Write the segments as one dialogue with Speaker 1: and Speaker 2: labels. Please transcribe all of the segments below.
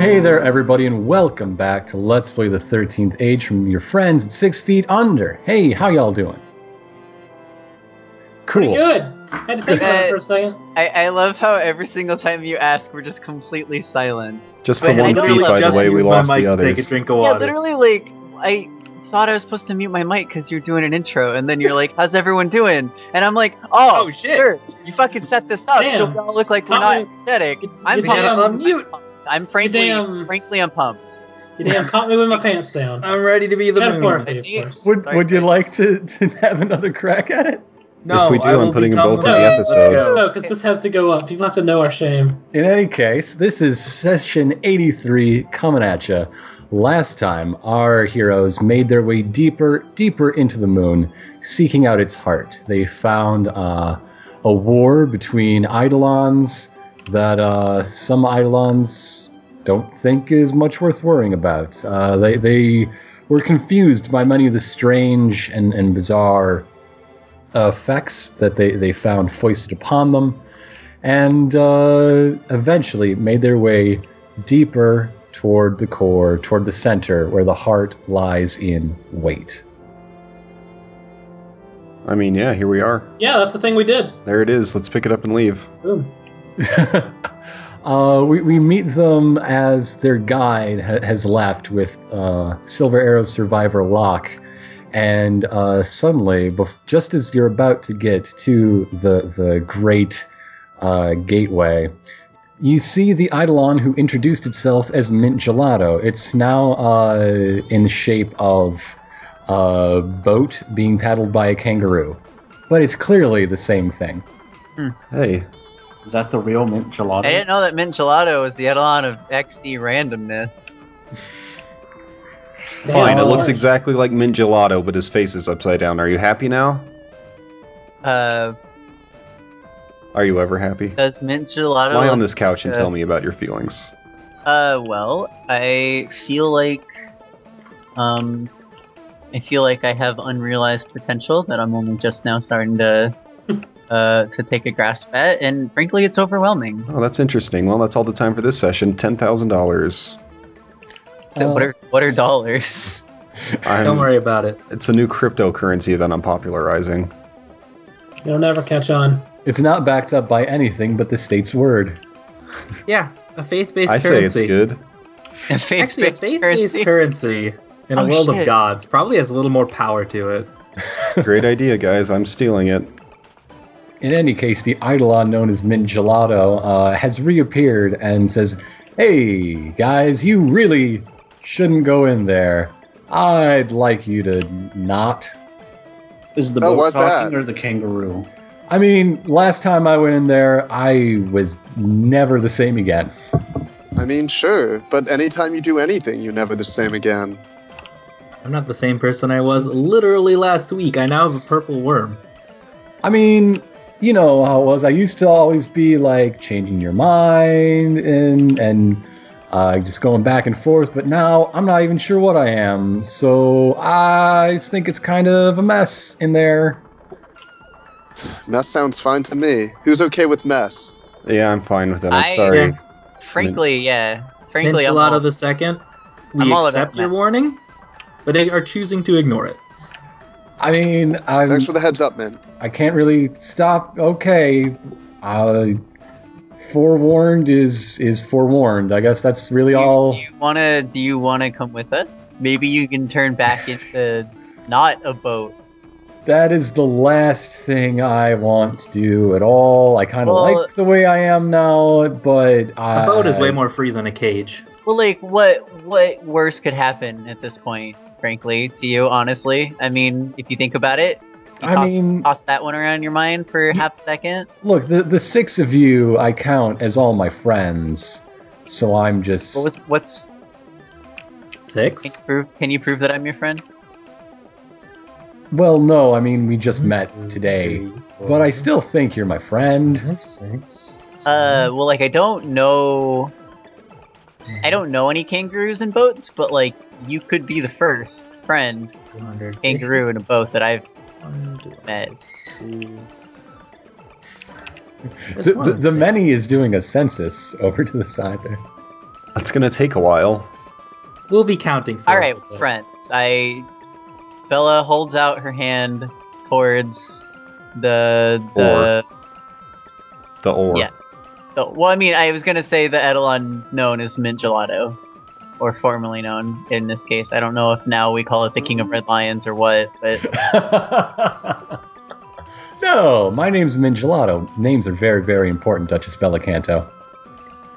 Speaker 1: Hey there, everybody, and welcome back to Let's Play the 13th Age from your friends at Six Feet Under. Hey, how y'all doing?
Speaker 2: Pretty
Speaker 1: Cool.
Speaker 2: good. had to think
Speaker 3: Uh,
Speaker 2: about it for a second.
Speaker 3: I, I love how every single time you ask, we're just completely silent.
Speaker 4: Just
Speaker 3: But
Speaker 4: the
Speaker 3: I
Speaker 4: one
Speaker 3: don't
Speaker 4: feed,
Speaker 3: really
Speaker 4: by the
Speaker 5: just
Speaker 4: way. We
Speaker 5: used
Speaker 4: lost
Speaker 5: my mic
Speaker 4: the
Speaker 5: To take a
Speaker 4: others.
Speaker 5: drink of
Speaker 3: Yeah,
Speaker 5: water.
Speaker 3: literally, like, I thought I was supposed to mute my mic because you're doing an intro, and then you're like, how's everyone doing? And I'm like, oh,
Speaker 5: Oh, shit."
Speaker 3: sure, you fucking set this up so
Speaker 2: Damn.
Speaker 3: we all look like we're
Speaker 2: Caught
Speaker 3: not energetic.
Speaker 2: You-
Speaker 3: I'm
Speaker 2: you
Speaker 3: pumped.
Speaker 2: damn-
Speaker 5: unmute.
Speaker 3: I'm frankly,
Speaker 2: damn-
Speaker 3: frankly, I'm pumped.
Speaker 2: You damn caught me with my pants down.
Speaker 5: I'm ready to be the moon.
Speaker 2: Metaphorically, of course.
Speaker 6: Would Would you like to, to have another crack at it?
Speaker 5: No,
Speaker 4: If we do,
Speaker 5: I
Speaker 4: I'm
Speaker 5: will be
Speaker 4: putting them
Speaker 5: Tom
Speaker 4: both in
Speaker 5: Moon.
Speaker 4: the
Speaker 5: Let's
Speaker 4: episode.
Speaker 5: go.
Speaker 2: No, because this has to go up. People have to know our shame.
Speaker 1: In any case, this is session 83 coming at you. Last time, our heroes made their way deeper, deeper into the moon, seeking out its heart. They found uh, a war between Eidolons that uh, some Eidolons don't think is much worth worrying about. Uh, they, they were confused by many of the strange and, and bizarre effects that they, they found foisted upon them and uh, eventually made their way deeper toward the core, toward the center, where the heart lies in wait.
Speaker 4: I mean, yeah, here we are.
Speaker 2: Yeah, that's the thing we did.
Speaker 4: There it is. Let's pick it up and leave.
Speaker 2: Boom.
Speaker 1: uh, we, we meet them as their guide ha- has left with uh, Silver Arrow survivor Locke. And uh, suddenly, bef- just as you're about to get to the, the great uh, gateway, you see the Eidolon who introduced itself as Mint Gelato. It's now uh, in the shape of a boat being paddled by a kangaroo, but it's clearly the same thing.
Speaker 4: Hey,
Speaker 6: Is that the real mint gelato?
Speaker 3: I didn't know that mint gelato was the etalon of XD randomness.
Speaker 4: fine.
Speaker 2: Damn.
Speaker 4: It looks exactly like mint gelato, but his face is upside down. Are you happy now?
Speaker 3: Uh,
Speaker 4: Are you ever happy?
Speaker 3: does mint gelato
Speaker 4: Lie
Speaker 3: look
Speaker 4: on this couch and
Speaker 3: uh,
Speaker 4: tell me about your feelings.
Speaker 3: Uh, well, I feel like, um, I feel like I have unrealized potential that I'm only just now starting to, uh, to take a grasp at, and frankly, it's overwhelming.
Speaker 4: Oh, that's interesting. Well, that's all the time for this session. Ten thousand dollars.
Speaker 3: So
Speaker 5: Uh,
Speaker 3: what are what are dollars?
Speaker 5: Don't worry about it.
Speaker 4: It's a new cryptocurrency that I'm popularizing.
Speaker 2: It'll never catch on.
Speaker 1: It's not backed up by anything but the state's word.
Speaker 5: Yeah, a faith-based
Speaker 4: I
Speaker 5: currency.
Speaker 4: say it's good.
Speaker 5: Actually, a
Speaker 3: Faith-based
Speaker 5: faith-based
Speaker 3: currency.
Speaker 5: currency in a
Speaker 3: Oh,
Speaker 5: world
Speaker 3: shit.
Speaker 5: of gods probably has a little more power to it.
Speaker 4: Great idea, guys. I'm stealing it.
Speaker 1: In any case, the Eidolon known as Mint Gelato uh, has reappeared and says, Hey, guys, you really shouldn't go in there. I'd like you to not.
Speaker 6: Is the
Speaker 7: Oh,
Speaker 6: boat
Speaker 7: why's
Speaker 6: talking
Speaker 7: that?
Speaker 6: or the kangaroo?
Speaker 1: I mean, last time I went in there, I was never the same again.
Speaker 7: I mean, sure, but anytime you do anything, you're never the same again.
Speaker 5: I'm not the same person I was literally last week. I now have a purple worm.
Speaker 1: I mean, you know how it was. I used to always be like changing your mind and and uh, just going back and forth, but now I'm not even sure what I am. So I just think it's kind of a mess in there.
Speaker 7: Mess sounds fine to me. Who's okay with mess?
Speaker 4: Yeah, I'm fine with it.
Speaker 3: I-
Speaker 4: I'm sorry.
Speaker 5: Yeah.
Speaker 3: Frankly, yeah. Frankly, I'm
Speaker 5: Enchilada
Speaker 3: all,
Speaker 5: the second.
Speaker 3: I'm
Speaker 5: We
Speaker 3: all about
Speaker 5: accept your
Speaker 3: that.
Speaker 5: warning, but they are choosing to ignore it.
Speaker 1: I mean, I'm,
Speaker 7: Thanks for the heads up, man.
Speaker 1: I can't really stop. Okay, uh, forewarned is is forewarned. I guess that's really
Speaker 3: do,
Speaker 1: all.
Speaker 3: do you wanna do you wanna come with us? Maybe you can turn back into not a boat.
Speaker 1: That is the last thing I want to do at all. I kind of
Speaker 3: Well-
Speaker 1: like the way I am now, but I,
Speaker 5: A boat is
Speaker 4: Uh,
Speaker 5: way more free than a cage.
Speaker 3: Well, like, what what worse could happen at this point? Frankly, to you, honestly, I mean, if you think about it, you
Speaker 1: I
Speaker 3: toss,
Speaker 1: mean,
Speaker 3: toss that one around in your mind for half a second.
Speaker 1: look, the the six of you I count as all my friends, so I'm just
Speaker 3: What was what's can
Speaker 5: Six?
Speaker 3: you prove? Can you prove that I'm your friend?
Speaker 1: well. No, I mean we just met today, but I still think you're my friend.
Speaker 5: Six.
Speaker 1: Mm-hmm.
Speaker 3: Uh, well, like, I don't know, I don't know any kangaroos in boats, but like, you could be the first friend kangaroo in a boat that I've met.
Speaker 1: The, the, the many is doing a census over to the side there.
Speaker 4: That's gonna take a while.
Speaker 5: We'll be counting. For
Speaker 3: All
Speaker 5: a
Speaker 3: right,
Speaker 5: little bit.
Speaker 3: friends. I Bella holds out her hand towards the the,
Speaker 4: The ore.
Speaker 3: Yeah. the well. I mean, I was gonna say the Edelon known as mint gelato, or formerly known in this case. I don't know if now we call it the King of Red Lions or what, but
Speaker 1: no, my name's Mingelato. Names are very, very important, Duchess Bellicanto.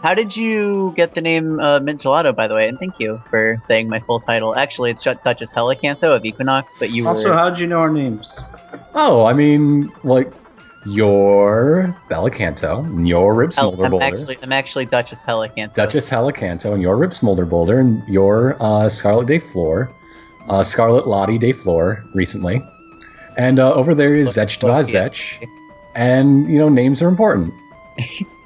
Speaker 3: how did you get the name uh, mint gelato? By the way, and thank you for saying my full title. Actually, it's Shut Duchess Helicanto of Equinox, but you
Speaker 6: Also,
Speaker 3: were
Speaker 6: how'd you know our names?
Speaker 1: Oh, I mean, like, you're Bellicanto, and you're Rib
Speaker 3: Hel-
Speaker 1: Smolder
Speaker 3: I'm
Speaker 1: Boulder.
Speaker 3: actually I'm actually Duchess Helicanto.
Speaker 1: Duchess Helicanto, and you're Rib Smolder Boulder, and you're uh, Scarlet Day Floor, uh, Scarlet Lottie Day Floor recently. And uh, over there is
Speaker 3: Look-
Speaker 1: Zech Dva
Speaker 3: look, yeah.
Speaker 1: Zech. And, you know, names are important.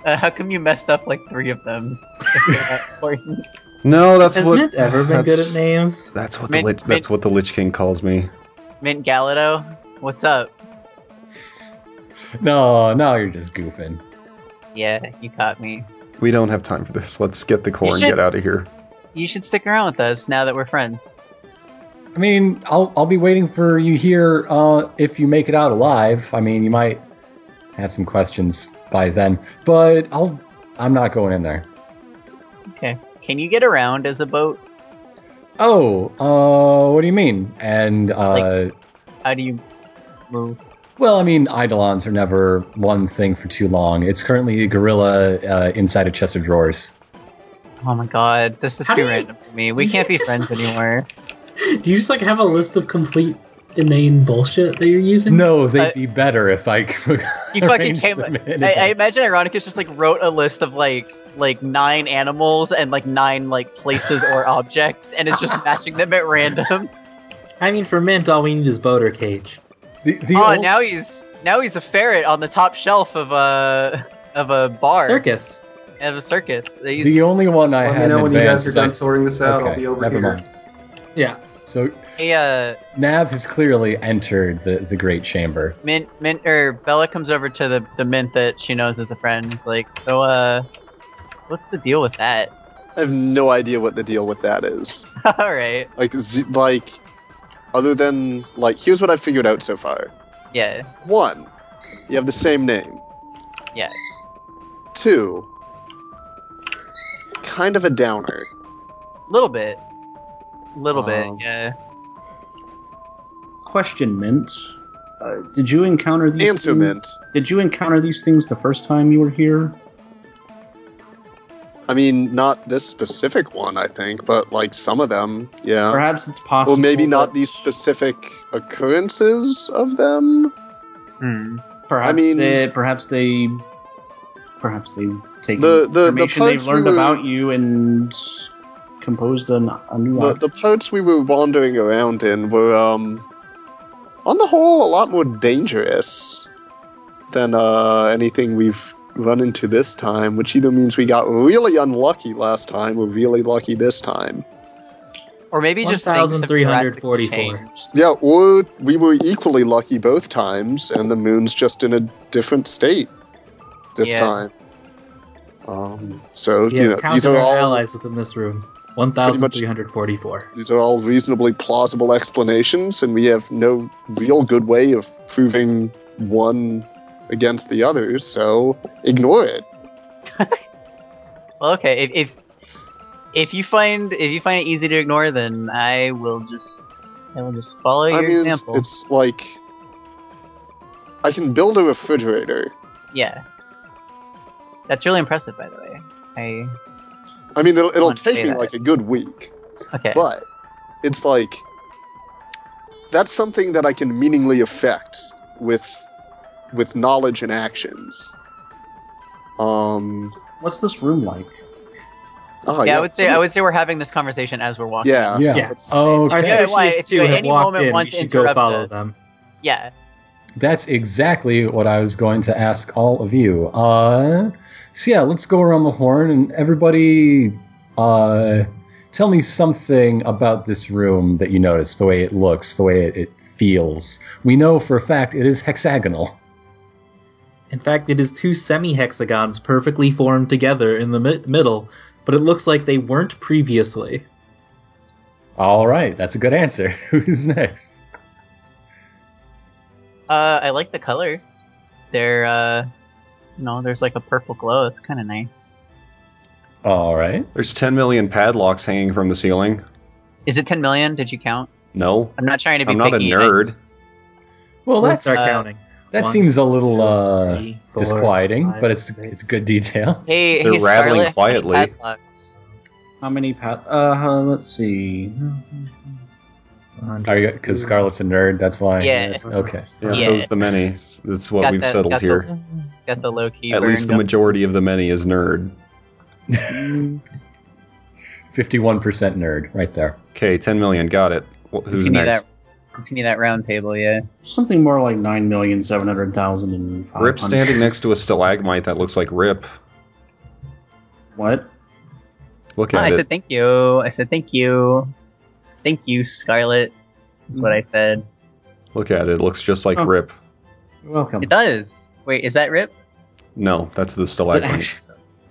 Speaker 3: Uh, how come you messed up like three of them? Important.
Speaker 4: No, that's
Speaker 5: Has
Speaker 4: what.
Speaker 5: Mint ever been good at
Speaker 4: that's-
Speaker 5: names?
Speaker 4: That's what
Speaker 3: Mint-
Speaker 4: the Lich,
Speaker 3: mint-
Speaker 4: that's what the Lich King calls me.
Speaker 3: Mint Gallardo, what's up?
Speaker 1: No, no, you're just goofing.
Speaker 3: Yeah, you caught me.
Speaker 4: We don't have time for this. Let's get the core and
Speaker 3: should-
Speaker 4: get out of here.
Speaker 3: You should stick around with us now that we're friends.
Speaker 1: I mean, I'll I'll be waiting for you here uh, if you make it out alive. I mean, you might have some questions by then, but I'll I'm not going in there.
Speaker 3: Okay. Can you get around as a boat?
Speaker 1: Oh, uh, what do you mean? And uh,
Speaker 3: Like- How do you move?
Speaker 1: well, I mean, eidolons are never one thing for too long. It's currently a gorilla uh, inside a chest of drawers.
Speaker 3: Oh my god, this is
Speaker 2: How
Speaker 3: too
Speaker 2: do you-
Speaker 3: random for me. We
Speaker 2: do
Speaker 3: can't
Speaker 2: you
Speaker 3: be
Speaker 2: just-
Speaker 3: friends anymore.
Speaker 2: Do you just like have a list of complete inane bullshit that you're using?
Speaker 1: No, they'd
Speaker 3: I-
Speaker 1: be better if I could
Speaker 3: You fucking
Speaker 1: arrange
Speaker 3: came.
Speaker 1: them in
Speaker 3: I, I
Speaker 1: advance.
Speaker 3: imagine Ironicus just like wrote a list of like like nine animals and like nine like places or objects, and is just matching them at random.
Speaker 5: I mean, for Mint, all we need is boater cage.
Speaker 1: The, the
Speaker 3: Oh,
Speaker 1: ol-
Speaker 3: now he's now he's a ferret on the top shelf of a of a bar
Speaker 5: Circus.
Speaker 3: of a circus. He's-
Speaker 1: the only one I
Speaker 8: Just let
Speaker 1: had
Speaker 8: me know
Speaker 1: in
Speaker 8: when you
Speaker 1: advance
Speaker 8: guys are
Speaker 1: is
Speaker 8: done
Speaker 1: I-
Speaker 8: sorting this out. I'll
Speaker 1: okay,
Speaker 8: be over
Speaker 1: never
Speaker 8: here.
Speaker 1: mind.
Speaker 5: Yeah.
Speaker 1: So
Speaker 3: Hey, uh,
Speaker 1: Nav has clearly entered the, the great chamber.
Speaker 3: Mint, Mint, or Bella comes over to the, the Mint that she knows is a friend. Is like, so, uh, so what's the deal with that?
Speaker 7: I have no idea what the deal with that is.
Speaker 3: All right,
Speaker 7: Like, z- like, other than like, here's what I figured out so far.
Speaker 3: yeah,
Speaker 7: One, you have the same name.
Speaker 3: yeah.
Speaker 7: Two, kind of a downer.
Speaker 3: Little bit, little bit,
Speaker 7: Um,
Speaker 3: yeah.
Speaker 6: Question, Mint. Uh, did you encounter these?
Speaker 7: Answer,
Speaker 6: things-
Speaker 7: Mint.
Speaker 6: Did you encounter these things the first time you were here?
Speaker 7: I mean, not this specific one, I think, but like some of them, yeah.
Speaker 6: Perhaps it's possible.
Speaker 7: Or Uh, maybe not
Speaker 6: that-
Speaker 7: these specific occurrences of them.
Speaker 3: Hmm.
Speaker 6: Perhaps
Speaker 7: I mean-
Speaker 6: they, perhaps they, perhaps they take
Speaker 7: The- the- the
Speaker 6: information they've
Speaker 7: parts we
Speaker 6: learned
Speaker 7: were-
Speaker 6: about you and composed an, a new
Speaker 7: The,
Speaker 6: art.
Speaker 7: the parts we were wandering around in were, um, on the whole, a lot more dangerous than uh, anything we've run into this time, which either means we got really unlucky last time or really lucky this time.
Speaker 3: Or maybe just things have drastically
Speaker 5: 1,344.
Speaker 3: changed.
Speaker 7: Yeah, or we were equally lucky both times, and the moon's just in a different state this
Speaker 3: Yeah.
Speaker 7: time. Um, so
Speaker 5: Yeah,
Speaker 7: you know, these
Speaker 5: counting
Speaker 7: are
Speaker 5: our
Speaker 7: all
Speaker 5: allies within this room. 1,344.
Speaker 7: these are all reasonably plausible explanations, and we have no real good way of proving one against the other. So ignore it.
Speaker 3: Well, okay, if, if if you find if you find it easy to ignore, then I will just I will just follow your
Speaker 7: I mean, it's,
Speaker 3: example.
Speaker 7: it's like I can build a refrigerator.
Speaker 3: Yeah, that's really impressive, by the way. I
Speaker 7: I mean, it'll, it'll
Speaker 3: Wouldn't say
Speaker 7: take me
Speaker 3: that.
Speaker 7: like a good week.
Speaker 3: okay.
Speaker 7: but it's like that's something that I can meaningly affect with with knowledge and actions. Um.
Speaker 6: What's this room like?
Speaker 7: Oh,
Speaker 3: yeah,
Speaker 7: yeah.
Speaker 3: I would say I would say we're having this conversation as we're walking.
Speaker 8: Uh,
Speaker 7: yeah.
Speaker 1: Yeah. Oh.
Speaker 7: Let's-
Speaker 5: Our
Speaker 1: Okay.
Speaker 3: Yeah, why,
Speaker 5: specialists,
Speaker 3: if you
Speaker 5: too,
Speaker 3: at
Speaker 5: have
Speaker 3: any
Speaker 5: walked
Speaker 3: moment
Speaker 5: in.
Speaker 3: want
Speaker 5: We
Speaker 3: to
Speaker 5: should go
Speaker 3: interrupt
Speaker 5: follow
Speaker 3: us.
Speaker 5: them.
Speaker 3: yeah.
Speaker 1: That's exactly what I was going to ask all of you. Uh, so yeah, let's go around the horn and everybody, uh, tell me something about this room that you noticed, the way it looks, the way it, it feels. We know for a fact it is hexagonal.
Speaker 5: In fact, it is two semi hexagons perfectly formed together in the mi- middle, but it looks like they weren't previously.
Speaker 1: All right, that's a good answer. Who's next?
Speaker 3: Uh, I like the colors. They're, uh, you know, there's like a purple glow. It's kind of nice.
Speaker 1: All right.
Speaker 4: There's 10 million padlocks hanging from the ceiling.
Speaker 3: Is it 10 million? Did you count?
Speaker 4: No.
Speaker 3: I'm not trying to be
Speaker 4: I'm not a
Speaker 3: picky. I
Speaker 4: nerd.
Speaker 3: just-
Speaker 1: Well,
Speaker 5: We'll
Speaker 1: that's
Speaker 5: start
Speaker 3: uh,
Speaker 5: counting.
Speaker 1: that
Speaker 5: One,
Speaker 1: seems a little
Speaker 5: two,
Speaker 1: uh,
Speaker 5: three, four,
Speaker 1: disquieting,
Speaker 5: five,
Speaker 1: but it's
Speaker 5: six.
Speaker 1: it's good detail.
Speaker 3: Hey,
Speaker 4: They're
Speaker 3: hey,
Speaker 4: rattling
Speaker 3: Scarlet, how many
Speaker 4: quietly.
Speaker 3: padlocks?
Speaker 6: How many pat? Uh, huh, let's see.
Speaker 1: Are you? Because Scarlet's a nerd, that's why.
Speaker 3: Yeah.
Speaker 1: Yes, Okay.
Speaker 4: Yeah,
Speaker 3: Yeah.
Speaker 4: so's the many. That's what
Speaker 3: Got
Speaker 4: we've
Speaker 3: the-
Speaker 4: settled
Speaker 3: got the-
Speaker 4: here.
Speaker 3: got the low key.
Speaker 4: At least the
Speaker 3: burned
Speaker 4: majority of the many is nerd.
Speaker 1: Fifty-one percent nerd, right there.
Speaker 4: Okay, 10 million. Got it. Wh-
Speaker 3: up.
Speaker 4: Who's
Speaker 3: continue
Speaker 4: next?
Speaker 3: that. Continue that round table, yeah.
Speaker 6: Something more like nine million seven hundred thousand and five.
Speaker 4: Rip standing next to a stalagmite that looks like Rip.
Speaker 6: What?
Speaker 4: Look
Speaker 3: Oh,
Speaker 4: at
Speaker 3: I
Speaker 4: it.
Speaker 3: said thank you. I said thank you. Thank you, Scarlet. That's what I said.
Speaker 4: Look at it. It looks just like
Speaker 6: Oh.
Speaker 4: Rip.
Speaker 6: You're welcome.
Speaker 3: It does. Wait, is that Rip?
Speaker 4: No, that's the stalagmite.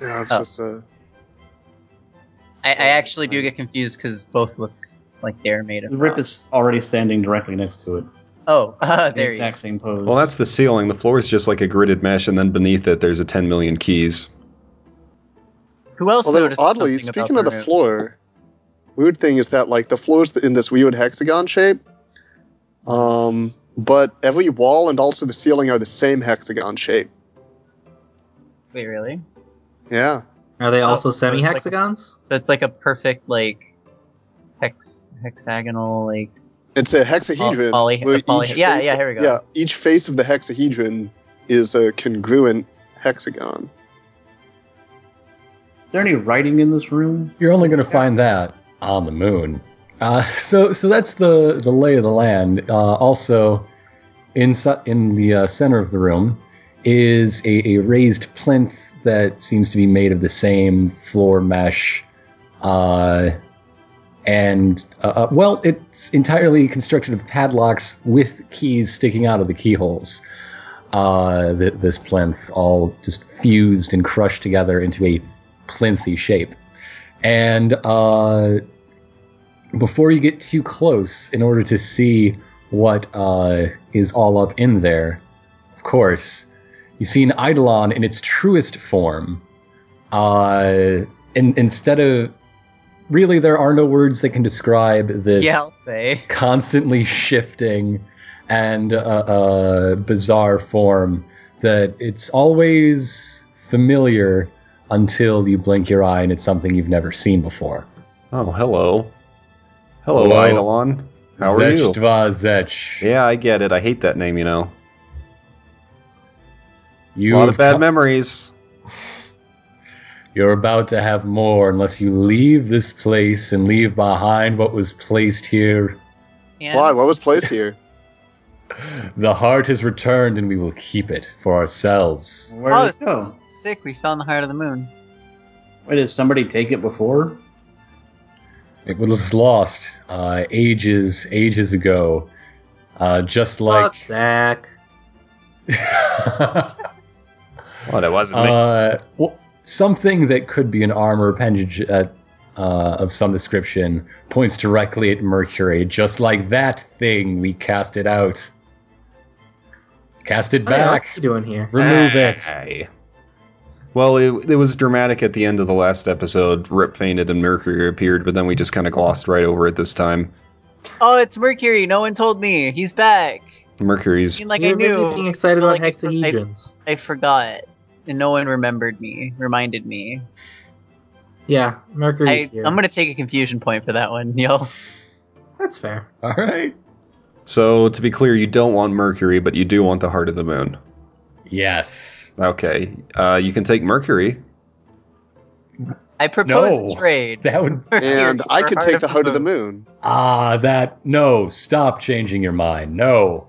Speaker 7: Yeah, it's
Speaker 3: Oh.
Speaker 7: just a.
Speaker 3: I, I actually do get confused because both look like they're made of.
Speaker 6: The Rip
Speaker 3: rock.
Speaker 6: is already standing directly next to it.
Speaker 3: Oh, uh,
Speaker 6: The
Speaker 3: there you go.
Speaker 6: exact same pose.
Speaker 4: Well, that's the ceiling. The floor is just like a gridded mesh, and then beneath it, there's a 10 million keys.
Speaker 3: Who else
Speaker 7: Although,
Speaker 3: noticed
Speaker 7: oddly,
Speaker 3: something about
Speaker 7: speaking of the
Speaker 3: room?
Speaker 7: floor, weird thing is that, like, the floor's in this weird hexagon shape. Um, but every wall and also the ceiling are the same hexagon shape.
Speaker 3: Wait, really?
Speaker 7: Yeah.
Speaker 5: Are they
Speaker 3: Oh,
Speaker 5: also
Speaker 3: so it's
Speaker 5: semi
Speaker 3: like-
Speaker 5: hexagons?
Speaker 3: So it's like a perfect like hex hexagonal like
Speaker 7: It's a hexahedron.
Speaker 3: poly-
Speaker 7: where
Speaker 3: a poly-
Speaker 7: each
Speaker 3: yeah,
Speaker 7: face-
Speaker 3: yeah, here we go.
Speaker 7: Yeah, each face of the hexahedron is a congruent hexagon.
Speaker 6: Is there any writing in this room?
Speaker 1: You're only going to find that on the moon. Uh, so, so that's the the lay of the land. Uh, also, in in the uh, center of the room is a, a raised plinth that seems to be made of the same floor mesh, uh, and uh, uh, well, it's entirely constructed of padlocks with keys sticking out of the keyholes. Uh, th- this plinth all just fused and crushed together into a plinthy shape. And uh, before you get too close, in order to see what uh, is all up in there, of course, you see an Eidolon in its truest form. Uh, in, instead of. Really, there are no words that can describe this
Speaker 3: Yeah, I'll say.
Speaker 1: constantly shifting and uh, uh, bizarre form that it's always familiar until you blink your eye and it's something you've never seen before.
Speaker 4: Oh, hello. Hello,
Speaker 1: Hello.
Speaker 4: Eidolon. How are
Speaker 1: Zech
Speaker 4: you?
Speaker 1: Dva Zech.
Speaker 4: Yeah, I get it. I hate that name, you know.
Speaker 1: You
Speaker 4: a lot of
Speaker 1: have
Speaker 4: bad
Speaker 1: co-
Speaker 4: memories.
Speaker 1: You're about to have more unless you leave this place and leave behind what was placed here.
Speaker 3: Yeah.
Speaker 7: Why? What was placed here?
Speaker 1: The heart has returned and we will keep it for ourselves.
Speaker 6: Where
Speaker 3: oh,
Speaker 6: did it go?
Speaker 3: it's sick! We found the heart of the moon.
Speaker 6: Wait, did somebody take it before?
Speaker 1: It was lost uh, ages, ages ago. Uh, just like.
Speaker 5: Fuck Zach.
Speaker 4: What, it wasn't me.
Speaker 1: uh, well, something that could be an arm or appendage uh, uh, of some description points directly at Mercury. Just like that thing, we cast it out. Cast it
Speaker 5: Hey, what's
Speaker 1: back.
Speaker 5: he doing here?
Speaker 1: Remove it.
Speaker 4: Hey. Well, it, it was dramatic at the end of the last episode. Rip fainted and Mercury appeared, but then we just kind of glossed right over it this time.
Speaker 3: Oh, it's Mercury. No one told me. He's back. I
Speaker 4: Mercury's
Speaker 3: mean, like
Speaker 5: we
Speaker 3: I
Speaker 5: were busy being
Speaker 3: knew.
Speaker 5: excited
Speaker 3: Well,
Speaker 5: about
Speaker 3: like, I-
Speaker 5: hexahedrons.
Speaker 3: I forgot, and no one remembered me. Reminded me.
Speaker 5: Yeah, Mercury's
Speaker 3: I,
Speaker 5: here.
Speaker 3: I'm gonna take a confusion point for that one, yo.
Speaker 5: That's fair.
Speaker 1: All right.
Speaker 4: so to be clear, you don't want Mercury, but you do want the heart of the moon.
Speaker 1: Yes.
Speaker 4: Okay, uh, you can take Mercury.
Speaker 3: I propose
Speaker 1: No.
Speaker 3: a trade.
Speaker 1: That would.
Speaker 7: And I could take the heart of the moon.
Speaker 1: Ah, that. No. Stop changing your mind. No.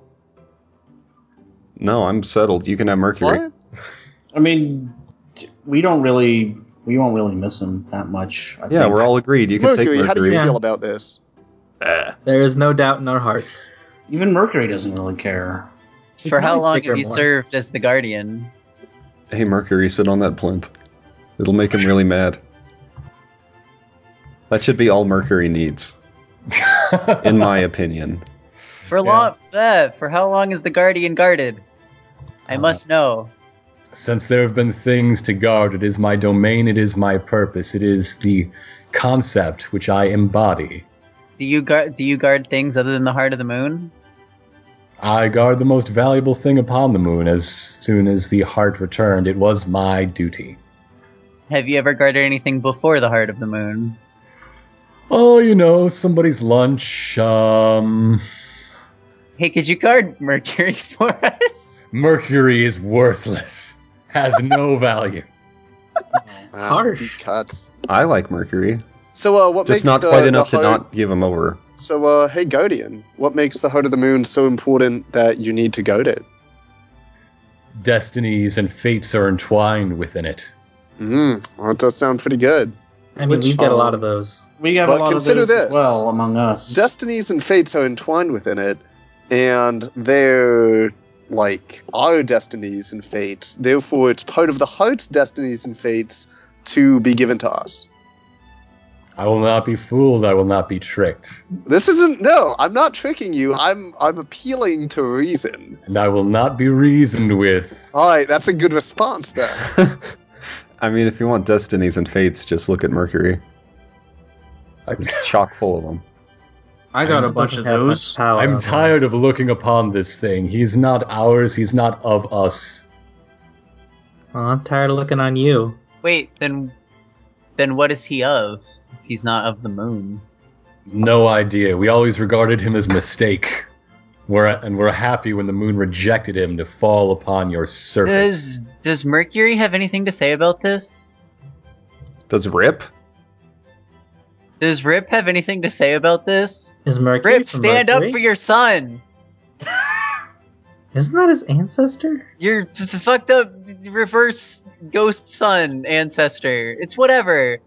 Speaker 4: No, I'm settled. You can have Mercury.
Speaker 7: What?
Speaker 6: I mean, t- we don't really, we won't really miss him that much. I
Speaker 4: Yeah,
Speaker 6: think.
Speaker 4: we're all agreed. You can
Speaker 7: Mercury,
Speaker 4: take
Speaker 7: how do
Speaker 4: Mercury.
Speaker 7: you
Speaker 5: Yeah.
Speaker 7: feel about this?
Speaker 4: Eh.
Speaker 5: There is no doubt in our hearts.
Speaker 6: even Mercury doesn't really care.
Speaker 5: You
Speaker 3: For
Speaker 5: can
Speaker 3: how
Speaker 5: always
Speaker 3: long
Speaker 5: pick her
Speaker 3: have you
Speaker 5: more.
Speaker 3: served as the guardian?
Speaker 4: Hey, Mercury, sit on that plinth. It'll make him really mad. That should be all Mercury needs, in my opinion.
Speaker 3: For lot Fev, for how long is the Guardian guarded? I
Speaker 6: Uh,
Speaker 3: must know.
Speaker 1: Since there have been things to guard, it is my domain, it is my purpose, it is the concept which I embody.
Speaker 3: Do you guard? Do you guard things other than the heart of the moon?
Speaker 1: I guard the most valuable thing upon the moon. As soon as the heart returned, it was my duty.
Speaker 3: Have you ever guarded anything before the heart of the moon?
Speaker 1: Oh, you know, somebody's lunch. Um,
Speaker 3: Hey, could you guard Mercury for us?
Speaker 1: Mercury is worthless, has no value.
Speaker 7: Wow,
Speaker 2: Harsh.
Speaker 7: deep cuts.
Speaker 4: I like Mercury,
Speaker 7: So uh, what
Speaker 4: just
Speaker 7: makes
Speaker 4: not
Speaker 7: the,
Speaker 4: quite enough
Speaker 7: the
Speaker 4: to
Speaker 7: heart-
Speaker 4: not give him over.
Speaker 7: So uh, hey, Guardian, what makes the heart of the moon so important that you need to go to? it?
Speaker 1: Destinies and fates are entwined within it.
Speaker 7: Mm, well, it does sound pretty good.
Speaker 5: I mean,
Speaker 6: Which-
Speaker 5: we've got a
Speaker 1: uh,
Speaker 5: lot of those.
Speaker 6: We have
Speaker 7: But
Speaker 6: a lot
Speaker 7: consider
Speaker 6: of those as
Speaker 7: this.
Speaker 6: well among us.
Speaker 7: destinies and fates are entwined within it, and they're like our destinies and fates. Therefore, it's part of the heart's destinies and fates to be given to us.
Speaker 1: I will not be fooled. I will not be tricked.
Speaker 7: This isn't no. I'm not tricking you. I'm I'm appealing to reason.
Speaker 1: And I will not be reasoned with.
Speaker 7: All right, that's a good response there.
Speaker 4: I mean, if you want destinies and fates, just look at Mercury. It's chock full of them.
Speaker 5: I
Speaker 6: got a bunch of those.
Speaker 5: Power
Speaker 1: I'm
Speaker 5: on them.
Speaker 1: tired of looking upon this thing. He's not ours. He's not of us.
Speaker 5: Oh, I'm tired of looking on you.
Speaker 3: Wait, then, then what is he of? If he's not of the moon.
Speaker 1: No idea. We always regarded him as mistake. We're, and we're happy when the moon rejected him to fall upon your surface.
Speaker 3: Does Does Mercury have anything to say about this?
Speaker 4: Does Rip?
Speaker 3: Does Rip have anything to say about this?
Speaker 5: Is Mercury?
Speaker 3: Rip,
Speaker 5: from
Speaker 3: stand
Speaker 5: Mercury?
Speaker 3: up for your son.
Speaker 5: Isn't that his ancestor?
Speaker 3: Your f- f- fucked up reverse ghost son ancestor. It's whatever.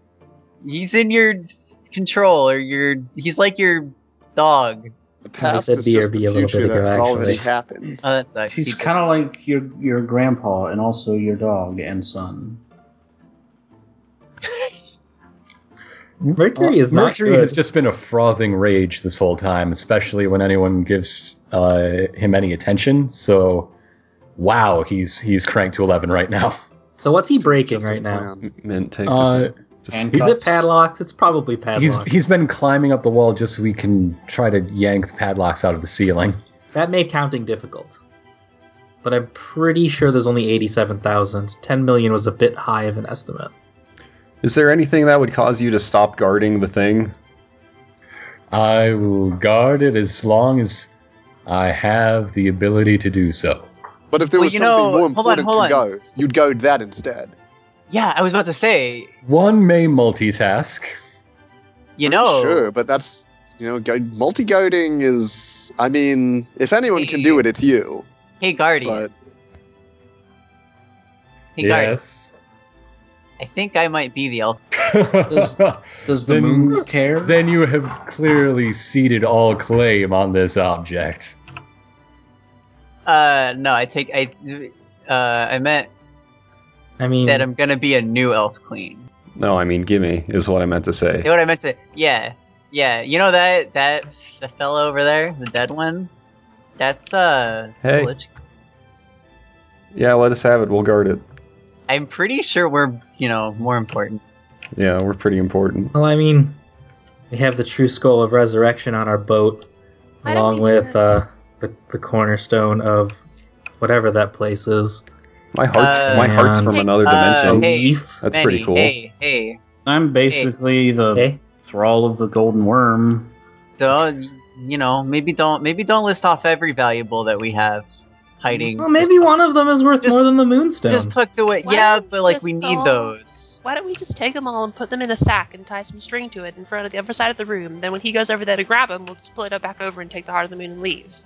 Speaker 3: He's in your control, or your he's like your dog.
Speaker 7: The past
Speaker 5: said
Speaker 7: is just
Speaker 5: BRB
Speaker 7: the
Speaker 5: a little
Speaker 7: future
Speaker 5: bit ago,
Speaker 7: that's already
Speaker 5: actually.
Speaker 7: happened.
Speaker 3: Oh, that sucks.
Speaker 6: He's
Speaker 3: He did-
Speaker 6: kind of like your your grandpa and also your dog and son.
Speaker 5: Mercury is
Speaker 1: Mm-hmm.
Speaker 5: not.
Speaker 1: Oh, Mercury
Speaker 5: good.
Speaker 1: has just been a frothing rage this whole time, especially when anyone gives uh, him any attention. So, wow, he's he's cranked to eleven right now.
Speaker 5: So what's he breaking
Speaker 7: Just as
Speaker 5: right now?
Speaker 7: planned.
Speaker 4: Mint take.
Speaker 1: Uh,
Speaker 4: the-
Speaker 6: And
Speaker 5: Is it padlocks? It's probably
Speaker 1: He's
Speaker 5: padlocks.
Speaker 1: he's been climbing up the wall just so we can try to yank the padlocks out of the ceiling.
Speaker 5: That made counting difficult. But I'm pretty sure there's only 87,000. 10 million was a bit high of an estimate.
Speaker 4: Is there anything that would cause you to stop guarding the thing?
Speaker 1: I will guard it as long as I have the ability to do so.
Speaker 7: But if there
Speaker 3: Well,
Speaker 7: was
Speaker 3: you
Speaker 7: something
Speaker 3: know-
Speaker 7: more
Speaker 3: hold on,
Speaker 7: important
Speaker 3: hold
Speaker 7: to
Speaker 3: on.
Speaker 7: go, you'd go that instead.
Speaker 3: yeah, I was about to say.
Speaker 1: One may multitask.
Speaker 3: You know,
Speaker 7: Sure, but that's you know, go- multi-goading is. I mean, if anyone can do it, it's you.
Speaker 3: hey Guardian,
Speaker 7: But
Speaker 3: hey Guardian. I think I might be the elf.
Speaker 1: yes.
Speaker 6: Does the
Speaker 1: Then-
Speaker 6: moon care?
Speaker 1: Then you have clearly ceded all claim on this object.
Speaker 3: Uh, no, I take I. Uh, I meant
Speaker 5: I
Speaker 4: Hmm.
Speaker 5: mean,
Speaker 3: that I'm gonna be a new elf queen.
Speaker 4: No, I mean, gimme is what I meant to
Speaker 3: You know
Speaker 4: say.
Speaker 3: what I meant to? Yeah, yeah. You know that that the fellow over there, the dead one. That's uh.
Speaker 4: Hey.
Speaker 3: Lich-
Speaker 4: Yeah, let us have it. We'll guard it.
Speaker 3: I'm pretty sure we're you know more important.
Speaker 4: Yeah, we're pretty important.
Speaker 5: well, I mean, we have the true skull of resurrection on our boat,
Speaker 8: Why don't
Speaker 5: along
Speaker 8: we do
Speaker 5: with uh, the, the cornerstone of whatever that place is.
Speaker 4: My heart's
Speaker 3: Uh,
Speaker 4: my heart's
Speaker 5: man.
Speaker 4: from another
Speaker 3: Uh,
Speaker 5: A
Speaker 4: dimension.
Speaker 3: hey.
Speaker 5: leaf.
Speaker 4: That's
Speaker 3: Manny,
Speaker 4: pretty cool.
Speaker 3: Hey, hey.
Speaker 6: I'm basically the
Speaker 5: Okay.
Speaker 6: thrall of the golden worm.
Speaker 3: Don't you know? Maybe don't maybe don't list off every valuable that we have hiding.
Speaker 5: Well, maybe
Speaker 3: just,
Speaker 5: one of them is worth
Speaker 3: just-
Speaker 5: more than the moonstone.
Speaker 3: Just tucked away.
Speaker 8: Why
Speaker 3: yeah,
Speaker 8: don't we
Speaker 3: but like
Speaker 8: just
Speaker 3: we need
Speaker 8: all-
Speaker 3: those.
Speaker 8: Why don't we just take them all and put them in a sack and tie some string to it in front of the other side of the room? Then when he goes over there to grab them, we'll just pull it up back over and take the heart of the moon and leave.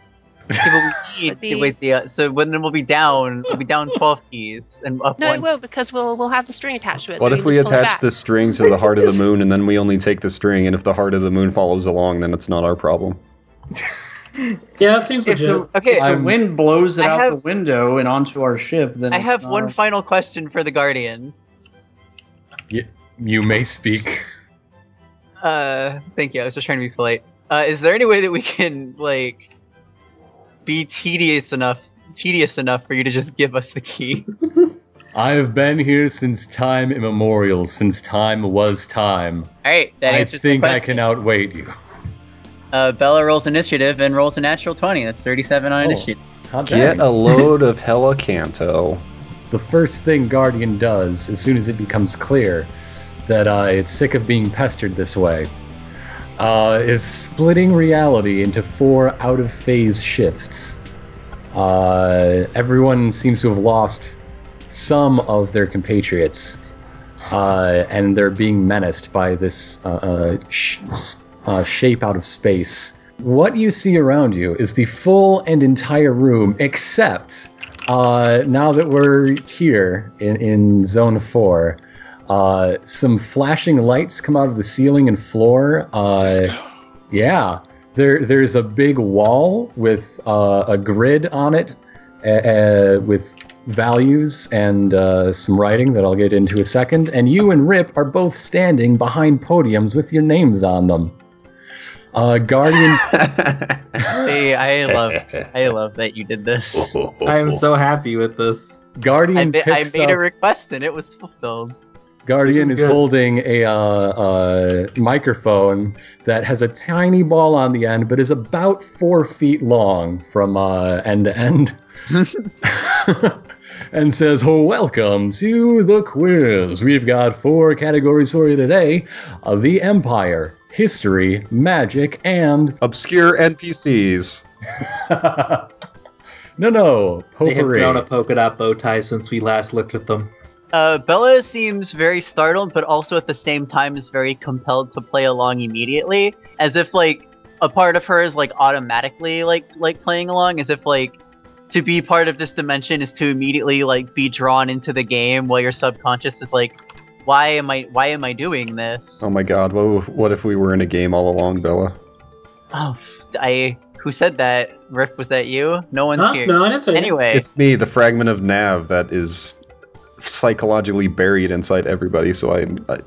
Speaker 3: Yeah, but we
Speaker 8: Would
Speaker 3: need
Speaker 8: be-
Speaker 3: wait the uh, so when then we'll be down we'll be down twelve keys and up
Speaker 8: No,
Speaker 3: one.
Speaker 8: it won't because we'll we'll have the string attached to it.
Speaker 4: What
Speaker 8: so
Speaker 4: if we
Speaker 8: can just pull it
Speaker 4: attach
Speaker 8: back.
Speaker 4: the string to the heart of the moon and then we only take the string? And if the heart of the moon follows along, then it's not our problem.
Speaker 2: Yeah, that seems
Speaker 3: If
Speaker 2: legit.
Speaker 3: the, okay,
Speaker 6: If the
Speaker 1: I'm-
Speaker 6: wind blows it
Speaker 3: I
Speaker 6: out
Speaker 3: have-
Speaker 6: the window and onto our ship, then
Speaker 3: I
Speaker 6: it's
Speaker 3: have
Speaker 6: not
Speaker 3: one
Speaker 6: our-
Speaker 3: final question for the Guardian.
Speaker 1: You may speak.
Speaker 3: Uh, thank you. I was just trying to be polite. Uh, is there any way that we can like be tedious enough, tedious enough for you to just give us the key?
Speaker 1: I've been here since time immemorial, since time was time.
Speaker 3: All right, that
Speaker 1: I
Speaker 3: answers
Speaker 1: think
Speaker 3: the
Speaker 1: I can
Speaker 3: question.
Speaker 1: outwait you.
Speaker 3: Uh, Bella rolls initiative and rolls a natural twenty. That's thirty-seven on
Speaker 1: Oh.
Speaker 3: initiative.
Speaker 1: Hot
Speaker 4: Get
Speaker 1: dang.
Speaker 4: a load of Hella Canto.
Speaker 1: the first thing Guardian does, as soon as it becomes clear that uh, it's sick of being pestered this way, uh, is splitting reality into four out of phase shifts. Uh, everyone seems to have lost some of their compatriots, uh, and they're being menaced by this uh, uh, sh- s- uh, shape out of space. What you see around you is the full and entire room, except uh, now that we're here in, in zone four, uh, some flashing lights come out of the ceiling and floor. Uh, yeah, there there's a big wall with uh, a grid on it uh, uh, with values and uh, some writing that I'll get into a second. And you and Rip are both standing behind podiums with your names on them. Uh, Guardian
Speaker 3: See, I love, I love that you did this.
Speaker 5: I am so happy with this.
Speaker 1: Guardian
Speaker 3: I, ma- I
Speaker 1: picks
Speaker 3: made a
Speaker 1: up-
Speaker 3: request and it was fulfilled.
Speaker 1: Guardian
Speaker 5: This
Speaker 1: is,
Speaker 5: is good.
Speaker 1: holding a uh, uh, microphone that has a tiny ball on the end, but is about four feet long from uh, end to end, and says, "Welcome to the quiz. We've got four categories for you today: uh, the Empire, history, magic, and
Speaker 4: Obscure NPCs.
Speaker 1: no, no
Speaker 5: They have
Speaker 1: potpourri."
Speaker 5: thrown a polka dot bow tie since we last looked at them.
Speaker 3: Uh, Bella seems very startled, but also at the same time is very compelled to play along immediately, as if like a part of her is like automatically like like playing along, as if like to be part of this dimension is to immediately like be drawn into the game, while your subconscious is like, why am I why am I doing this?
Speaker 4: Oh my god, what if, what if we were in a game all along, Bella?
Speaker 3: Oh, f- I who said that? Riff, was that you? No one's
Speaker 2: Huh?
Speaker 3: here.
Speaker 2: No, I didn't say that.
Speaker 3: Anyway,
Speaker 4: It's me, the fragment of Nav that is psychologically buried inside everybody, so I. I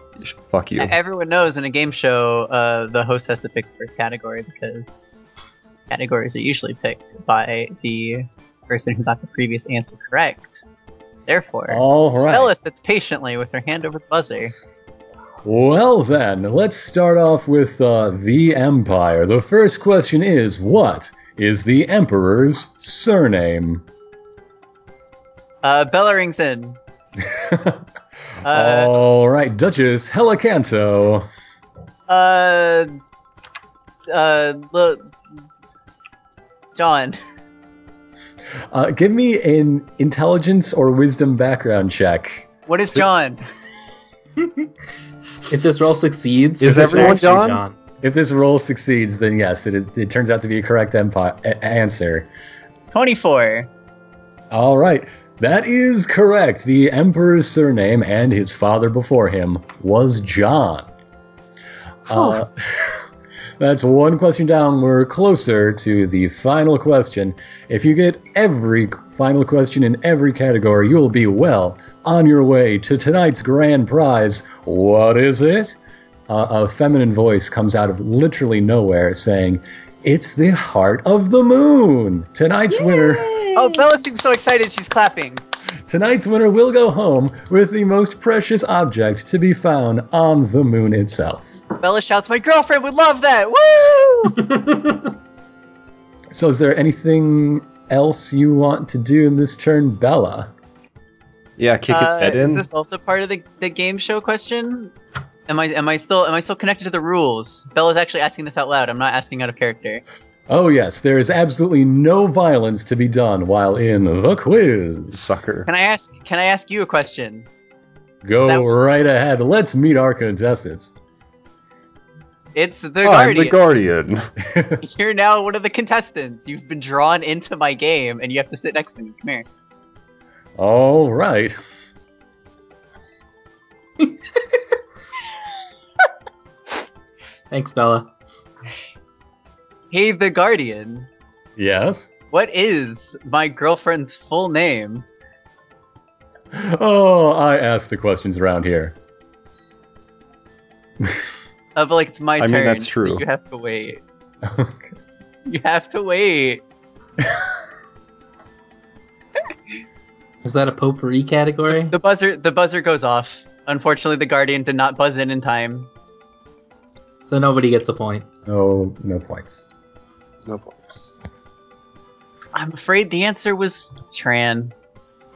Speaker 4: fuck you.
Speaker 3: E- Everyone knows in a game show, uh, the host has to pick the first category because categories are usually picked by the person who got the previous answer correct. Therefore,
Speaker 1: All right.
Speaker 3: Bella sits patiently with her hand over the buzzer.
Speaker 1: Well, then, let's start off with uh, the Empire. The first question is What is the Emperor's surname?
Speaker 3: Uh, Bella rings in. uh,
Speaker 1: All right, Duchess Helicanto.
Speaker 3: uh, uh, look. John,
Speaker 1: Uh, give me an intelligence or wisdom background check.
Speaker 3: what is John?
Speaker 5: If this roll succeeds,
Speaker 4: Is
Speaker 5: if it's
Speaker 4: everyone
Speaker 5: actually
Speaker 4: done?
Speaker 1: If this roll succeeds, then yes, it is. It turns out to be a correct empi- a- answer.
Speaker 3: 24.
Speaker 1: All right, that is correct. The Emperor's surname and his father before him was John. Uh, that's one question down. We're closer to the final question. If you get every final question in every category, you will be well on your way to tonight's grand prize. What is it? Uh, a feminine voice comes out of literally nowhere saying, It's the heart of the moon. Tonight's winner.
Speaker 3: Oh, Bella seems so excited she's clapping.
Speaker 1: Tonight's winner will go home with the most precious object to be found on the moon itself.
Speaker 3: Bella shouts, My girlfriend would love that! Woo!
Speaker 1: So, is there anything else you want to do in this turn, Bella?
Speaker 4: Yeah, kick his
Speaker 3: Uh,
Speaker 4: head
Speaker 3: is
Speaker 4: in.
Speaker 3: this also part of the, the game show question? Am I am I still am I still connected to the rules? Bella's actually asking this out loud. I'm not asking out of character.
Speaker 1: Oh, yes, there is absolutely no violence to be done while in the quiz.
Speaker 4: Sucker.
Speaker 3: Can I ask Can I ask you a question?
Speaker 1: Go
Speaker 3: That-
Speaker 1: right ahead. Let's meet our contestants.
Speaker 3: It's the
Speaker 4: Oh, I'm the
Speaker 3: guardian.
Speaker 4: guardian.
Speaker 3: You're now one of the contestants. You've been drawn into my game, and you have to sit next to me. Come here.
Speaker 1: All right.
Speaker 5: Thanks, Bella.
Speaker 3: Hey, the guardian.
Speaker 1: Yes.
Speaker 3: What is my girlfriend's full name?
Speaker 1: Oh, I asked the questions around here.
Speaker 3: Uh, but like it's my
Speaker 4: I mean,
Speaker 3: turn.
Speaker 4: that's
Speaker 3: so
Speaker 4: true.
Speaker 3: you have to wait. You have to wait.
Speaker 5: Is that a potpourri category?
Speaker 3: The buzzer the buzzer goes off. Unfortunately the Guardian did not buzz in in time.
Speaker 5: So nobody gets a point.
Speaker 1: no, Oh, no points.
Speaker 7: No points.
Speaker 3: I'm afraid the answer was Tran.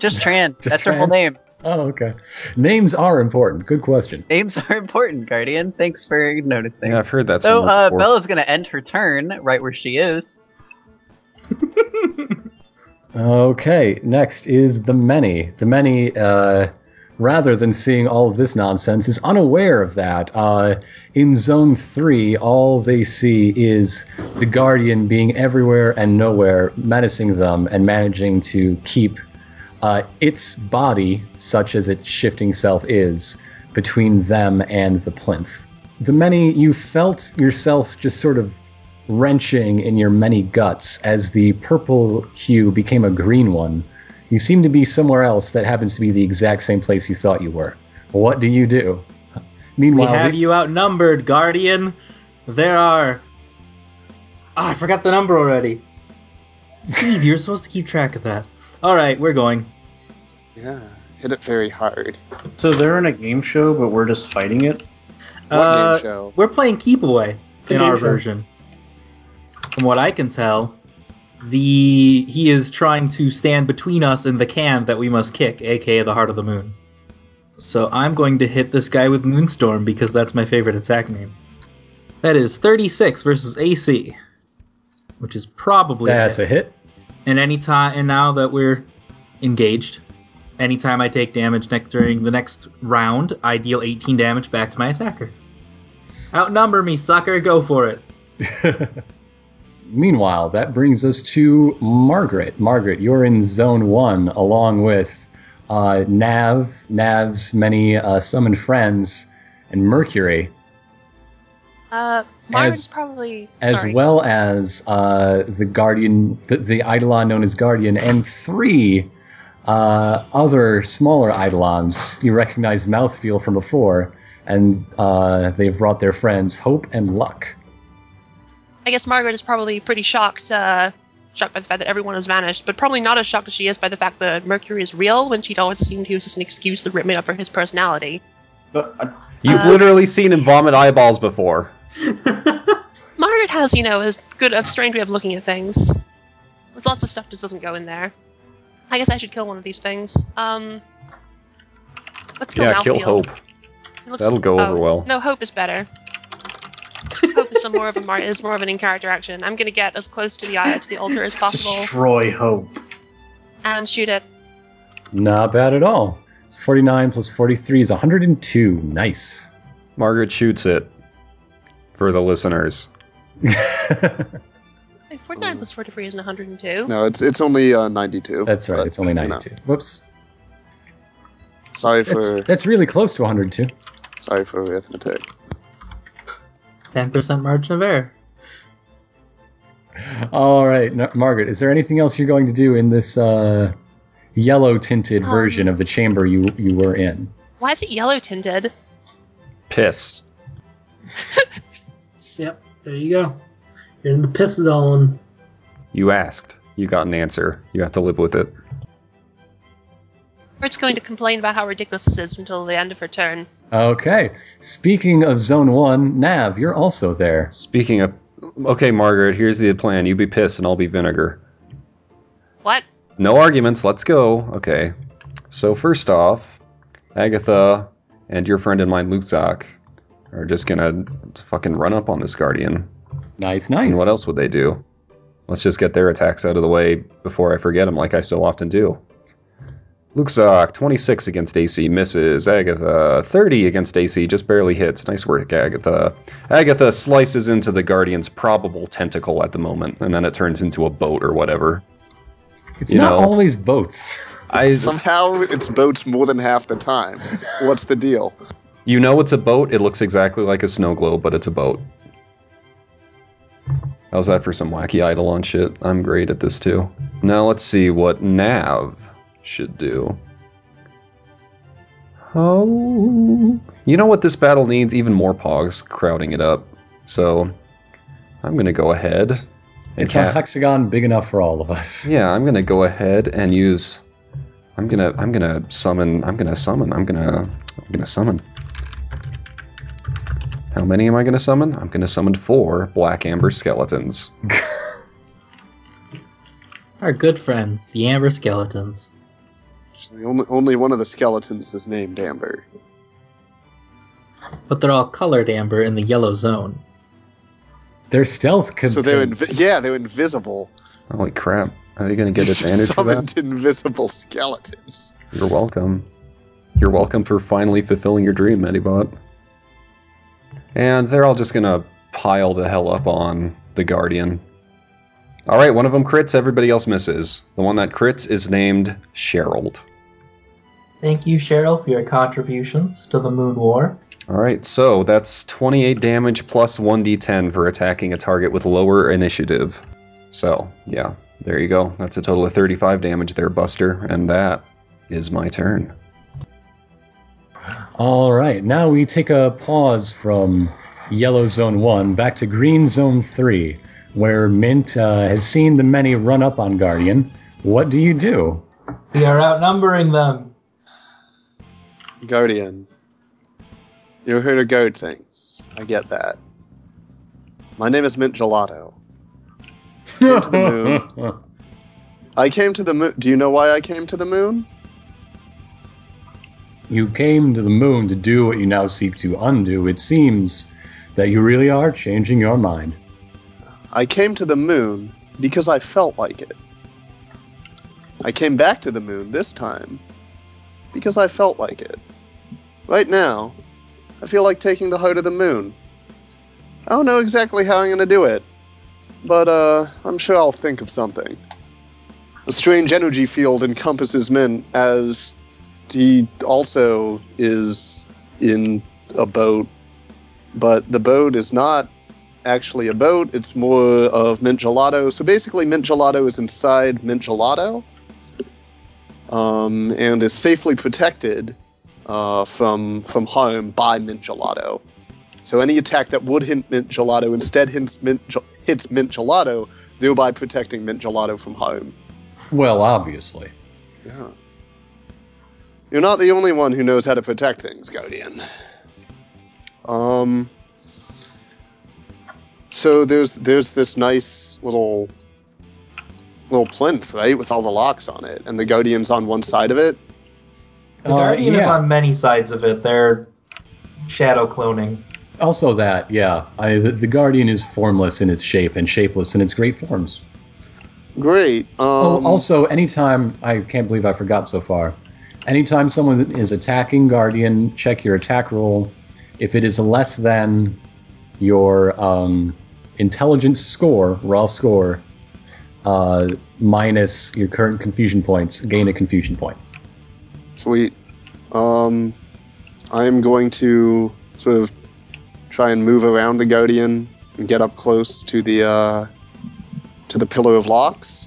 Speaker 3: Just Tran.
Speaker 1: Just
Speaker 3: That's her whole
Speaker 1: Tran.
Speaker 3: name.
Speaker 1: Oh, okay. Names are important. Good question.
Speaker 3: Names are important, Guardian. Thanks for noticing.
Speaker 4: Yeah, I've heard that
Speaker 3: so
Speaker 4: somewhere
Speaker 3: uh,
Speaker 4: before.
Speaker 3: Bella's gonna end her turn right where she is.
Speaker 1: Okay, next is the many. The many, uh, rather than seeing all of this nonsense, is unaware of that. Uh, in Zone 3, all they see is the Guardian being everywhere and nowhere, menacing them and managing to keep uh, its body, such as its shifting self is, between them and the plinth. The many, you felt yourself just sort of wrenching in your many guts as the purple hue became a green one. You seem to be somewhere else that happens to be the exact same place you thought you were. What do you do?
Speaker 5: We
Speaker 1: Meanwhile,
Speaker 5: have
Speaker 1: the-
Speaker 5: you outnumbered, Guardian. There are. Ah, I forgot the number already. Steve, you're supposed to keep track of that. All right, we're going.
Speaker 7: Yeah. Hit it very hard.
Speaker 6: So they're in a game show, but we're just fighting it.
Speaker 7: What
Speaker 5: Uh,
Speaker 7: game show?
Speaker 5: We're playing Keep Away
Speaker 2: a
Speaker 5: in our
Speaker 2: game show.
Speaker 5: version. From what I can tell, the he is trying to stand between us and the can that we must kick, aka the heart of the moon. So I'm going to hit this guy with Moonstorm because that's my favorite attack name. That is 36 versus AC, which is probably a
Speaker 1: that's a hit.
Speaker 5: and any time, and now that we're engaged, anytime I take damage next during the next round, I deal 18 damage back to my attacker. Outnumber me, sucker! Go for it.
Speaker 1: Meanwhile, that brings us to Margaret. Margaret, you're in Zone 1 along with uh, Nav, Nav's many uh, summoned friends, and Mercury.
Speaker 8: Uh, Marvin's
Speaker 1: As-
Speaker 8: probably
Speaker 1: as
Speaker 8: sorry.
Speaker 1: well as uh, the guardian, the, the eidolon known as Guardian, and three uh, other smaller eidolons. You recognize Mouthfeel from before, and uh, they've brought their friends Hope and Luck.
Speaker 8: I guess Margaret is probably pretty shocked, uh, shocked by the fact that everyone has vanished, but probably not as shocked as she is by the fact that Mercury is real when she'd always assumed he was just an excuse that made up for his personality.
Speaker 6: But uh,
Speaker 4: You've
Speaker 8: Uh,
Speaker 4: literally seen him vomit eyeballs before.
Speaker 8: Margaret has, you know, a good, a strange way of looking at things. There's lots of stuff that doesn't go in there. I guess I should kill one of these things. Um, let's kill
Speaker 4: yeah, kill
Speaker 8: Malfield.
Speaker 4: Hope.
Speaker 8: It looks-
Speaker 4: That'll go
Speaker 8: oh,
Speaker 4: over well.
Speaker 8: No, hope is better. hope is some more of a mar- is more of an in character action. I'm gonna get as close to the eye to the altar as possible
Speaker 6: destroy hope.
Speaker 8: and shoot it.
Speaker 1: Not bad at all. It's 49 plus 43 is 102. Nice.
Speaker 4: Margaret shoots it for the listeners.
Speaker 8: Wait, 49 plus 43 isn't 102.
Speaker 7: No, it's it's only uh, 92.
Speaker 1: That's right.
Speaker 7: But,
Speaker 1: It's only
Speaker 7: you know,
Speaker 1: 92. Whoops.
Speaker 7: sorry
Speaker 1: That's,
Speaker 7: for
Speaker 1: that's really close to 102.
Speaker 7: sorry for arithmetic.
Speaker 5: 10% margin of error.
Speaker 1: All right, N- Margaret. Is there anything else you're going to do in this uh, yellow tinted
Speaker 8: Um,
Speaker 1: version of the chamber you you were in?
Speaker 8: Why is it yellow tinted?
Speaker 4: Piss.
Speaker 2: Yep, there you go. You're in the piss zone.
Speaker 4: You asked. You got an answer. You have to live with it.
Speaker 8: Bert's going to complain about how ridiculous this is until the end of her turn.
Speaker 1: Okay. Speaking of Zone One, Nav, you're also there.
Speaker 4: Speaking of. Okay, Margaret, here's the plan. You be piss and I'll be vinegar.
Speaker 8: What?
Speaker 4: No arguments. Let's go. Okay. So first off, Agatha and your friend and mine, Luke Zock, are just gonna fucking run up on this guardian.
Speaker 1: Nice, nice.
Speaker 4: And what else would they do? Let's just get their attacks out of the way before I forget them, like I so often do. Luke Zock, 26 against AC, misses. Agatha, 30 against AC, just barely hits. Nice work, Agatha. Agatha slices into the Guardian's probable tentacle at the moment, and then it turns into a boat or whatever.
Speaker 1: It's
Speaker 4: you
Speaker 1: not
Speaker 4: know.
Speaker 1: always boats.
Speaker 4: I,
Speaker 7: Somehow it's boats more than half the time. What's the deal?
Speaker 4: You know it's a boat. It looks exactly like a snow globe, but it's a boat. How's that for some wacky eidolon shit? I'm great at this too. Now let's see what Nav should do. Oh. You know what this battle needs? Even more pogs crowding it up. So I'm going to go ahead and
Speaker 1: It's a
Speaker 4: cast.
Speaker 1: hexagon big enough for all of us.
Speaker 4: Yeah, I'm gonna go ahead and use. I'm gonna. I'm gonna summon. I'm gonna summon. I'm gonna. I'm gonna summon. How many am I gonna summon? I'm gonna summon four black amber skeletons.
Speaker 5: Our good friends, the Amber Skeletons.
Speaker 7: Actually, only, only one of the skeletons is named Amber.
Speaker 5: But they're all colored amber in the yellow zone.
Speaker 1: They're stealth. Comp-
Speaker 7: So they're invi- yeah, they're invisible.
Speaker 4: Holy crap! Are they gonna get
Speaker 7: These are
Speaker 4: advantage for that?
Speaker 7: summoned invisible skeletons.
Speaker 4: You're welcome. You're welcome for finally fulfilling your dream, Medibot. And they're all just gonna pile the hell up on the Guardian. Alright, one of them crits, everybody else misses. The one that crits is named Sherald.
Speaker 5: Thank you, Cheryl, for your contributions to the Moon War.
Speaker 4: Alright, so that's 28 damage plus 1d10 for attacking a target with lower initiative. So, yeah, there you go. That's a total of 35 damage there, Buster, and that is my turn.
Speaker 1: All right, now we take a pause from yellow zone one back to green zone three, where Mint uh, has seen the many run up on Guardian. What do you do?
Speaker 5: We are outnumbering them.
Speaker 7: Guardian. You heard of goad things. I get that. My name is Mint Gelato. Go to the moon. I came to the moon. Do you know why I came to the moon?
Speaker 1: You came to the moon to do what you now seek to undo. It seems that you really are changing your mind.
Speaker 7: I came to the moon because I felt like it. I came back to the moon this time because I felt like it. Right now, I feel like taking the heart of the moon. I don't know exactly how I'm going to do it, but uh, I'm sure I'll think of something. A strange energy field encompasses men as he also is in a boat, but the boat is not actually a boat. It's more of mint gelato. So basically, mint gelato is inside mint gelato, um, and is safely protected uh, from from harm by mint gelato. So any attack that would hit mint gelato instead hits mint, Ge- hits mint gelato, thereby protecting mint gelato from harm.
Speaker 1: Well, obviously.
Speaker 7: Yeah. You're not the only one who knows how to protect things, Guardian. Um. So there's there's this nice little little plinth, right, with all the locks on it, and the Guardian's on one side of it.
Speaker 5: The
Speaker 1: Uh,
Speaker 5: Guardian is
Speaker 1: yeah.
Speaker 5: on many sides of it. They're shadow cloning.
Speaker 1: Also, that, yeah. I, the, the Guardian is formless in its shape and shapeless in its great forms.
Speaker 7: Great. Um,
Speaker 1: oh, also, anytime I can't believe I forgot so far. Anytime someone is attacking Guardian, check your attack roll. If it is less than your um, intelligence score, raw score, uh, minus your current confusion points, gain a confusion point.
Speaker 7: Sweet. Um, I'm going to sort of try and move around the Guardian and get up close to the uh, to the pillar of locks,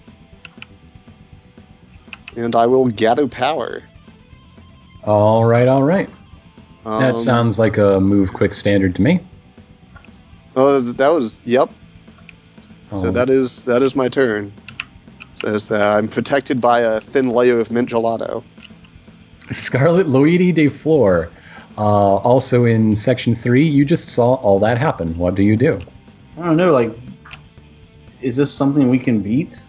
Speaker 7: and I will gather power.
Speaker 1: All right, all right.
Speaker 7: Um,
Speaker 1: That sounds like a move quick standard to me.
Speaker 7: Oh, that was yep. So
Speaker 1: Oh,
Speaker 7: that is that is my turn. Says that I'm protected by a thin layer of mint gelato.
Speaker 1: Scarlet Luigi de Flor. Uh, also in section three, you just saw all that happen. What do you do?
Speaker 6: I don't know. Like, is this something we can beat?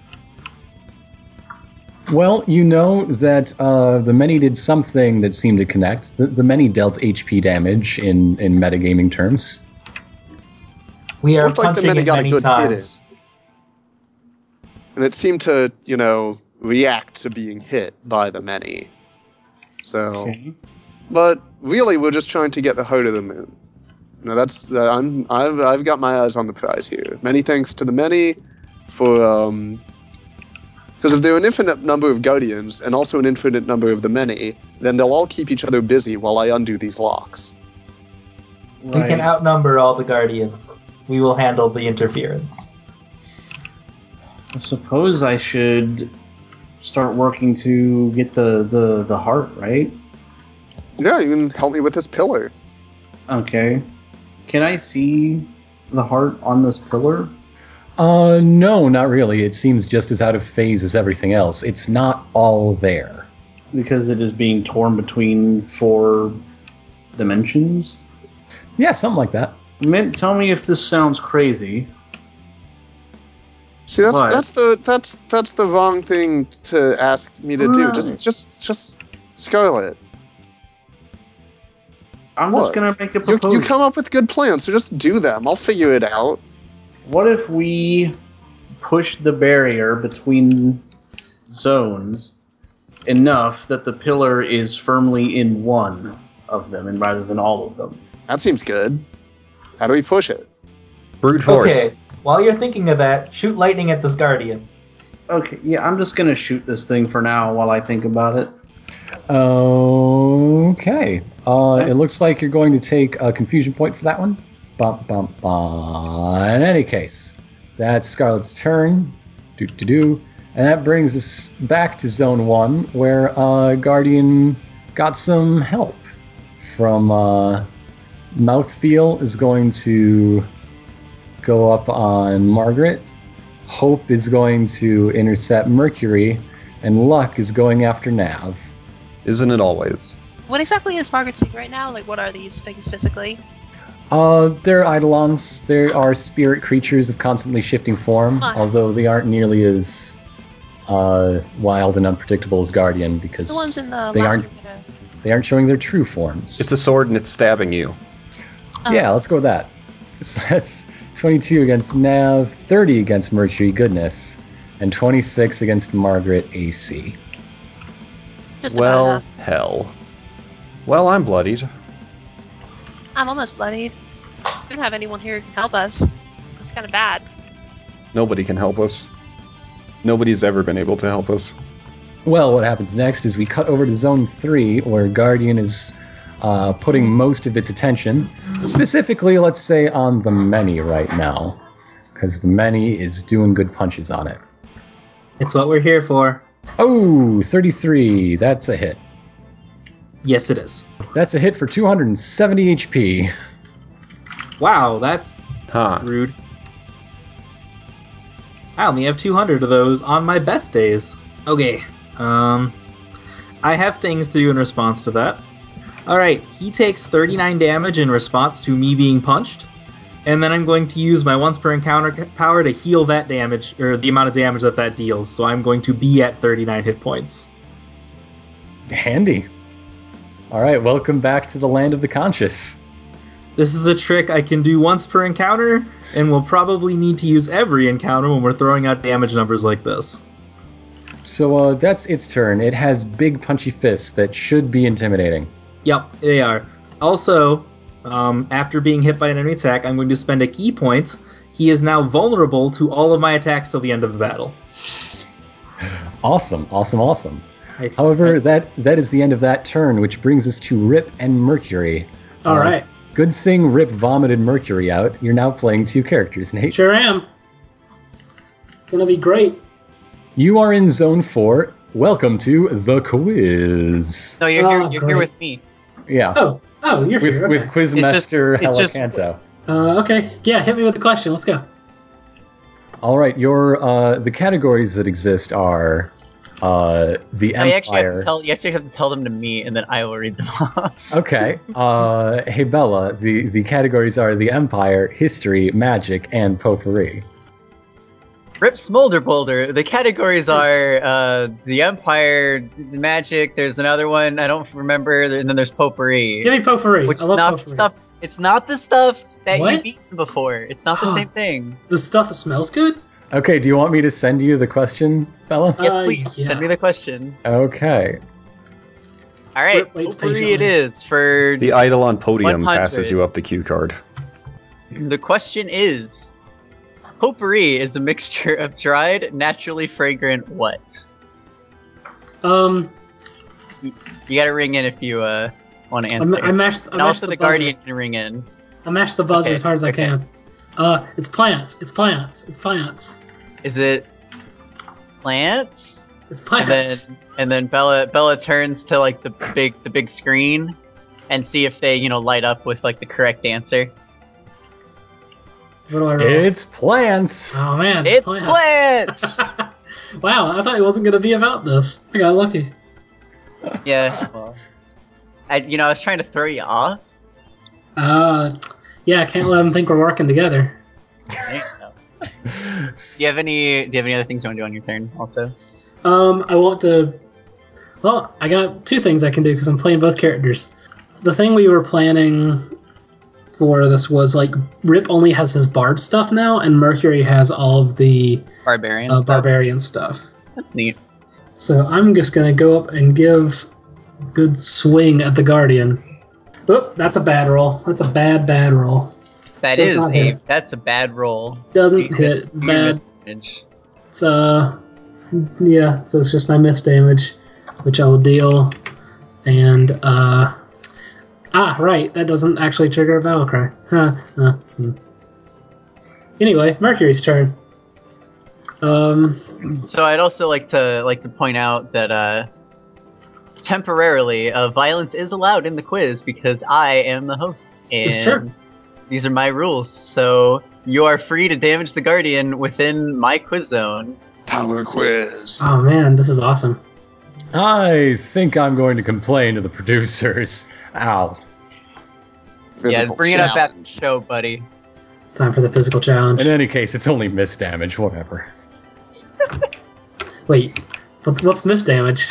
Speaker 1: Well, you know that uh, the many did something that seemed to connect. The, the many dealt HP damage in, in metagaming terms.
Speaker 5: We are
Speaker 7: Looks like the
Speaker 5: punching
Speaker 7: many
Speaker 5: it
Speaker 7: got a
Speaker 5: many
Speaker 7: good hit in.
Speaker 5: times.
Speaker 7: and it seemed to you know react to being hit by the many so
Speaker 6: Okay.
Speaker 7: but really we're just trying to get the heart of the moon no that's uh, i'm I've, I've got my eyes on the prize here many thanks to the many for um because if there are an infinite number of guardians and also an infinite number of the many then they'll all keep each other busy while i undo these locks
Speaker 5: We can outnumber all the Guardians. We will handle the interference.
Speaker 6: I suppose I should start working to get the the the heart right.
Speaker 7: Yeah, you can help me with this pillar.
Speaker 6: Okay. Can I see the heart on this pillar?
Speaker 1: Uh, no, not really. It seems just as out of phase as everything else. It's not all there.
Speaker 6: Because it is being torn between four dimensions.
Speaker 1: Yeah, something like that.
Speaker 6: Mint, tell me if this sounds crazy.
Speaker 7: See, that's
Speaker 6: What?
Speaker 7: that's the that's that's the wrong thing to ask me to do. Just
Speaker 6: Right.
Speaker 7: just just Scarlet.
Speaker 6: I'm
Speaker 7: What?
Speaker 6: just gonna make a
Speaker 7: You,
Speaker 6: proposal.
Speaker 7: you come up with good plans, so just do them. I'll figure it out.
Speaker 6: What if we push the barrier between zones enough that the pillar is firmly in one of them and rather than all of them?
Speaker 7: That seems good. How do we push it?
Speaker 4: Brute force.
Speaker 5: Okay, while you're thinking of that, shoot lightning at this guardian.
Speaker 6: Okay, yeah, I'm just gonna shoot this thing for now while I think about it.
Speaker 1: Okay. Uh, it looks like you're going to take a confusion point for that one. Bum, bum, bum. In any case, that's Scarlet's turn. Do, do, do. And that brings us back to Zone 1, where uh, Guardian got some help from uh, Mouthfeel is going to go up on Margaret. Hope is going to intercept Mercury. And Luck is going after Nav.
Speaker 4: Isn't it always?
Speaker 8: What exactly is Margaret seeing right now? Like, what are these things physically?
Speaker 1: Uh, they're eidolons. They are spirit creatures of constantly shifting form,
Speaker 8: Ah.
Speaker 1: although they aren't nearly as uh, wild and unpredictable as Guardian because
Speaker 8: The ones in the
Speaker 1: they
Speaker 8: last
Speaker 1: aren't
Speaker 8: room, you know.
Speaker 1: they aren't showing their true forms.
Speaker 4: It's a sword and it's stabbing you.
Speaker 8: Oh.
Speaker 1: yeah, let's go with that. So that's 22 against Nav, 30 against Mercury, goodness, and 26 against Margaret AC.
Speaker 8: Oh, Just about
Speaker 4: Well,
Speaker 8: enough.
Speaker 4: hell. Well, I'm bloodied.
Speaker 8: I'm almost bloodied. We don't have anyone here who can help us. It's kind of bad.
Speaker 4: Nobody can help us. Nobody's ever been able to help us.
Speaker 1: Well, what happens next is we cut over to Zone 3, where Guardian is uh, putting most of its attention, specifically, let's say, on the many right now, because the many is doing good punches on it.
Speaker 5: It's what we're here for.
Speaker 1: Oh, 33. That's a hit.
Speaker 5: Yes, it is.
Speaker 1: That's a hit for 270 HP.
Speaker 5: Wow, that's
Speaker 4: Huh.
Speaker 5: rude. I only have 200 of those on my best days. Okay. Um, I have things to do in response to that. All right, he takes 39 damage in response to me being punched, and then I'm going to use my once per encounter c- power to heal that damage or the amount of damage that that deals. So I'm going to be at 39 hit points.
Speaker 1: Handy. All right, welcome back to the land of the conscious.
Speaker 5: This is a trick I can do once per encounter, and will probably need to use every encounter when we're throwing out damage numbers like this.
Speaker 1: So uh, that's its turn. It has big punchy fists that should be intimidating.
Speaker 5: Yep, they are. Also, um, after being hit by an enemy attack, I'm going to spend a key point. He is now vulnerable to all of my attacks till the end of the battle.
Speaker 1: Awesome, awesome, awesome.
Speaker 5: I-
Speaker 1: However, that that is the end of that turn, which brings us to Rip and Mercury.
Speaker 2: All
Speaker 1: Uh,
Speaker 2: right,
Speaker 1: Good thing Rip vomited Mercury out. You're now playing two characters, Nate.
Speaker 2: sure am. It's gonna be great.
Speaker 1: You are in Zone Four. Welcome to the quiz.
Speaker 3: No, you're
Speaker 2: Oh,
Speaker 3: here. You're here
Speaker 2: great.
Speaker 3: with me.
Speaker 1: Yeah,
Speaker 2: Oh, oh, you're
Speaker 1: with
Speaker 2: here.
Speaker 1: with
Speaker 2: okay.
Speaker 1: Quizmaster
Speaker 3: It's just-
Speaker 1: Helicanto.
Speaker 2: Uh, okay, yeah, hit me with the question. Let's go.
Speaker 1: All right, your uh, the categories that exist are uh, the
Speaker 3: No, you actually have
Speaker 1: Empire.
Speaker 3: to tell. You actually have to tell them to me, and then I will read them off.
Speaker 1: okay, uh, hey Bella. The the categories are the Empire, history, magic, and potpourri.
Speaker 3: Rip Smolder Boulder. The categories are uh, the Empire, the Magic. There's another one I don't remember, and then there's Potpourri,
Speaker 2: Give me potpourri.
Speaker 3: which
Speaker 2: I
Speaker 3: is
Speaker 2: love
Speaker 3: not the
Speaker 2: potpourri.
Speaker 3: stuff. It's not the stuff that
Speaker 2: What?
Speaker 3: you've eaten before. It's not the same thing.
Speaker 2: The stuff that smells good.
Speaker 1: Okay, do you want me to send you the question, Bella?
Speaker 3: Yes,
Speaker 2: Uh,
Speaker 3: please
Speaker 2: yeah.
Speaker 3: send me the question.
Speaker 1: Okay.
Speaker 3: All right,
Speaker 2: Rip waits
Speaker 3: Potpourri it
Speaker 2: patiently.
Speaker 3: is for
Speaker 4: The Eidolon podium
Speaker 3: 100.
Speaker 4: passes you up the cue card.
Speaker 3: The question is Potpourri is a mixture of dried, naturally fragrant what?
Speaker 2: Um,
Speaker 3: You gotta ring in if you uh, want to
Speaker 2: I, ma-
Speaker 3: answer.
Speaker 2: I mashed. I
Speaker 3: and
Speaker 2: mashed
Speaker 3: also,
Speaker 2: the,
Speaker 3: the,
Speaker 2: buzzer.
Speaker 3: Guardian can ring in.
Speaker 2: I mashed the buzzer
Speaker 3: Okay,
Speaker 2: as hard as
Speaker 3: okay.
Speaker 2: I can. Uh, it's plants. It's plants. It's plants.
Speaker 3: Is it plants?
Speaker 2: It's
Speaker 3: And then,
Speaker 2: plants.
Speaker 3: and then Bella Bella turns to like the big the big screen, and see if they, you know, light up with like the correct answer.
Speaker 2: What do I roll?
Speaker 1: It's plants.
Speaker 2: oh man,
Speaker 3: It's plants!
Speaker 2: wow, I thought it wasn't going to be about this. I got lucky.
Speaker 3: yeah. Well, I, you know, I was trying to throw you off.
Speaker 2: Uh, yeah, I can't let them think we're working together.
Speaker 3: I don't know. do you have any? Do you have any other things you want to do on your turn? Also,
Speaker 2: Um, I want to. Well, I got two things I can do because I'm playing both characters. The thing we were planning for this was like Rip only has his bard stuff now, and Mercury has all of the
Speaker 3: barbarian.
Speaker 2: uh,
Speaker 3: stuff.
Speaker 2: barbarian stuff.
Speaker 3: That's neat.
Speaker 2: So I'm just gonna go up and give a good swing at the guardian. Oop, that's a bad roll. That's a bad bad roll.
Speaker 3: That
Speaker 2: Does
Speaker 3: is
Speaker 2: not
Speaker 3: a.
Speaker 2: hit.
Speaker 3: That's a bad roll.
Speaker 2: Doesn't
Speaker 3: You
Speaker 2: hit.
Speaker 3: missed-
Speaker 2: It's
Speaker 3: you
Speaker 2: bad.
Speaker 3: missed damage.
Speaker 2: It's uh, yeah. So it's just my miss damage, which I will deal. And uh, ah, right. That doesn't actually trigger a battle cry. Huh. huh, hmm. Anyway, Mercury's turn. Um.
Speaker 3: So I'd also like to like to point out that uh, temporarily, uh, violence is allowed in the quiz because I am the host, and
Speaker 2: It's true.
Speaker 3: these are my rules. So you are free to damage the guardian within my quiz zone.
Speaker 7: Power quiz.
Speaker 2: Oh man, this is awesome.
Speaker 1: I think I'm going to complain to the producers. Ow.
Speaker 3: yeah, bring it up after the
Speaker 7: challenge.
Speaker 3: show, buddy.
Speaker 2: It's time for the physical challenge.
Speaker 1: In any case, it's only miss damage, whatever.
Speaker 2: Wait, what's, what's miss damage?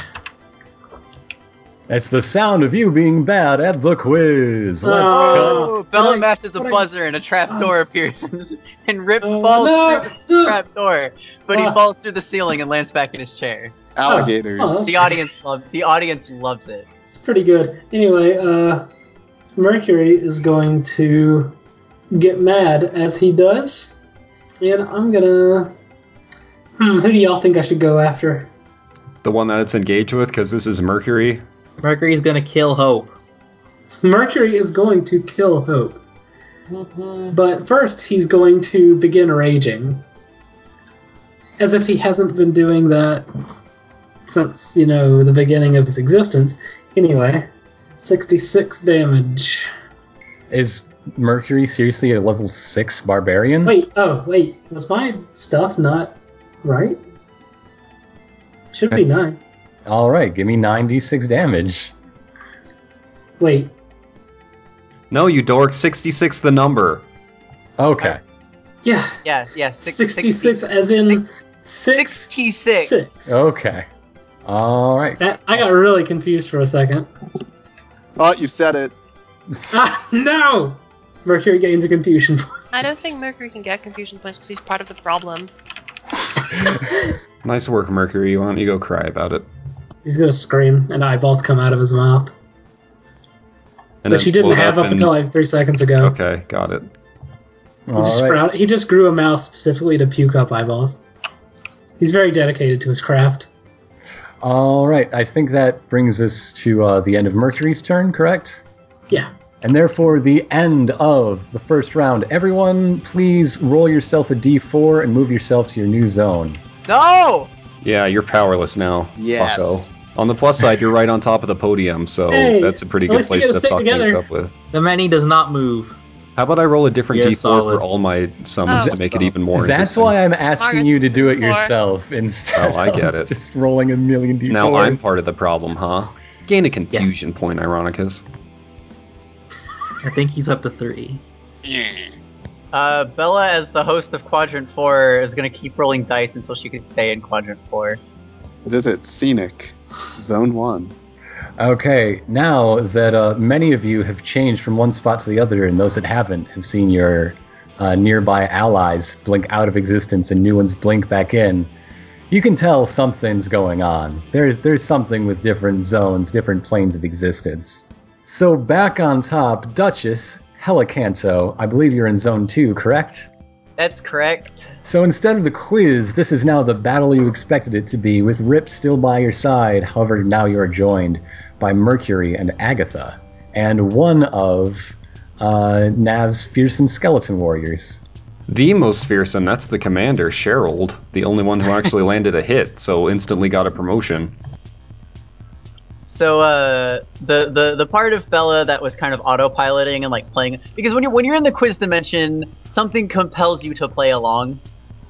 Speaker 1: That's the sound of you being bad at the quiz. Let's
Speaker 2: Oh.
Speaker 3: Oh, Bella
Speaker 2: What I-
Speaker 3: mashes a
Speaker 2: what I-
Speaker 3: buzzer and a trap door appears, and- and Rip
Speaker 2: Oh,
Speaker 3: falls
Speaker 2: no,
Speaker 3: through the
Speaker 2: no.
Speaker 3: trap door, but he
Speaker 2: Ah.
Speaker 3: falls through the ceiling and lands back in his chair.
Speaker 7: Alligators.
Speaker 2: Oh, that's-
Speaker 3: The audience loves the audience loves it.
Speaker 2: It's pretty good. Anyway, uh, Mercury is going to get mad as he does, and I'm gonna. Hmm, who do y'all think I should go after?
Speaker 4: The one that it's engaged with, because this is Mercury.
Speaker 5: Mercury's gonna kill Hope.
Speaker 2: Mercury is going to kill Hope. But first, he's going to begin raging. As if he hasn't been doing that since, you know, the beginning of his existence. Anyway, 66 damage.
Speaker 1: Is Mercury seriously a level 6 barbarian?
Speaker 2: Wait, oh, wait. Was my stuff not right? Should be
Speaker 1: That's-
Speaker 2: 9.
Speaker 1: Alright, give me 96 damage.
Speaker 2: Wait,
Speaker 4: No, you dork. 66 the number.
Speaker 1: Okay.
Speaker 2: yeah.
Speaker 3: Yeah, yeah. Six,
Speaker 2: 66 as in 6.
Speaker 3: 66.
Speaker 1: Okay. Alright.
Speaker 2: That, I got really confused for a second.
Speaker 7: Oh, you said it.
Speaker 2: Ah, no! Mercury gains a confusion point.
Speaker 8: I don't think Mercury can get confusion points because he's part of the problem.
Speaker 4: Nice work, Mercury. Why don't you go cry about it?
Speaker 2: He's gonna scream, and eyeballs come out of his mouth,
Speaker 4: And
Speaker 2: which
Speaker 4: then
Speaker 2: he didn't
Speaker 4: float
Speaker 2: have up
Speaker 4: and-
Speaker 2: until like three seconds ago.
Speaker 4: Okay, got it.
Speaker 2: He just
Speaker 1: Alright.
Speaker 2: sprouted. He just grew a mouth specifically to puke up eyeballs. He's very dedicated to his craft.
Speaker 1: All right, I think that brings us to uh, the end of Mercury's turn, correct?
Speaker 2: Yeah.
Speaker 1: And therefore, the end of the first round. Everyone, please roll yourself a d4 and move yourself to your new zone.
Speaker 3: No!
Speaker 4: Yeah, you're powerless now.
Speaker 7: Yes.
Speaker 4: Bucko. On the plus side, you're right on top of the podium, so
Speaker 2: Hey,
Speaker 4: that's a pretty
Speaker 2: at
Speaker 4: good
Speaker 2: least we
Speaker 4: place
Speaker 2: gotta
Speaker 4: to
Speaker 2: stick
Speaker 4: fuck things
Speaker 2: together.
Speaker 4: up with.
Speaker 5: The many does not move.
Speaker 4: How about I roll a different
Speaker 5: You're
Speaker 4: d4
Speaker 5: solid.
Speaker 4: for all my summons
Speaker 8: Oh.
Speaker 4: to make it even more
Speaker 1: That's
Speaker 4: interesting.
Speaker 1: why I'm asking
Speaker 8: Margaret's
Speaker 1: you to do it
Speaker 8: four.
Speaker 1: yourself instead.
Speaker 4: Oh, I get
Speaker 1: of
Speaker 4: it.
Speaker 1: Just rolling a million d4s.
Speaker 4: Now I'm part of the problem, huh? Gain a confusion point, Ironicus.
Speaker 5: I think he's up to three.
Speaker 3: Uh, Bella, as the host of Quadrant 4, is gonna keep rolling dice until she can stay in Quadrant 4.
Speaker 7: What is it? Scenic. Zone one.
Speaker 1: Okay, now that uh, many of you have changed from one spot to the other, and those that haven't have seen your uh, nearby allies blink out of existence and new ones blink back in, you can tell something's going on. There's there's something with different zones, different planes of existence. So back on top, Duchess Helicanto. I believe you're in Zone Two, correct?
Speaker 3: That's correct.
Speaker 1: So instead of the quiz, this is now the battle you expected it to be, with Rip still by your side. However, now you are joined by Mercury and Agatha, and one of uh, Nav's fearsome skeleton warriors.
Speaker 4: The most fearsome, that's the commander, Sherald, the only one who actually landed a hit, so instantly got a promotion.
Speaker 3: So uh, the the the part of Bella that was kind of autopiloting and like playing because when you're when you're in the quiz dimension, something compels you to play along.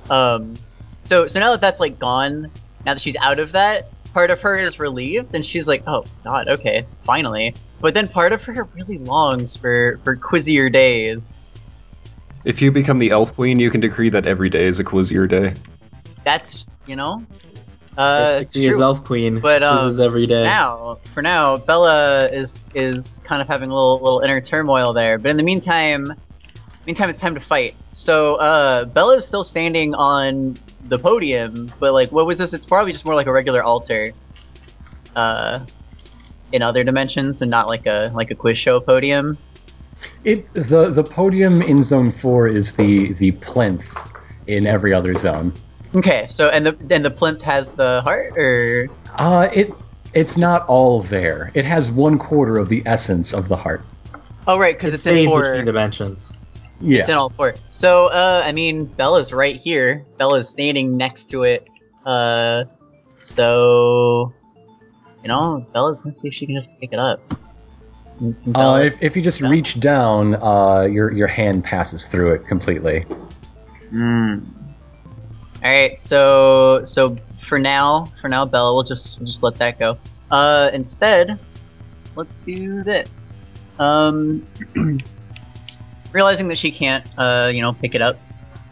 Speaker 3: Um, so so now that that's like gone, now that she's out of that, part of her is relieved and she's like, oh god, okay, finally. But then part of her really longs for for quizzier days.
Speaker 4: If you become the elf queen, you can decree that every day is a quizzier day.
Speaker 3: That's you know, uh, it's
Speaker 5: she is
Speaker 3: true.
Speaker 5: elf queen.
Speaker 3: But, um,
Speaker 5: this is every day.
Speaker 3: now for now bella is is kind of having a little little inner turmoil there but in the meantime meantime it's time to fight so uh bella is still standing on the podium but like what was this it's probably just more like a regular altar uh in other dimensions and not like a like a quiz show podium
Speaker 1: It the the podium in zone four is the the plinth in every other zone.
Speaker 3: okay so and the and the plinth has the heart or
Speaker 1: Uh, it it's not all there. It has one quarter of the essence of the heart.
Speaker 3: oh right because it's, in
Speaker 5: Phase
Speaker 3: four
Speaker 5: between dimensions.
Speaker 1: Yeah.
Speaker 3: It's in all four. So, uh, I mean, Bella's right here. Bella's standing next to it. Uh, so, you know, Bella's gonna see if she can just pick it up. And- and
Speaker 1: Uh,
Speaker 3: Bella-
Speaker 1: if, if you just
Speaker 3: Bella.
Speaker 1: reach down, uh, your your hand passes through it completely.
Speaker 3: All right, so so for now, for now, Bella, we'll just we'll just let that go. Uh, instead, let's do this. Um, realizing that she can't, uh, you know, pick it up.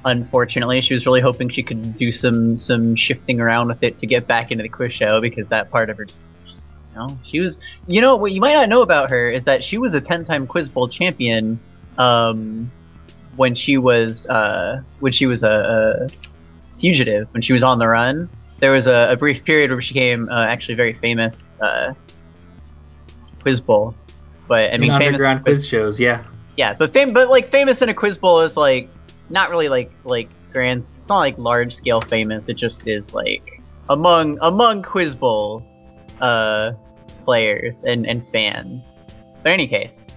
Speaker 3: Unfortunately, she was really hoping she could do some some shifting around with it to get back into the quiz show because that part of her, just, just, you know, she was. You know what you might not know about her is that she was a ten time quiz bowl champion. Um, when she was uh when she was a, a fugitive when she was on the run. There was a, a brief period where she became uh, actually very famous uh, quiz bowl, but I mean
Speaker 5: in
Speaker 3: famous
Speaker 5: underground quiz shows. Yeah.
Speaker 3: yeah, but fame, but like famous in a quiz bowl is like not really like like grand. It's not like large scale famous. It just is like among among quiz bowl uh, players and and fans. But in any case,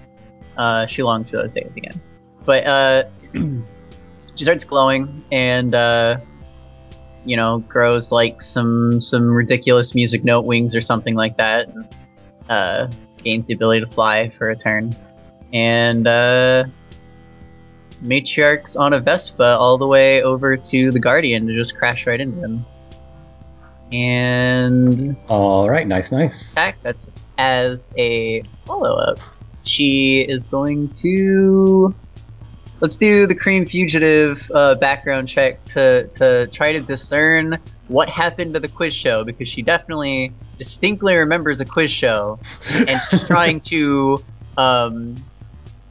Speaker 3: uh, she longs for those days again. But uh, she starts glowing and uh, you know grows like some some ridiculous music note wings or something like that. And, uh, gains the ability to fly for a turn and uh, matriarchs on a Vespa all the way over to the Guardian to just crash right into him. And
Speaker 1: All right, nice, nice.
Speaker 3: attack that's as a follow up. She is going to let's do the cream fugitive uh, background check to to try to discern what happened to the quiz show because she definitely distinctly remembers a quiz show and she's trying to um,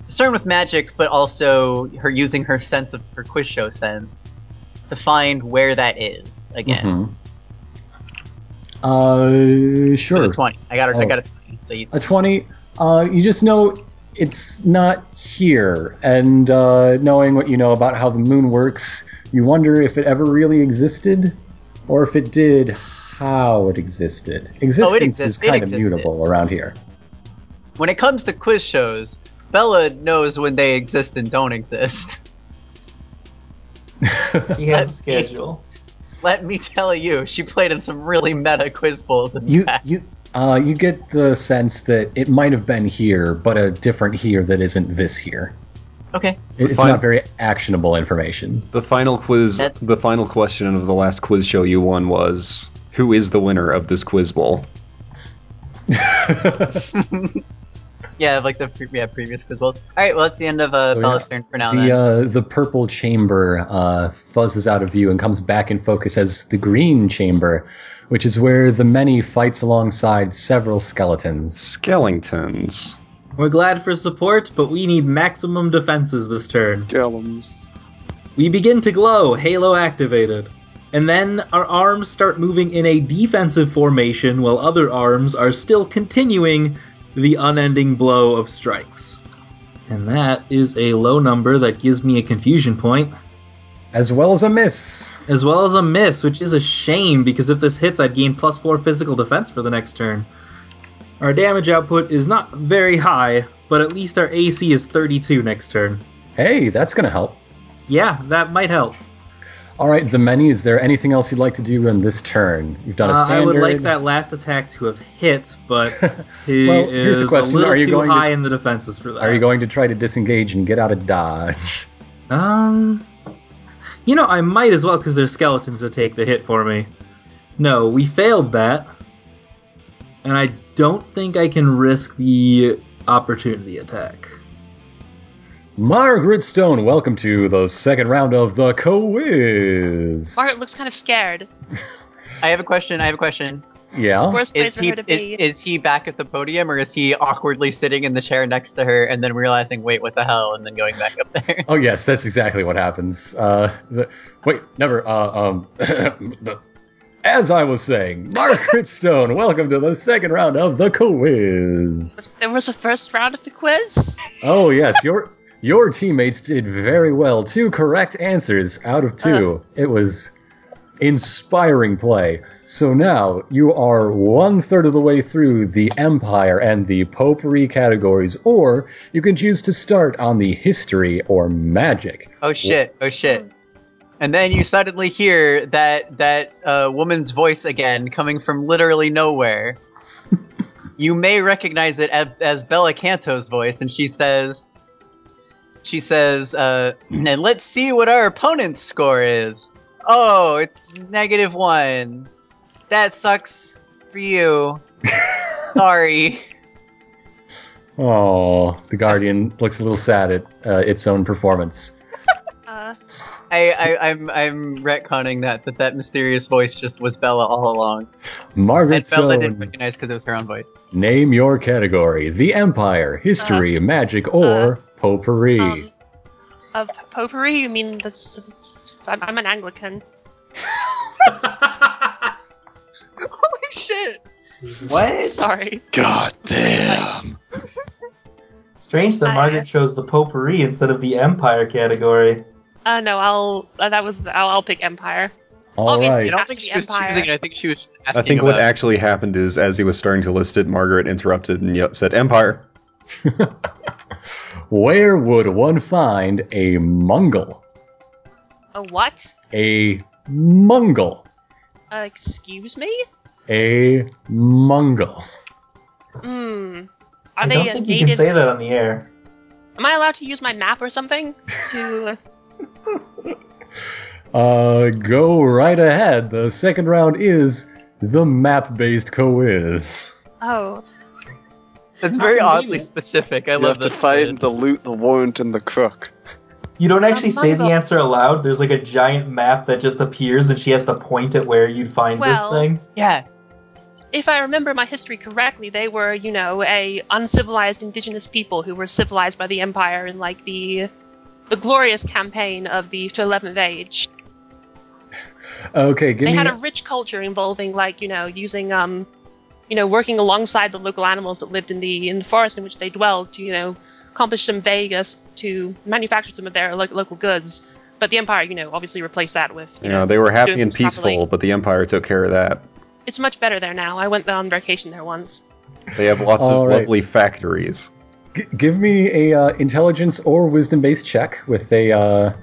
Speaker 3: discern with magic, but also her using her sense of her quiz show sense to find where that is again.
Speaker 1: Mhm. Uh,
Speaker 3: With a
Speaker 1: sure.
Speaker 3: twenty, I got her. I
Speaker 1: Oh.
Speaker 3: got a twenty. So you,
Speaker 1: A 20. Uh, you just know it's not here. And uh, knowing what you know about how the moon works, you wonder if it ever really existed, or if it did, how it existed. Existence is
Speaker 3: exists- Oh, it
Speaker 1: kind of
Speaker 3: existed.
Speaker 1: mutable around here.
Speaker 3: when it comes to quiz shows, Bella knows when they exist and don't exist.
Speaker 9: He has a
Speaker 3: That's-
Speaker 9: schedule.
Speaker 3: Let me tell you, she played in some really meta quiz bowls. In
Speaker 1: You,
Speaker 3: fact.
Speaker 1: you, uh, you get the sense that it might have been here, but a different here that isn't this here.
Speaker 3: okay?
Speaker 1: It- It's
Speaker 4: Fine.
Speaker 1: not very actionable information.
Speaker 4: The final quiz,
Speaker 3: That's-
Speaker 4: the final question of the last quiz show you won was, "Who is the winner of this quiz bowl?"
Speaker 3: Yeah, like the pre- yeah previous quiz bowls. All right, well that's the end of uh,
Speaker 1: So,
Speaker 3: Bella's
Speaker 1: yeah.
Speaker 3: turn for now.
Speaker 1: the
Speaker 3: then.
Speaker 1: uh, the purple chamber uh, fuzzes out of view and comes back in focus as the green chamber, which is where the many fights alongside several skeletons.
Speaker 4: Skellingtons.
Speaker 5: We're glad for support, but we need maximum defenses this turn.
Speaker 7: Gellums.
Speaker 5: We begin to glow, halo activated. And then our arms start moving in a defensive formation while other arms are still continuing the unending blow of strikes. And that is a low number that gives me a confusion point,
Speaker 1: As well as a miss.
Speaker 5: as well as a miss, which is a shame because if this hits, I'd gain plus four physical defense for the next turn. Our damage output is not very high, but at least our AC is 32 next turn.
Speaker 1: Hey, that's gonna help.
Speaker 5: Yeah, that might help.
Speaker 1: All right, the many. Is there anything else you'd like to do in this turn? You've done a
Speaker 5: Uh, I
Speaker 1: standard.
Speaker 5: would like that last attack to have hit, but he
Speaker 1: Well, here's
Speaker 5: is
Speaker 1: a
Speaker 5: a,
Speaker 1: question.
Speaker 5: little
Speaker 1: Are you
Speaker 5: too
Speaker 1: going to-
Speaker 5: high in the defenses for that.
Speaker 1: Are you going to try to disengage and get out of dodge?
Speaker 5: Um, you know, I might as well because there's skeletons to take the hit for me. No, we failed that, and I don't think I can risk the opportunity attack.
Speaker 1: Margaret Stone, welcome to the second round of the quiz.
Speaker 8: Margaret looks kind of scared.
Speaker 3: I have a question. I have a question.
Speaker 1: Yeah.
Speaker 8: Worst place
Speaker 3: Is
Speaker 8: for
Speaker 3: he
Speaker 8: her to be.
Speaker 3: is, is he back at the podium, or is he awkwardly sitting in the chair next to her and then realizing, wait, what the hell, and then going back up there?
Speaker 1: Oh yes, that's exactly what happens. Uh, is it- wait, never. Uh, um, the- as I was saying, Margaret Stone, welcome to the second round of the quiz.
Speaker 8: there was a first round of the quiz.
Speaker 1: Oh yes, your your teammates did very well. Two correct answers out of two. It was inspiring play. So now you are one third of the way through the Empire and the Popery categories, or you can choose to start on the history or magic.
Speaker 3: Oh shit! Oh shit! And then you suddenly hear that that uh, woman's voice again, coming from literally nowhere. you may recognize it as, as Bella Canto's voice, and she says, "She says, uh, and let's see what our opponent's score is. Oh, it's negative one. That sucks for you. Sorry."
Speaker 1: Oh, the Guardian looks a little sad at uh, its own performance.
Speaker 8: Uh,
Speaker 3: I, I, I'm I'm retconning that that that mysterious voice just was Bella all along,
Speaker 1: Margaret
Speaker 3: and Bella didn't
Speaker 1: Stone,
Speaker 3: recognize because it was her own voice.
Speaker 1: name your category: the Empire, history, magic, or potpourri.
Speaker 8: Uh-huh. um, of popery, you mean that's? I'm, I'm an Anglican.
Speaker 3: Holy shit!
Speaker 2: Jesus.
Speaker 9: What?
Speaker 8: Sorry.
Speaker 7: God damn.
Speaker 5: Strange that
Speaker 8: I-
Speaker 5: Margaret chose the potpourri instead of the empire category.
Speaker 8: Uh, no, I'll. Uh, that was. I'll, I'll pick Empire.
Speaker 1: All
Speaker 8: obviously
Speaker 1: right.
Speaker 8: not- Has to be Empire.
Speaker 3: I think she was
Speaker 4: I think what actually happened is, as he was starting to list it, Margaret interrupted and yet said, "Empire."
Speaker 1: Where would one find a Mongol?
Speaker 8: A what?
Speaker 1: A Mongol.
Speaker 8: Uh, excuse me.
Speaker 1: A Mongol.
Speaker 8: Hmm. Are they a native?
Speaker 5: that on the air.
Speaker 8: Am I allowed to use my map or something to?
Speaker 1: Uh, go right ahead. The second round is the map-based quiz.
Speaker 8: oh,
Speaker 3: That's
Speaker 2: How
Speaker 3: very
Speaker 2: convenient.
Speaker 3: oddly specific. I
Speaker 7: You
Speaker 3: love
Speaker 7: have to
Speaker 3: this.
Speaker 7: find the loot, the warrant, and the crook.
Speaker 5: You don't
Speaker 8: actually say the
Speaker 5: answer aloud. There's like a giant map that just appears, and she has to point at where you'd find
Speaker 8: this Well- thing.
Speaker 3: yeah.
Speaker 8: if I remember my history correctly, they were, you know, a uncivilized indigenous people who were civilized by the empire in like the the glorious campaign of the to 11th age.
Speaker 1: Okay, give
Speaker 8: they
Speaker 1: me
Speaker 8: had a rich culture involving like, you know, using um you know, working alongside the local animals that lived in the in the forest in which they dwelled to, you know, accomplish some Vegas to manufacture some of their lo- local goods. But the empire, you know, obviously replaced that with you
Speaker 4: You
Speaker 8: know,
Speaker 4: know, they were happy
Speaker 8: doing
Speaker 4: and
Speaker 8: things
Speaker 4: peaceful,
Speaker 8: properly.
Speaker 4: but the Empire took care of that.
Speaker 8: It's much better there now. I went on vacation there once.
Speaker 4: They have lots
Speaker 1: All
Speaker 4: of
Speaker 1: right.
Speaker 4: lovely factories.
Speaker 1: G- give me a uh, intelligence or wisdom based check with a uh,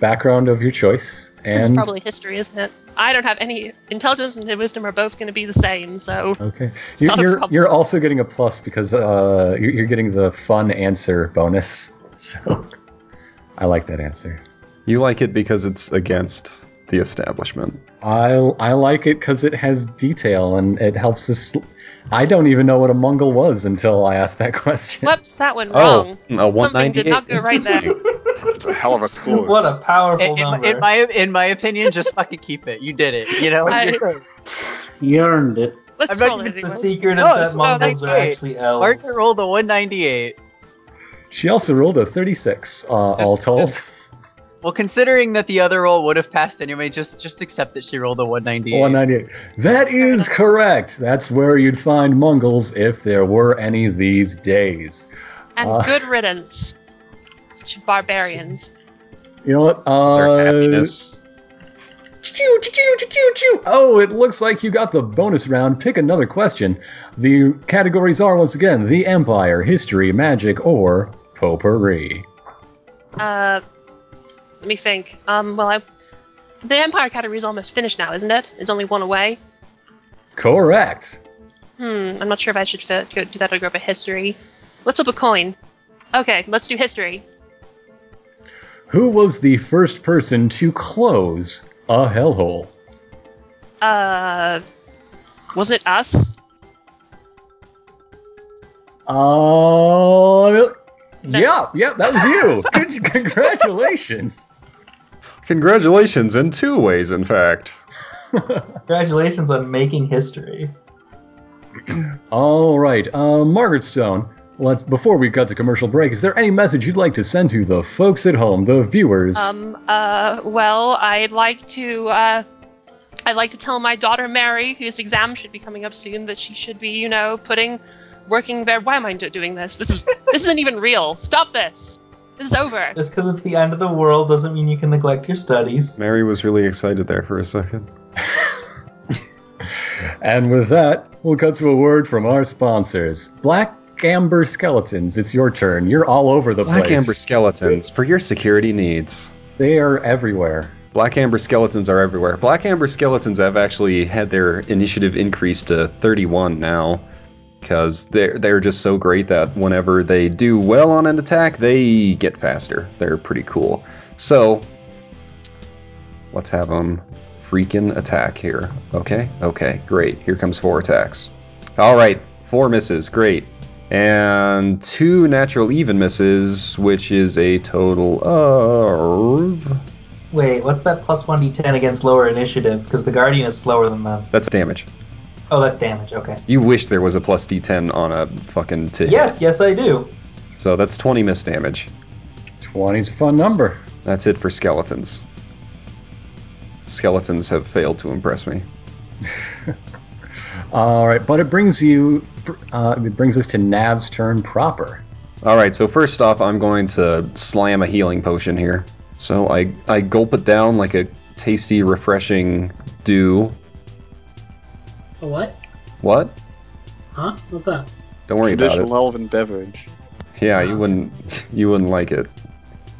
Speaker 1: background of your choice,
Speaker 8: This is
Speaker 1: and
Speaker 8: probably history, isn't it? I don't have any intelligence and wisdom are both going to be the same, so
Speaker 1: okay,
Speaker 8: it's
Speaker 1: you're
Speaker 8: not a
Speaker 1: you're,
Speaker 8: problem.
Speaker 1: you're also getting a plus because uh, you're, you're getting the fun answer bonus. So I like that answer.
Speaker 4: You like it because it's against the establishment.
Speaker 1: I I like it because it has detail and it helps us. I don't even know what a Mongol was until I asked that question.
Speaker 8: Whoops, that went
Speaker 4: Oh,
Speaker 8: wrong.
Speaker 4: a
Speaker 8: Something did
Speaker 4: 198.
Speaker 8: not go right there.
Speaker 4: Interesting.
Speaker 7: It's a hell of a score.
Speaker 5: a powerful
Speaker 3: In, in my- in my in my opinion, just fucking keep it. You did it. You know.
Speaker 8: I-
Speaker 3: You're good.
Speaker 6: He earned it.
Speaker 8: Let's
Speaker 3: I'm not
Speaker 8: roll
Speaker 3: even
Speaker 8: it
Speaker 3: It's
Speaker 5: The
Speaker 8: anyway.
Speaker 5: secret
Speaker 3: No,
Speaker 5: is
Speaker 3: it's
Speaker 5: that
Speaker 3: not
Speaker 5: Mongols are
Speaker 3: like it.
Speaker 5: actually elves.
Speaker 3: Margaret rolled a 198.
Speaker 1: She also rolled a 36 uh, all
Speaker 3: Just-
Speaker 1: told.
Speaker 3: Well, considering that the other roll would have passed anyway, just just accept that she rolled a 198.
Speaker 1: 198. Oh, That is correct. That's where you'd find Mongols if there were any these days.
Speaker 8: And
Speaker 1: Uh.
Speaker 8: good riddance. to Barbarians.
Speaker 1: You know what?
Speaker 4: Their
Speaker 1: Uh,
Speaker 4: happiness.
Speaker 1: choo, choo, choo, choo, choo, choo. Oh, it looks like you got the bonus round. Pick another question. The categories are once again the Empire, history, magic, or potpourri.
Speaker 8: Uh, let me think. Um, well, I, the Empire category is almost finished now, isn't it? It's only one away.
Speaker 1: Correct.
Speaker 8: Hmm, I'm not sure if I should fit, go, do that or go by history. Let's flip a coin. Okay, let's do history.
Speaker 1: Who was the first person to close a hellhole?
Speaker 8: Uh, was it us?
Speaker 1: Uh, yeah, yeah, that was you. Good, congratulations.
Speaker 4: Congratulations in two ways, in fact.
Speaker 5: Congratulations on making history.
Speaker 1: All right, uh, Margaret Stone. Let's before we cut to commercial break. Is there any message you'd like to send to the folks at home, the viewers?
Speaker 8: Um, uh, well, I'd like to, uh, I'd like to tell my daughter Mary, whose exam should be coming up soon, that she should be, you know, putting, working very. Why am I do- doing this? This is this isn't even real. Stop this. This is over.
Speaker 5: Just because it's the end of the world doesn't mean you can neglect your studies.
Speaker 4: Mary was really excited there for a second.
Speaker 1: and with that, we'll cut to a word from our sponsors, Black Amber Skeletons. It's your turn. You're all over the
Speaker 4: Black
Speaker 1: place.
Speaker 4: amber skeletons for your security needs.
Speaker 1: They are everywhere.
Speaker 4: Black amber skeletons are everywhere. Black amber skeletons have actually had their initiative increased to 31 now because they're they're just so great that whenever they do well on an attack, they get faster. They're pretty cool. So let's have them freaking attack here. Okay, okay, great. Here comes four attacks. All right, four misses. Great. And two natural even misses, which is a total of.
Speaker 5: Wait, what's that plus 1d10 against lower initiative? Because the Guardian is slower than them.
Speaker 4: That's damage.
Speaker 5: Oh, that's damage, okay.
Speaker 4: You wish there was a plus d10 on a fucking to hit.
Speaker 5: Yes, yes, I do.
Speaker 4: So that's 20 miss damage.
Speaker 1: 20's a fun number.
Speaker 4: That's it for skeletons. Skeletons have failed to impress me.
Speaker 1: All right, but it brings you. Uh, it brings us to Nav's turn proper.
Speaker 4: All right, so first off, I'm going to slam a healing potion here. So I I gulp it down like a tasty, refreshing dew.
Speaker 2: A what?
Speaker 4: What?
Speaker 2: Huh? What's that?
Speaker 4: Don't worry about it.
Speaker 7: Traditional elven beverage.
Speaker 4: Yeah, you wouldn't you wouldn't like it.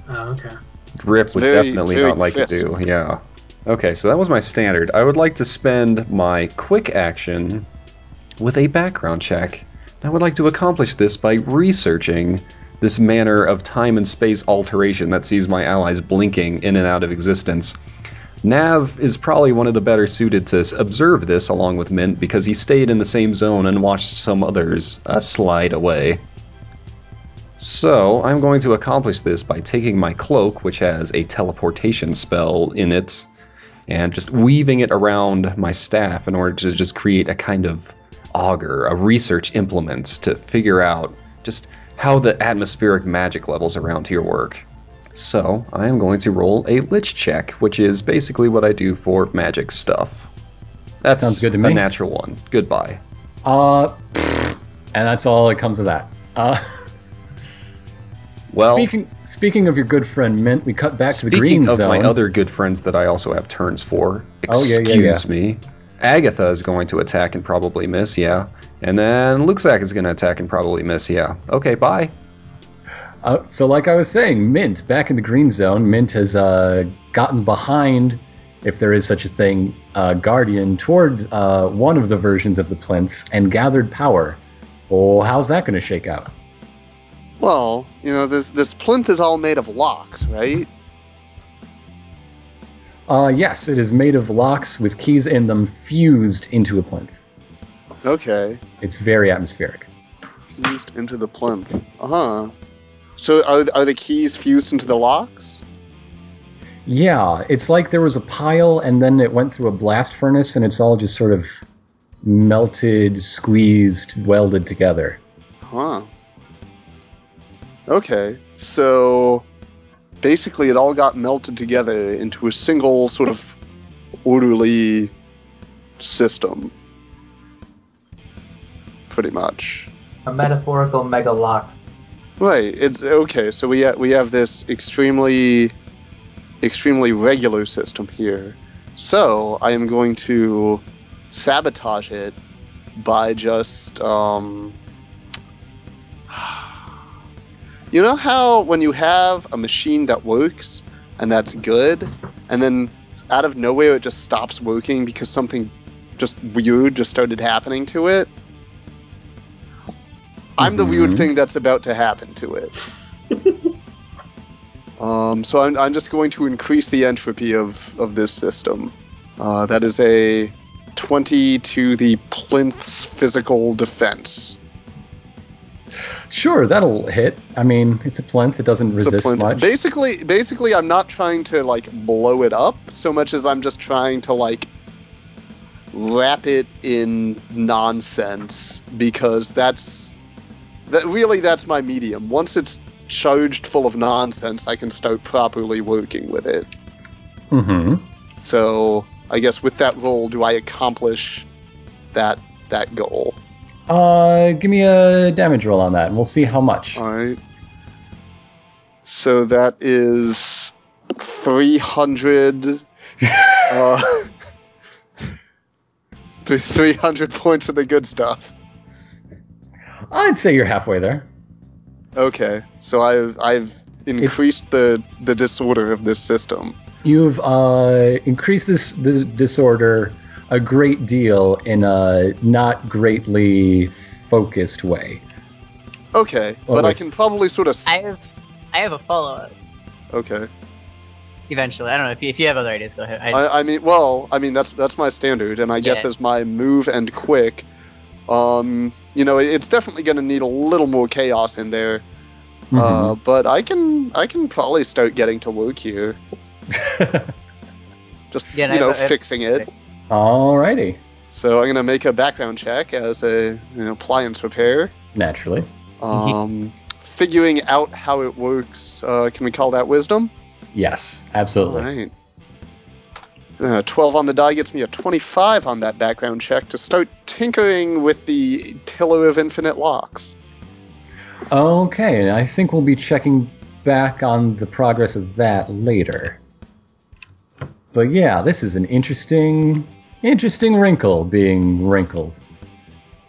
Speaker 2: Oh, okay.
Speaker 4: Drip would
Speaker 7: very-
Speaker 4: definitely
Speaker 7: very
Speaker 4: not like it
Speaker 7: crisp.
Speaker 4: do. Yeah. Okay, so that was my standard. I would like to spend my quick action with a background check. I would like to accomplish this by researching this manner of time and space alteration that sees my allies blinking in and out of existence. Nav is probably one of the better suited to s- observe this along with Mint because he stayed in the same zone and watched some others uh, slide away. So, I'm going to accomplish this by taking my cloak, which has a teleportation spell in it, and just weaving it around my staff in order to just create a kind of auger, a research implement to figure out just how the atmospheric magic levels around here work. So, I am going to roll a lich check, which is basically what I do for magic stuff. That
Speaker 1: Sounds good to
Speaker 4: A
Speaker 1: me.
Speaker 4: natural one. Goodbye.
Speaker 1: Uh, and that's all that comes of that. Uh,
Speaker 4: Well,
Speaker 1: speaking speaking of your good friend Mint, we cut back to the
Speaker 4: Speaking
Speaker 1: green
Speaker 4: of
Speaker 1: zone.
Speaker 4: my other good friends that I also have turns for,
Speaker 1: Oh, yeah,
Speaker 4: excuse
Speaker 1: yeah, yeah.
Speaker 4: me. Agatha is going to attack and probably miss, yeah. And then Luxac is going to attack and probably miss, yeah. Okay, bye.
Speaker 1: Uh, so, like I was saying, Mint back in the green zone. Mint has uh, gotten behind, if there is such a thing, uh, Guardian toward uh, one of the versions of the plinth and gathered power. Well, how's that going to shake out?
Speaker 7: Well, you know, this this plinth is all made of locks, right?
Speaker 1: Uh, yes, it is made of locks with keys in them fused into a plinth.
Speaker 7: Okay.
Speaker 1: It's very atmospheric.
Speaker 7: Fused into the plinth. Uh huh. So are, are the keys fused into the locks?
Speaker 1: Yeah, it's like there was a pile and then it went through a blast furnace and it's all just sort of melted, squeezed, welded together.
Speaker 7: Huh. Okay. So basically, it all got melted together into a single sort of orderly system. Pretty much.
Speaker 5: A metaphorical mega lock.
Speaker 7: Right. It's okay. So we ha- we have this extremely, extremely regular system here. So I am going to sabotage it by just um. You know how when you have a machine that works and that's good, and then out of nowhere it just stops working because something just weird just started happening to it. I'm the weird
Speaker 4: Mhm.
Speaker 7: thing that's about to happen to it. um, so I'm, I'm just going to increase the entropy of, of this system. Uh, that is a 20 to the plinth's physical defense.
Speaker 1: Sure, that'll hit. I mean, it's a plinth; it doesn't
Speaker 7: It's a
Speaker 1: resist
Speaker 7: plinth.
Speaker 1: much.
Speaker 7: Basically, basically, I'm not trying to like blow it up so much as I'm just trying to like wrap it in nonsense because that's that really that's my medium. Once it's charged full of nonsense, I can start properly working with it.
Speaker 1: hmm
Speaker 7: So I guess with that roll, do I accomplish that that goal?
Speaker 1: Uh, give me a damage roll on that, and we'll see how much.
Speaker 7: All right. So that is three hundred. uh, three hundred points of the good stuff.
Speaker 1: I'd say you're halfway there.
Speaker 7: Okay, so I've I've increased the the disorder of this system.
Speaker 1: You've uh, increased this the disorder a great deal in a not greatly focused way.
Speaker 7: Okay,
Speaker 1: Well,
Speaker 7: but I
Speaker 1: with-
Speaker 7: can probably sort of. s-
Speaker 3: I have, I have a follow up
Speaker 7: okay,
Speaker 3: eventually. I don't know if you, if you have other ideas. Go ahead. I,
Speaker 7: I, I mean, well, I mean that's that's my standard, and I guess
Speaker 3: Yeah.
Speaker 7: as my move and quick, um, you know, it's definitely going to need a little more chaos in there. Uh, but I can I can probably start getting to work here. Just
Speaker 3: Yeah, and
Speaker 7: you
Speaker 3: I-
Speaker 7: know,
Speaker 3: I-
Speaker 7: fixing it.
Speaker 1: Mm-hmm. Alrighty,
Speaker 7: So I'm gonna make a background check as a you know, appliance repair.
Speaker 1: naturally.
Speaker 7: Um, figuring out how it works. Uh, can we call that wisdom?
Speaker 1: Yes, absolutely.
Speaker 7: right. Uh, Twelve on the die gets me a twenty-five on that background check to start tinkering with the pillar of infinite locks.
Speaker 1: Okay, and I think we'll be checking back on the progress of that later. But yeah, this is an interesting, interesting wrinkle being wrinkled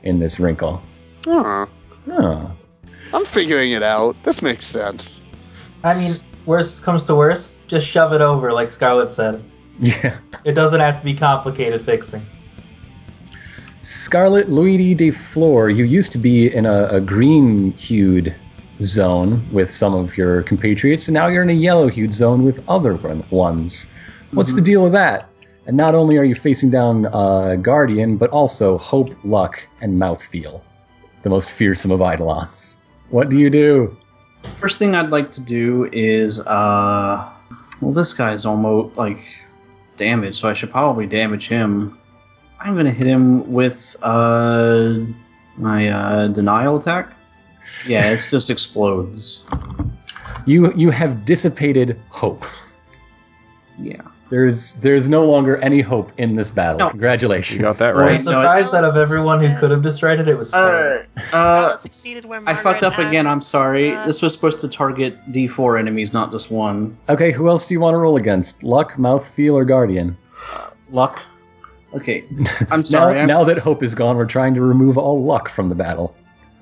Speaker 1: in this wrinkle.
Speaker 7: Huh.
Speaker 1: Huh.
Speaker 7: I'm figuring it out. This makes sense.
Speaker 5: I mean, worst comes to worst, just shove it over, like Scarlett said.
Speaker 1: Yeah.
Speaker 5: It doesn't have to be complicated fixing.
Speaker 1: Scarlet Luigi de Flor, you used to be in a, a green hued zone with some of your compatriots, and now you're in a yellow hued zone with other one- ones. What's the deal with that? And not only are you facing down uh, Guardian, but also Hope, Luck, and Mouthfeel, the most fearsome of Eidolons. What do you do?
Speaker 6: First thing I'd like to do is, uh, well, this guy's almost like damaged, so I should probably damage him. I'm gonna hit him with uh, my uh, denial attack. Yeah, it just explodes.
Speaker 1: You you have dissipated hope.
Speaker 6: Yeah.
Speaker 1: There's there's no longer any hope in this battle.
Speaker 6: No.
Speaker 1: Congratulations.
Speaker 4: You got that
Speaker 5: I'm
Speaker 4: right.
Speaker 6: No, I-
Speaker 5: surprised that of everyone who could have destroyed it, it was Scarlett.
Speaker 8: Scarlet
Speaker 6: uh,
Speaker 8: succeeded where
Speaker 6: I
Speaker 8: Margaret
Speaker 6: fucked up
Speaker 8: and-
Speaker 6: again. I'm sorry.
Speaker 8: uh,
Speaker 6: This was supposed to target D4 enemies, not just one.
Speaker 1: Okay, who else do you want to roll against? Luck, Mouthfeel, or Guardian?
Speaker 6: Luck. Okay, I'm
Speaker 1: Now,
Speaker 6: sorry. I'm
Speaker 1: now that
Speaker 6: s-
Speaker 1: hope is gone, we're trying to remove all luck from the battle.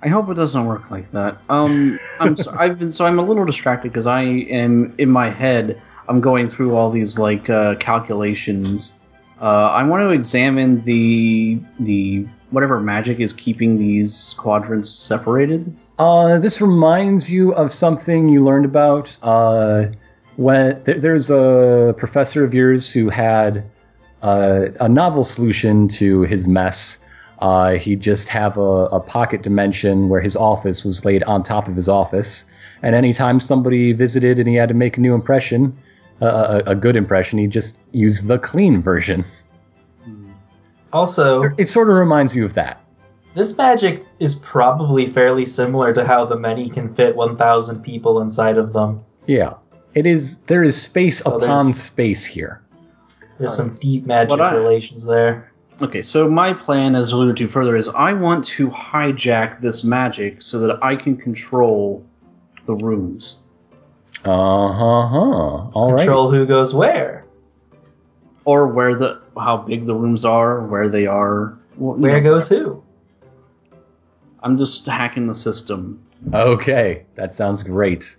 Speaker 6: I hope it doesn't work like that. Um, I'm so, I've been so I'm a little distracted because I am in my head. I'm going through all these like uh, calculations. Uh, I want to examine the the whatever magic is keeping these quadrants separated.
Speaker 1: Uh, this reminds you of something you learned about uh, when th- there's a professor of yours who had uh, a novel solution to his mess. Uh, he'd just have a, a pocket dimension where his office was laid on top of his office, and anytime somebody visited and he had to make a new impression, uh, a, a good impression, he just used the clean version.
Speaker 5: Also,
Speaker 1: It sort of reminds you of that.
Speaker 5: this magic is probably fairly similar to how the many can fit 1,000 people inside of them.
Speaker 1: Yeah. It is there is space
Speaker 5: So
Speaker 1: upon
Speaker 5: there's-
Speaker 1: space here.
Speaker 5: There's some deep magic
Speaker 6: What I-
Speaker 5: relations there.
Speaker 6: Okay, so my plan, as alluded to further, is I want to hijack this magic so that I can control the rooms.
Speaker 1: Uh-huh. All right.
Speaker 5: Control who goes where.
Speaker 6: or where the how big the rooms are, where they are. Well, you
Speaker 5: Where
Speaker 6: know,
Speaker 5: goes who.
Speaker 6: I'm just hacking the system.
Speaker 1: Okay. That sounds great.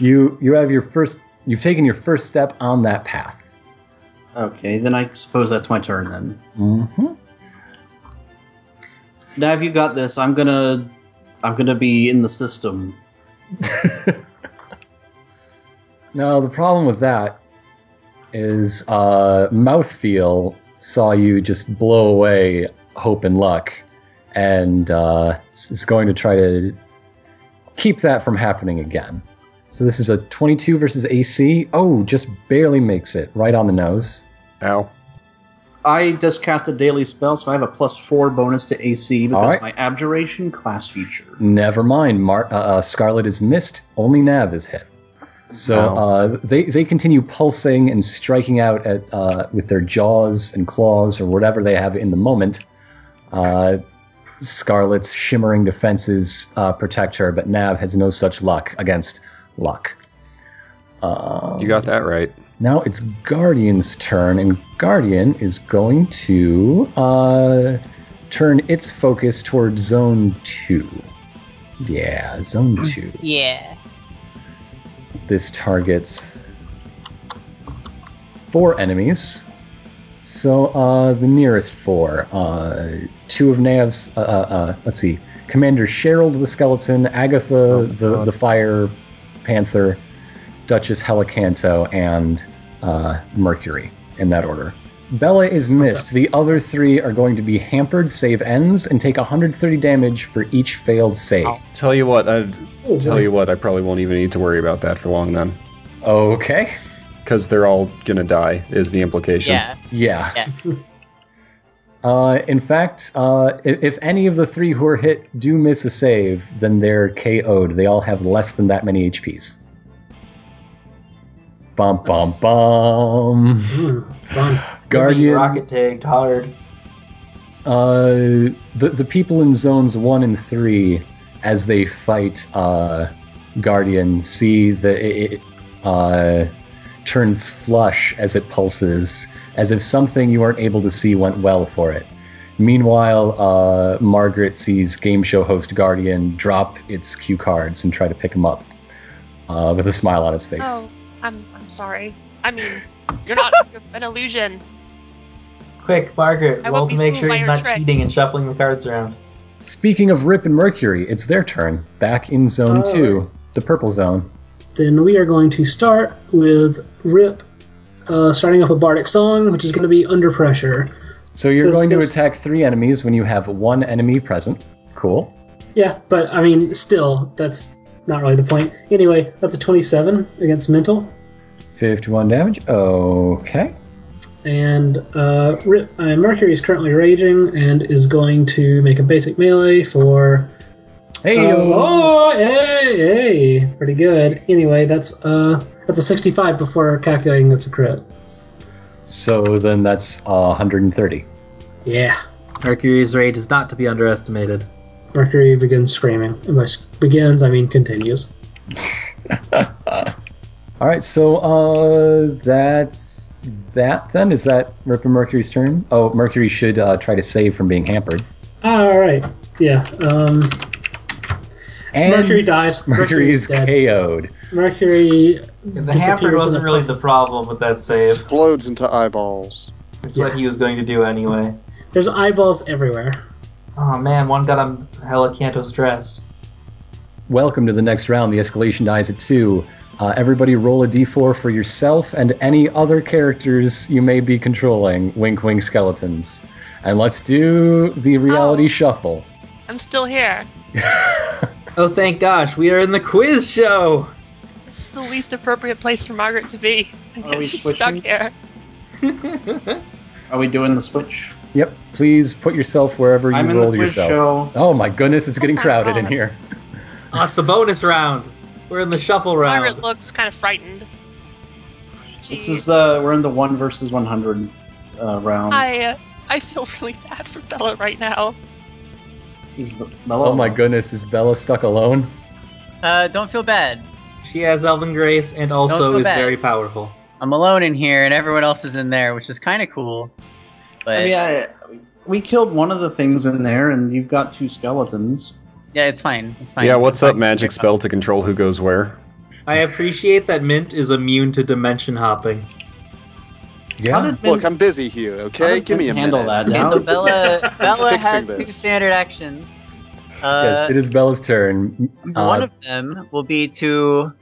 Speaker 1: You you have your first You've taken your first step on that path.
Speaker 6: Okay, then I suppose that's my turn then.
Speaker 1: Mm-hmm.
Speaker 6: Now, if you got this, I'm gonna, I'm gonna be in the system.
Speaker 1: Now, the problem with that is uh, Mouthfeel saw you just blow away hope and luck and uh, is going to try to keep that from happening again. So this is a 22 versus AC. Oh, just barely makes it, right on the nose.
Speaker 4: Ow.
Speaker 6: I just cast a daily spell, so I have a plus four bonus to AC
Speaker 1: All
Speaker 6: because
Speaker 1: right.
Speaker 6: my abjuration class feature.
Speaker 1: Never mind. Mar- uh, uh, Scarlet is missed. Only Nav is hit. So
Speaker 4: Wow.
Speaker 1: uh, they they continue pulsing and striking out at uh, with their jaws and claws or whatever they have in the moment. Uh, Scarlet's shimmering defenses uh, protect her, but Nav has no such luck against luck. Um,
Speaker 4: You got that right.
Speaker 1: now it's Guardian's turn, and Guardian is going to uh, turn its focus toward Zone 2. Yeah, Zone 2.
Speaker 3: Yeah.
Speaker 1: This targets four enemies. So uh, the nearest four uh, two of Nav's, uh, uh, uh, let's see, Commander Sherald the Skeleton, Agatha the, the Fire Panther, Duchess Helicanto, and uh, Mercury in that order. Bella is missed. The other three are going to be hampered, save ends, and take 130 damage for each failed save.
Speaker 4: Tell you what, I
Speaker 2: Oh,
Speaker 4: tell
Speaker 2: boy.
Speaker 4: you what, I probably won't even need to worry about that for long then,
Speaker 1: Okay.
Speaker 4: because they're all gonna die. Is the implication?
Speaker 3: Yeah.
Speaker 1: Yeah.
Speaker 3: Yeah.
Speaker 1: Uh, in fact, uh, i- if any of the three who are hit do miss a save, then they're KO'd. They all have less than that many HPs. Bum bum
Speaker 6: Nice.
Speaker 1: bum.
Speaker 2: Mm, fun.
Speaker 1: Guardian.
Speaker 9: rocket tagged hard.
Speaker 1: Uh, the the people in zones one and three, as they fight uh, Guardian, see that it, it uh, turns flush as it pulses, as if something you weren't able to see went well for it. Meanwhile, uh, Margaret sees game show host Guardian drop its cue cards and try to pick them up uh, with a smile on its face.
Speaker 8: Oh, I'm I'm sorry. I mean, you're not you're an illusion.
Speaker 9: Quick, Margaret,
Speaker 8: I
Speaker 9: roll
Speaker 8: won't
Speaker 9: to
Speaker 8: be
Speaker 9: make
Speaker 8: fooled
Speaker 9: sure
Speaker 8: by
Speaker 9: he's
Speaker 8: your
Speaker 9: not
Speaker 8: tricks.
Speaker 9: cheating and shuffling the cards around.
Speaker 1: Speaking of Rip and Mercury, it's their turn. Back in zone
Speaker 2: Oh,
Speaker 1: two, the purple zone.
Speaker 2: Then we are going to start with Rip, uh, starting up a bardic song, which is going to be Under Pressure.
Speaker 1: So you're
Speaker 2: Just-
Speaker 1: going to
Speaker 2: just-
Speaker 1: attack three enemies when you have one enemy present. Cool.
Speaker 2: Yeah, but I mean, still, that's not really the point. Anyway, that's a 27 against mental.
Speaker 1: 51 damage. Okay.
Speaker 2: And uh, Rip, uh, Mercury is currently raging and is going to make a basic melee for.
Speaker 1: Hey,
Speaker 2: Uh, oh, hey, hey, pretty good. Anyway, that's uh, that's a 65 before calculating that's a crit.
Speaker 1: So then that's uh, 130.
Speaker 2: Yeah.
Speaker 5: Mercury's rage is not to be underestimated.
Speaker 2: Mercury begins screaming. And by s- begins, I mean continues.
Speaker 1: All right, so uh, that's that then. Is that Rip and Mercury's turn? Oh, Mercury should uh, try to save from being hampered.
Speaker 2: All right. Yeah. Um,
Speaker 1: And
Speaker 2: Mercury dies.
Speaker 1: Mercury
Speaker 2: Mercury's
Speaker 1: is KO'd.
Speaker 2: Mercury.
Speaker 9: The hamper
Speaker 2: disappears in
Speaker 9: wasn't
Speaker 2: a
Speaker 9: really
Speaker 2: puff.
Speaker 9: the problem with that save.
Speaker 7: Explodes into eyeballs.
Speaker 9: It's
Speaker 2: Yeah.
Speaker 9: what he was going to do anyway.
Speaker 2: There's eyeballs everywhere.
Speaker 9: Oh man, one got on Helicanto's dress.
Speaker 1: Welcome to the next round. The escalation dies at two. Uh, everybody roll a d4 for yourself and any other characters you may be controlling. Wink, wink, skeletons. And let's do the reality
Speaker 8: Oh.
Speaker 1: shuffle.
Speaker 8: I'm still here.
Speaker 5: Oh, thank gosh, we are in the quiz show!
Speaker 8: This is the least appropriate place for Margaret to be. And
Speaker 6: Are we
Speaker 8: she's stuck
Speaker 6: switching?
Speaker 8: here.
Speaker 6: Are we doing the switch?
Speaker 1: Yep. Please put yourself wherever you
Speaker 6: I'm in the
Speaker 1: rolled
Speaker 6: quiz
Speaker 1: yourself.
Speaker 6: show.
Speaker 1: Oh my goodness, it's getting
Speaker 8: my
Speaker 1: crowded in
Speaker 8: God.
Speaker 1: here.
Speaker 5: Oh, it's the bonus round! We're in the shuffle round.
Speaker 8: Margaret looks kind of frightened.
Speaker 6: This
Speaker 8: She-
Speaker 6: is uh, we're in the one versus one hundred uh, round.
Speaker 8: I uh, I feel really bad for Bella right now.
Speaker 6: Is B-
Speaker 1: Oh,
Speaker 6: Bella-
Speaker 1: my goodness, is Bella stuck alone?
Speaker 3: Uh, don't feel bad.
Speaker 5: She has Elven Grace and
Speaker 3: Don't
Speaker 5: also
Speaker 3: feel
Speaker 5: is
Speaker 3: bad.
Speaker 5: very powerful.
Speaker 3: I'm alone in here, and everyone else is in there, which is kind of cool. But
Speaker 6: I mean, I, we killed one of the things in there, and you've got two skeletons.
Speaker 3: yeah, it's fine. It's fine.
Speaker 4: Yeah. What's
Speaker 3: It's
Speaker 4: up?
Speaker 3: fine.
Speaker 4: Magic spell to control who goes where.
Speaker 5: I appreciate that Mint is immune to dimension hopping.
Speaker 6: How
Speaker 1: Yeah.
Speaker 6: did Mint,
Speaker 7: Look, I'm busy here, okay?
Speaker 6: did
Speaker 7: Give me a
Speaker 6: Mint handle
Speaker 7: minute.
Speaker 6: that?
Speaker 3: Okay,
Speaker 6: Now-
Speaker 3: so Bella Bella
Speaker 7: fixing
Speaker 3: has two
Speaker 7: this.
Speaker 3: standard actions. Uh,
Speaker 1: yes, it is Bella's turn. Uh,
Speaker 3: one of them will be to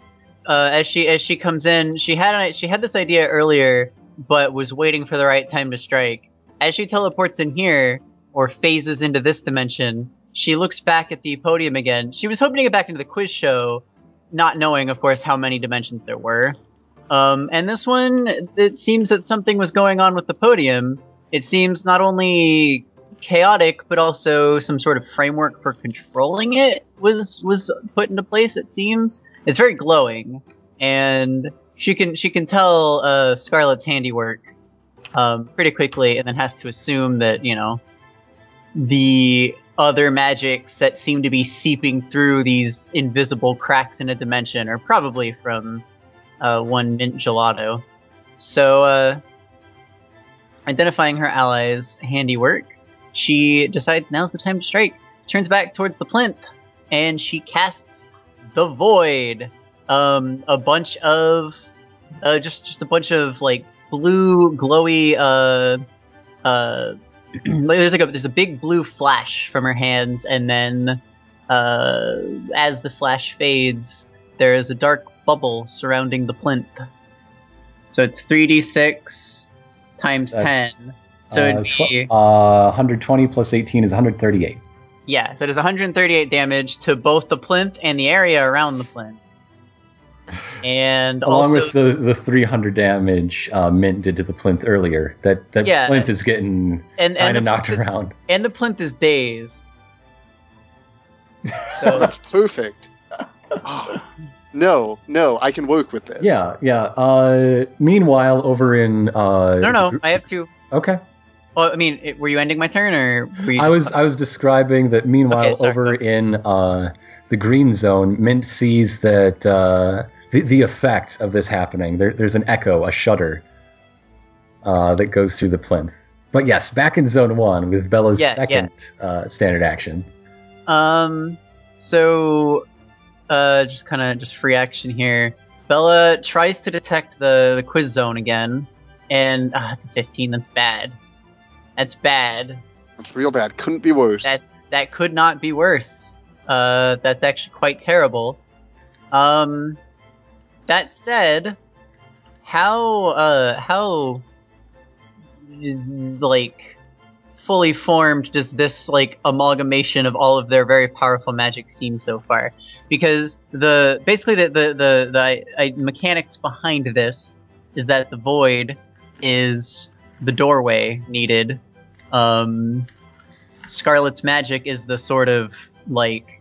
Speaker 3: uh, as she as she comes in she had an, she had this idea earlier but was waiting for the right time to strike as she teleports in here or phases into this dimension she looks back at the podium again she was hoping to get back into the quiz show not knowing of course how many dimensions there were um, and this one it seems that something was going on with the podium it seems not only chaotic, but also some sort of framework for controlling it was was put into place. It seems it's very glowing, and she can she can tell uh, Scarlet's handiwork um, pretty quickly, and then has to assume that you know the other magics that seem to be seeping through these invisible cracks in a dimension are probably from uh, one mint gelato. So, uh, identifying her allies' handiwork, she decides now's the time to strike. Turns back towards the plinth, and she casts the void. Um, a bunch of, uh, just just a bunch of like blue glowy. Uh, uh, like, there's like a there's a big blue flash from her hands, and then uh, as the flash fades, there is a dark bubble surrounding the plinth. So it's three d six times
Speaker 1: That's,
Speaker 3: ten. So
Speaker 1: uh,
Speaker 3: it'd
Speaker 1: tw-
Speaker 3: be
Speaker 1: uh, 120 plus 18 is 138.
Speaker 3: yeah, so it does 138 damage to both the plinth and the area around the plinth. And
Speaker 1: Along
Speaker 3: also,
Speaker 1: with the, the 300 damage uh, Mint did to the plinth earlier. That that
Speaker 3: Yeah.
Speaker 1: plinth is getting
Speaker 3: and, and
Speaker 1: kind
Speaker 3: the
Speaker 1: of knocked
Speaker 3: plinth is-
Speaker 1: around.
Speaker 3: And the plinth is dazed. So,
Speaker 7: Perfect. no, no, I can work with this.
Speaker 1: Yeah, yeah. Uh, meanwhile, over in uh,
Speaker 3: no, no, I have to.
Speaker 1: okay.
Speaker 3: Well, I mean, it, were you ending my turn or were you?
Speaker 1: I was I was describing that. Meanwhile,
Speaker 3: Okay, sorry.
Speaker 1: over in uh, the green zone, Mint sees that uh, the the effects of this happening. There, there's an echo, a shudder uh, that goes through the plinth. But yes, back in zone one with Bella's
Speaker 3: Yeah,
Speaker 1: second Uh, standard action.
Speaker 3: Um, so, uh, just kind of just free action here. Bella tries to detect the, the quiz zone again, and ah, it's a 15. That's bad. That's bad.
Speaker 7: It's real bad. Couldn't be worse.
Speaker 3: That's that could not be worse. Uh, that's actually quite terrible. Um, that said, how uh how like fully formed does this like amalgamation of all of their very powerful magic seem so far? Because the basically the the the, the I, mechanics behind this is that the void is the doorway needed. Um, Scarlet's magic is the sort of like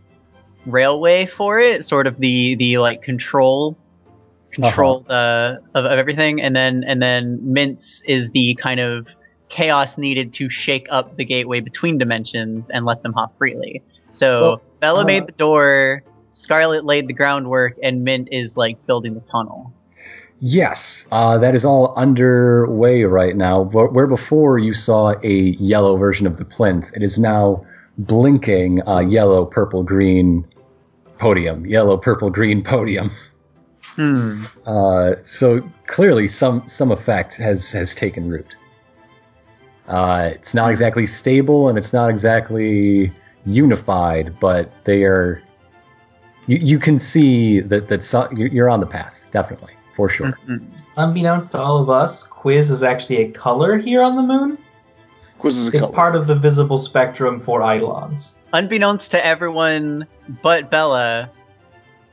Speaker 3: railway for it, sort of the the like control control uh of, of everything, and then and then Mint's is the kind of chaos needed to shake up the gateway between dimensions and let them hop freely. So
Speaker 1: Well,
Speaker 3: Bella
Speaker 1: uh,
Speaker 3: made the door, Scarlet laid the groundwork, and Mint is like building the tunnel.
Speaker 1: Yes, uh, that is all underway right now. Wh- Where before you saw a yellow version of the plinth, it is now blinking uh, yellow, purple, green podium. Yellow, purple, green podium.
Speaker 3: Hmm.
Speaker 1: Uh, so clearly, some some effect has has taken root. Uh, it's not exactly stable, and it's not exactly unified, but they are. You, you can see that that so, you- you're on the path, definitely for sure.
Speaker 9: Unbeknownst to all of us, quiz is actually a color here on the moon.
Speaker 7: Quiz is a
Speaker 9: It's
Speaker 7: color.
Speaker 9: part of the visible spectrum for eidolons.
Speaker 3: unbeknownst to everyone but Bella,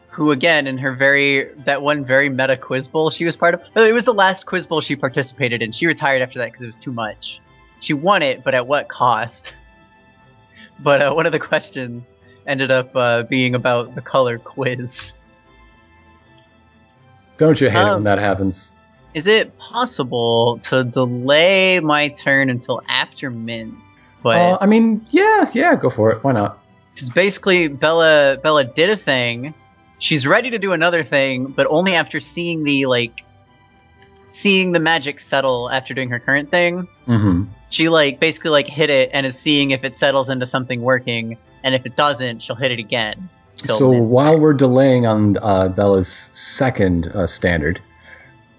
Speaker 3: who again in her very that one very meta quiz bowl she was part of. oh, It was the last quiz bowl she participated in. She retired after that because it was too much. She won it, but at what cost? but uh, one of the questions ended up uh, being about the color quiz.
Speaker 1: Don't you hate it
Speaker 3: Um,
Speaker 1: when that happens?
Speaker 3: Is it possible to delay my turn until after mint? But
Speaker 1: Uh, I mean, yeah, yeah, go for it. Why not?
Speaker 3: Because basically, Bella Bella did a thing. She's ready to do another thing, but only after seeing the like, seeing the magic settle after doing her current thing.
Speaker 1: hmm
Speaker 3: She like basically like hit it and is seeing if it settles into something working, and if it doesn't, she'll hit it again. till
Speaker 1: so
Speaker 3: mid-
Speaker 1: while we're delaying on uh, Bella's second uh, standard,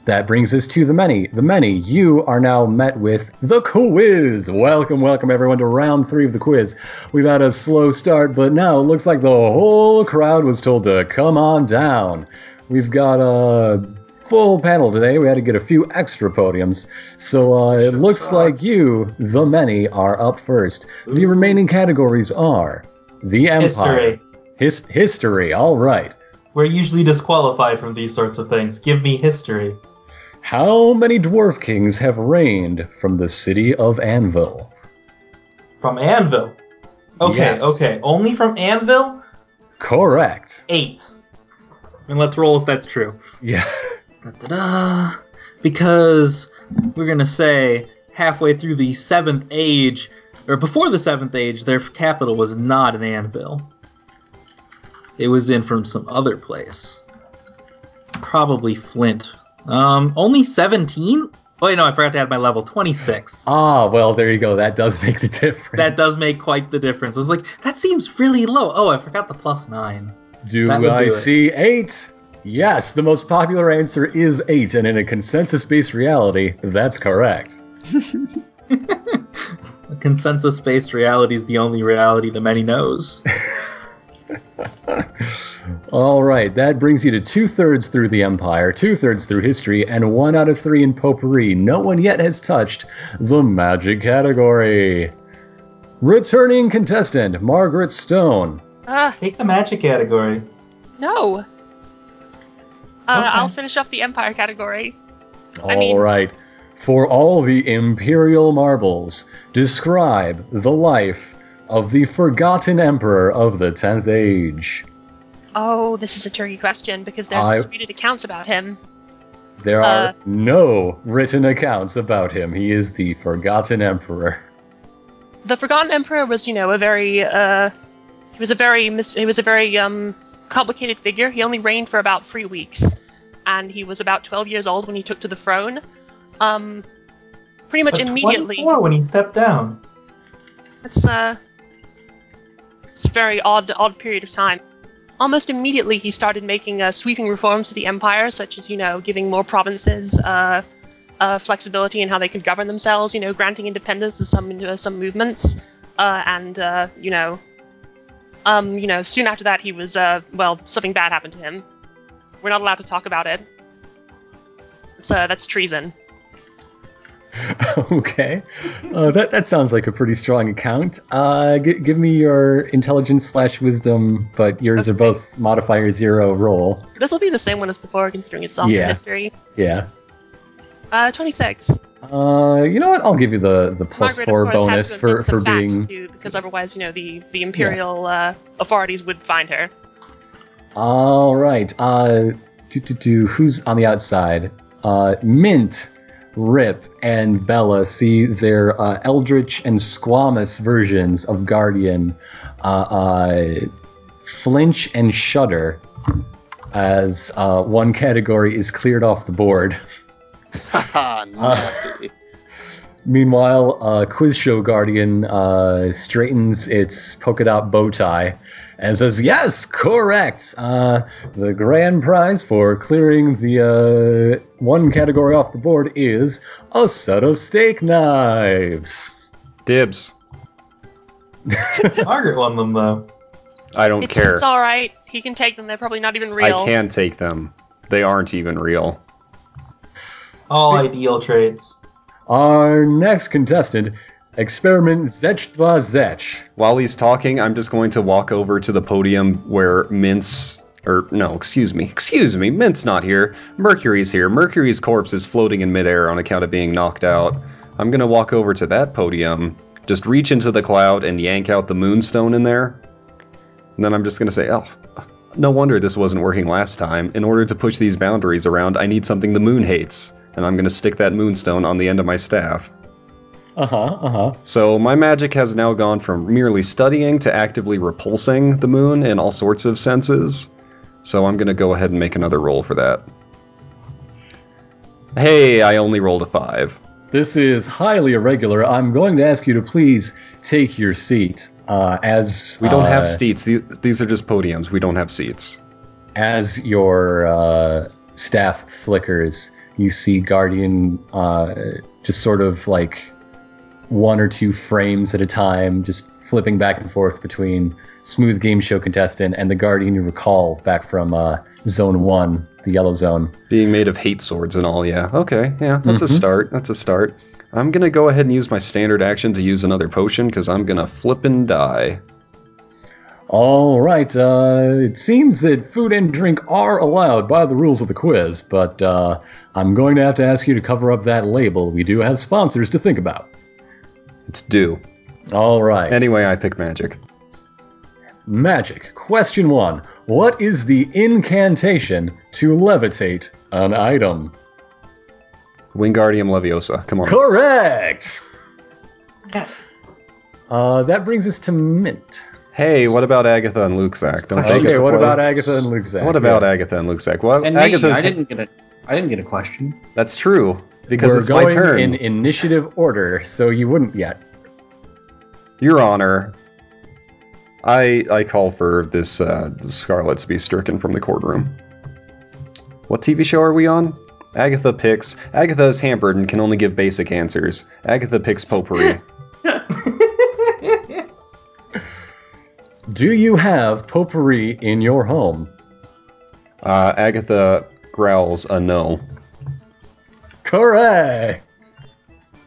Speaker 1: that brings us to the many. The many. You are now met with the quiz. Welcome, welcome everyone to round three of the quiz. We've had a slow start, but now it looks like the whole crowd was told to come on down. We've got a full panel today. We had to get a few extra podiums. So uh, it
Speaker 9: Shit
Speaker 1: looks
Speaker 9: sucks.
Speaker 1: like you, the many, are up first. The remaining categories are the Empire.
Speaker 9: History.
Speaker 1: His- history, all right.
Speaker 9: We're usually disqualified from these sorts of things. Give me history.
Speaker 1: How many dwarf kings have reigned from the city of Anvil?
Speaker 9: From Anvil. Okay,
Speaker 1: Yes.
Speaker 9: okay. Only from Anvil?
Speaker 1: Correct.
Speaker 9: Eight.
Speaker 5: And let's roll if that's true.
Speaker 1: Yeah.
Speaker 5: Da-da-da. Because we're gonna say halfway through the seventh age, or before the seventh age, their capital was not an anvil. It was in from some other place. Probably Flint. Um, only seventeen? Oh wait, no, I forgot to add my level. Twenty-six.
Speaker 1: Ah, well, there you go. That does make the difference.
Speaker 5: That does make quite the difference. I was like, that seems really low. Oh, I forgot the plus nine.
Speaker 1: do
Speaker 5: that would
Speaker 1: I
Speaker 5: do it.
Speaker 1: see eight? Yes, the most popular answer is eight, and in a consensus based reality, that's correct.
Speaker 5: A consensus based reality is the only reality the many knows.
Speaker 1: All right, that brings you to two thirds through the Empire, two thirds through history, and one out of three in potpourri. No one yet has touched the magic category. Returning contestant, Margaret Stone.
Speaker 8: Ah,
Speaker 9: Take the magic category.
Speaker 8: no. Uh,
Speaker 9: Okay.
Speaker 8: I'll finish off the Empire category.
Speaker 1: All
Speaker 8: I
Speaker 1: right,
Speaker 8: mean-
Speaker 1: For all the imperial marbles, describe the life of the forgotten emperor of the 10th age.
Speaker 8: Oh, this is a tricky question because there's
Speaker 1: I-
Speaker 8: disputed accounts about him.
Speaker 1: There
Speaker 8: Uh.
Speaker 1: are no written accounts about him. He is the forgotten emperor.
Speaker 8: The Forgotten Emperor was, you know, a very uh, he was a very mis- he was a very um complicated figure. He only reigned for about three weeks, and he was about twelve years old when he took to the throne. Um, pretty much
Speaker 9: But
Speaker 8: immediately.
Speaker 9: 24 when he stepped down.
Speaker 8: It's uh, it's a very odd, odd period of time. Almost immediately, he started making uh, sweeping reforms to the empire, such as you know, giving more provinces uh, uh, flexibility in how they could govern themselves. You know, granting independence to some uh, some movements, uh, and uh, you know, um, you know, soon after that, he was uh, well, something bad happened to him. We're not allowed to talk about it. So that's treason.
Speaker 1: okay. Uh, that, that sounds like a pretty strong account. Uh, g- give me your intelligence slash wisdom, but yours are both modifier zero roll.
Speaker 8: This will be the same one as before, considering it's also
Speaker 1: Yeah.
Speaker 8: history.
Speaker 1: Yeah.
Speaker 8: Uh, twenty-six.
Speaker 1: Uh, you know what? I'll give you the, the plus
Speaker 8: Margaret, of
Speaker 1: four
Speaker 8: course, had to
Speaker 1: bonus
Speaker 8: invent
Speaker 1: for, for
Speaker 8: some facts,
Speaker 1: being.
Speaker 8: too, because otherwise, you know, the the imperial uh, authorities would find her.
Speaker 1: All right. Uh, do, do, do, who's on the outside? Uh, Mint, Rip, and Bella see their uh, Eldritch and Squamous versions of Guardian uh, uh, flinch and shudder as uh, one category is cleared off the board.
Speaker 7: Haha, nasty.
Speaker 1: Meanwhile, uh, Quiz Show Guardian uh, straightens its polka dot bow tie and says, Yes, correct! Uh, the grand prize for clearing the uh, one category off the board is a set of steak knives.
Speaker 4: Dibs.
Speaker 9: Margaret won them, though.
Speaker 4: I don't
Speaker 8: It's,
Speaker 4: care.
Speaker 8: it's all right. He can take them. They're probably not even real.
Speaker 4: I can take them. They aren't even real.
Speaker 9: All ideal traits.
Speaker 1: Our next contestant, Experiment Zech Dva Zech.
Speaker 4: While he's talking, I'm just going to walk over to the podium where Mint's or no, excuse me, excuse me, Mint's not here. Mercury's here. Mercury's corpse is floating in midair on account of being knocked out. I'm gonna walk over to that podium, just reach into the cloud and yank out the moonstone in there. And then I'm just gonna say, oh, no wonder this wasn't working last time. In order to push these boundaries around, I need something the moon hates, and I'm gonna stick that moonstone on the end of my staff.
Speaker 1: Uh
Speaker 4: Uh-huh,
Speaker 1: huh, uh huh.
Speaker 4: So my magic has now gone from merely studying to actively repulsing the moon in all sorts of senses. So I'm going to go ahead and make another roll for that. Hey, I only rolled a five.
Speaker 1: This is highly irregular. I'm going to ask you to please take your seat uh, as
Speaker 4: We don't
Speaker 1: uh,
Speaker 4: have seats. The- These are just podiums. We don't have seats.
Speaker 1: as your uh, staff flickers, you see Guardian uh, just sort of like one or two frames at a time, just flipping back and forth between smooth game show contestant and the Guardian you recall back from uh, Zone One, the Yellow Zone.
Speaker 4: Being made of hate swords and all, yeah. Okay, yeah, that's a
Speaker 1: Mhm.
Speaker 4: start. That's a start. I'm gonna go ahead and use my standard action to use another potion because I'm gonna flip and die.
Speaker 1: All right. Uh, it seems that food and drink are allowed by the rules of the quiz, but uh, I'm going to have to ask you to cover up that label. We do have sponsors to think about.
Speaker 4: It's due.
Speaker 1: All right.
Speaker 4: Anyway, I pick magic.
Speaker 1: Magic. Question one What is the incantation to levitate an item?
Speaker 4: Wingardium Leviosa. Come on.
Speaker 1: Correct! Uh, that brings us to Mint.
Speaker 4: Hey, what about Agatha and Luxac? Don't they get
Speaker 1: Okay,
Speaker 4: to
Speaker 1: what
Speaker 4: play?
Speaker 1: about Agatha and Luxac?
Speaker 4: What about
Speaker 1: Yeah.
Speaker 4: Agatha and Luxac? Well,
Speaker 6: And me, I
Speaker 4: Agatha's.
Speaker 6: didn't get a, I didn't get a question.
Speaker 4: That's true because
Speaker 1: We're
Speaker 4: it's
Speaker 1: going
Speaker 4: my turn.
Speaker 1: in initiative order, so you wouldn't yet.
Speaker 4: Your Honor, I I call for this uh, Scarlet to be stricken from the courtroom. What TV show are we on? Agatha picks. Agatha is hampered and can only give basic answers. Agatha picks potpourri.
Speaker 1: Do you have potpourri in your home?
Speaker 4: Uh, Agatha growls a no.
Speaker 1: Correct!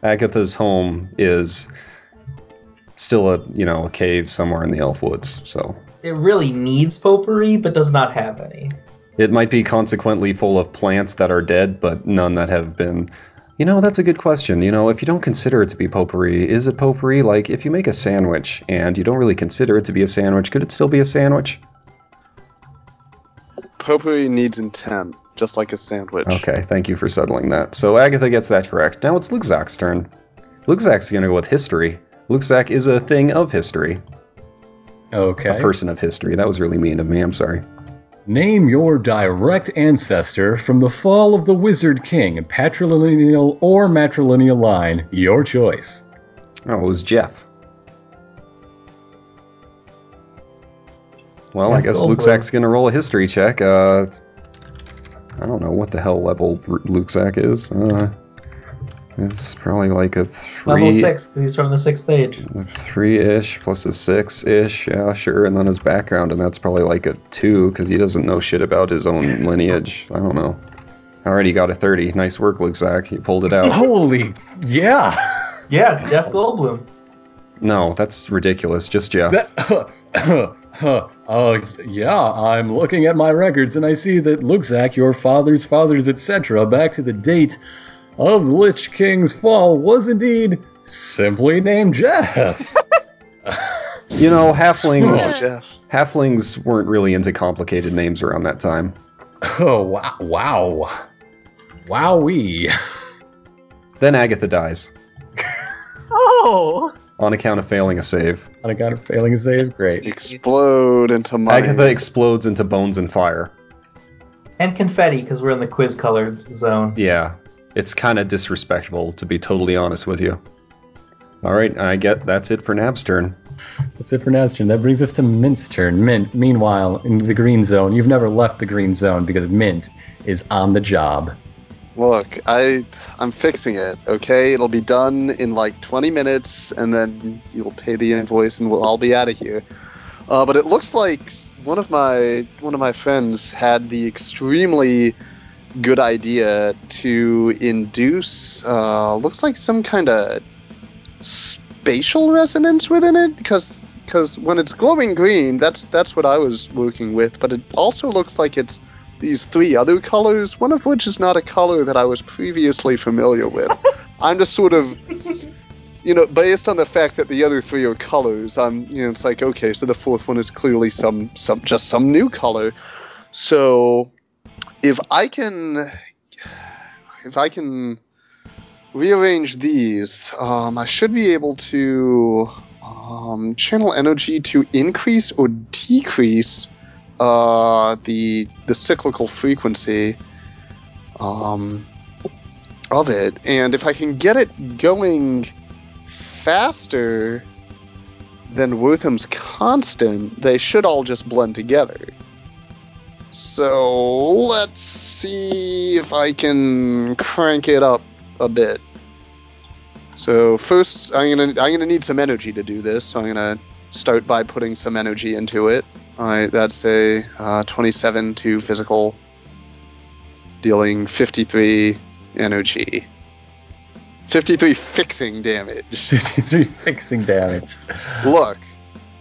Speaker 4: Agatha's home is still a you know a cave somewhere in the elf woods, so
Speaker 9: It really needs potpourri, but does not have any.
Speaker 4: It might be consequently full of plants that are dead, but none that have been. You know, that's a good question. You know, if you don't consider it to be potpourri, is it potpourri? Like, if you make a sandwich and you don't really consider it to be a sandwich, could it still be a sandwich?
Speaker 7: Potpourri needs intent, just like a sandwich.
Speaker 4: Okay, thank you for settling that. So Agatha gets that correct. Now it's Luxac's turn. Luxac's gonna go with history. Luxac is a thing of history,
Speaker 1: Okay.
Speaker 4: a person of history. That was really mean of me. I'm sorry.
Speaker 1: Name your direct ancestor from the fall of the Wizard King, patrilineal or matrilineal line, your choice.
Speaker 4: Oh, it was Jeff. Well, I
Speaker 9: Jeff
Speaker 4: guess
Speaker 9: Goldblum.
Speaker 4: Luxac's gonna roll a history check. Uh, I don't know what the hell level R- Luxac is. Uh, it's probably like a three,
Speaker 9: Level six, because he's from the sixth age.
Speaker 4: three-ish plus a six-ish. Yeah, sure. And then his background, and that's probably like a two because he doesn't know shit about his own lineage. I don't know. I already got a thirty. Nice work, Luxac. You pulled it
Speaker 9: Oh.
Speaker 4: out.
Speaker 1: Holy, yeah.
Speaker 9: Yeah, it's Jeff Goldblum.
Speaker 4: no, that's ridiculous. Just Jeff.
Speaker 1: That, uh, yeah, I'm looking at my records and I see that Luxac, your father's fathers, etc., back to the date of the Lich King's fall, was indeed simply named Jeff.
Speaker 4: you know, halflings.
Speaker 7: Jeff.
Speaker 4: Halflings weren't really into complicated names around that time.
Speaker 1: oh, wow. Wow. Wowee.
Speaker 4: Then Agatha dies
Speaker 3: Oh,
Speaker 4: on account of failing a save.
Speaker 1: I got a failing save. Great.
Speaker 7: Explode into my.
Speaker 4: Agatha explodes into bones and fire.
Speaker 9: And confetti, because we're in the quiz color zone.
Speaker 4: Yeah, it's kind of disrespectful to be totally honest with you. All right, I get that's it for Nav's turn.
Speaker 1: That's it for Nav's turn. That brings us to Mint's turn. Mint, meanwhile, in the green zone, you've never left the green zone because Mint is on the job.
Speaker 7: Look, I I'm fixing it, okay? It'll be done in like 20 minutes and then you'll pay the invoice and we'll all be out of here. Uh, but it looks like s- one of my one of my friends had the extremely good idea to induce uh, looks like some kind of spatial resonance within it because because when it's glowing green, that's that's what I was working with, but it also looks like it's these three other colors, one of which is not a color that I was previously familiar with. I'm just sort of, you know, based on the fact that the other three are colors, I'm, you know, it's like okay, so the fourth one is clearly some, some, just some new color. So, if I can, if I can rearrange these, um, I should be able to um, channel energy to increase or decrease uh, the the cyclical frequency um, of it, and if I can get it going faster then Wutham's constant, they should all just blend together. So let's see if I can crank it up a bit. So first, I'm gonna I'm gonna need some energy to do this. So I'm gonna start by putting some energy into it. All right, that's a uh, 27 to physical, dealing 53 energy, 53 fixing damage.
Speaker 1: 53 fixing damage.
Speaker 7: Look,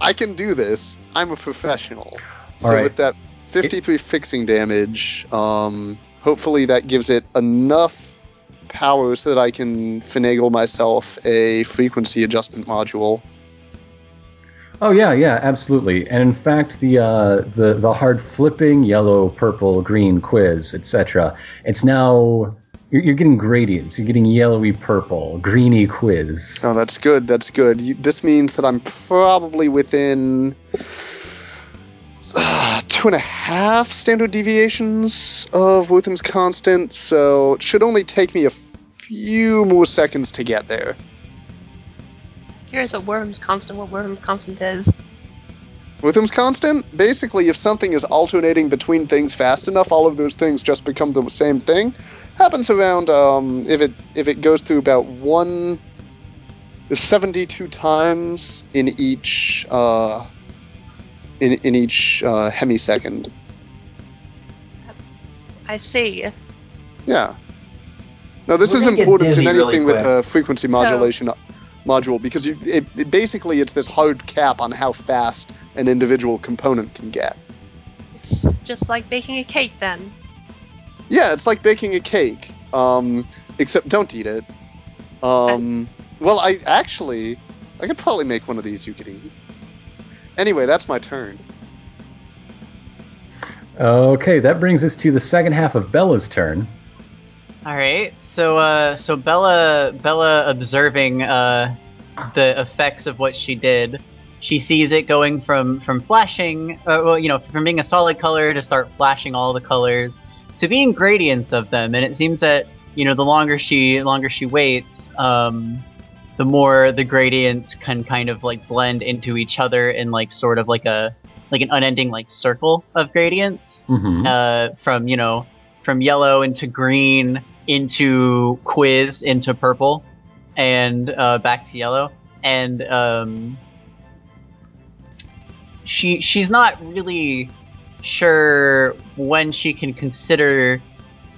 Speaker 7: I can do this. I'm a professional. So
Speaker 1: All right.
Speaker 7: with that 53 fixing damage, um, hopefully that gives it enough power so that I can finagle myself a frequency adjustment module.
Speaker 1: Oh yeah, yeah, absolutely. And in fact, the uh, the the hard flipping yellow, purple, green quiz, etc. It's now you're, you're getting gradients. You're getting yellowy, purple, greeny quiz.
Speaker 7: Oh, that's good. That's good. You, this means that I'm probably within uh, two and a half standard deviations of Wutham's constant, so it should only take me a few more seconds to get there.
Speaker 8: Here's what Worm's constant, what Worm's constant is.
Speaker 7: Wutham's constant? Basically, if something is alternating between things fast enough, all of those things just become the same thing. Happens around um, if it if it goes through about one seventy-two times in each uh, in in each uh, hemisecond.
Speaker 8: I see.
Speaker 7: Yeah. Now this
Speaker 9: We're
Speaker 7: is
Speaker 9: gonna get
Speaker 7: important in
Speaker 9: busy really
Speaker 7: anything with
Speaker 9: quick.
Speaker 7: a frequency
Speaker 8: So-
Speaker 7: modulation uh, module because you, it, it basically it's this hard cap on how fast an individual component can get.
Speaker 8: It's just like baking a cake then.
Speaker 7: Yeah, it's like baking a cake. Um, except don't eat it. Um, well, I actually, I could probably make one of these you could eat. Anyway, that's my turn.
Speaker 1: Okay, that brings us to the second half of Bella's turn.
Speaker 3: All right. So, uh, so Bella, Bella observing uh, the effects of what she did, she sees it going from from flashing, uh, well, you know, from being a solid color to start flashing all the colors to being gradients of them, and it seems that you know the longer she longer she waits, um, the more the gradients can kind of like blend into each other in like sort of like a like an unending like circle of gradients
Speaker 1: hmm
Speaker 3: uh, from you know from yellow into green into quiz into purple and uh, back to yellow and um, she she's not really sure when she can consider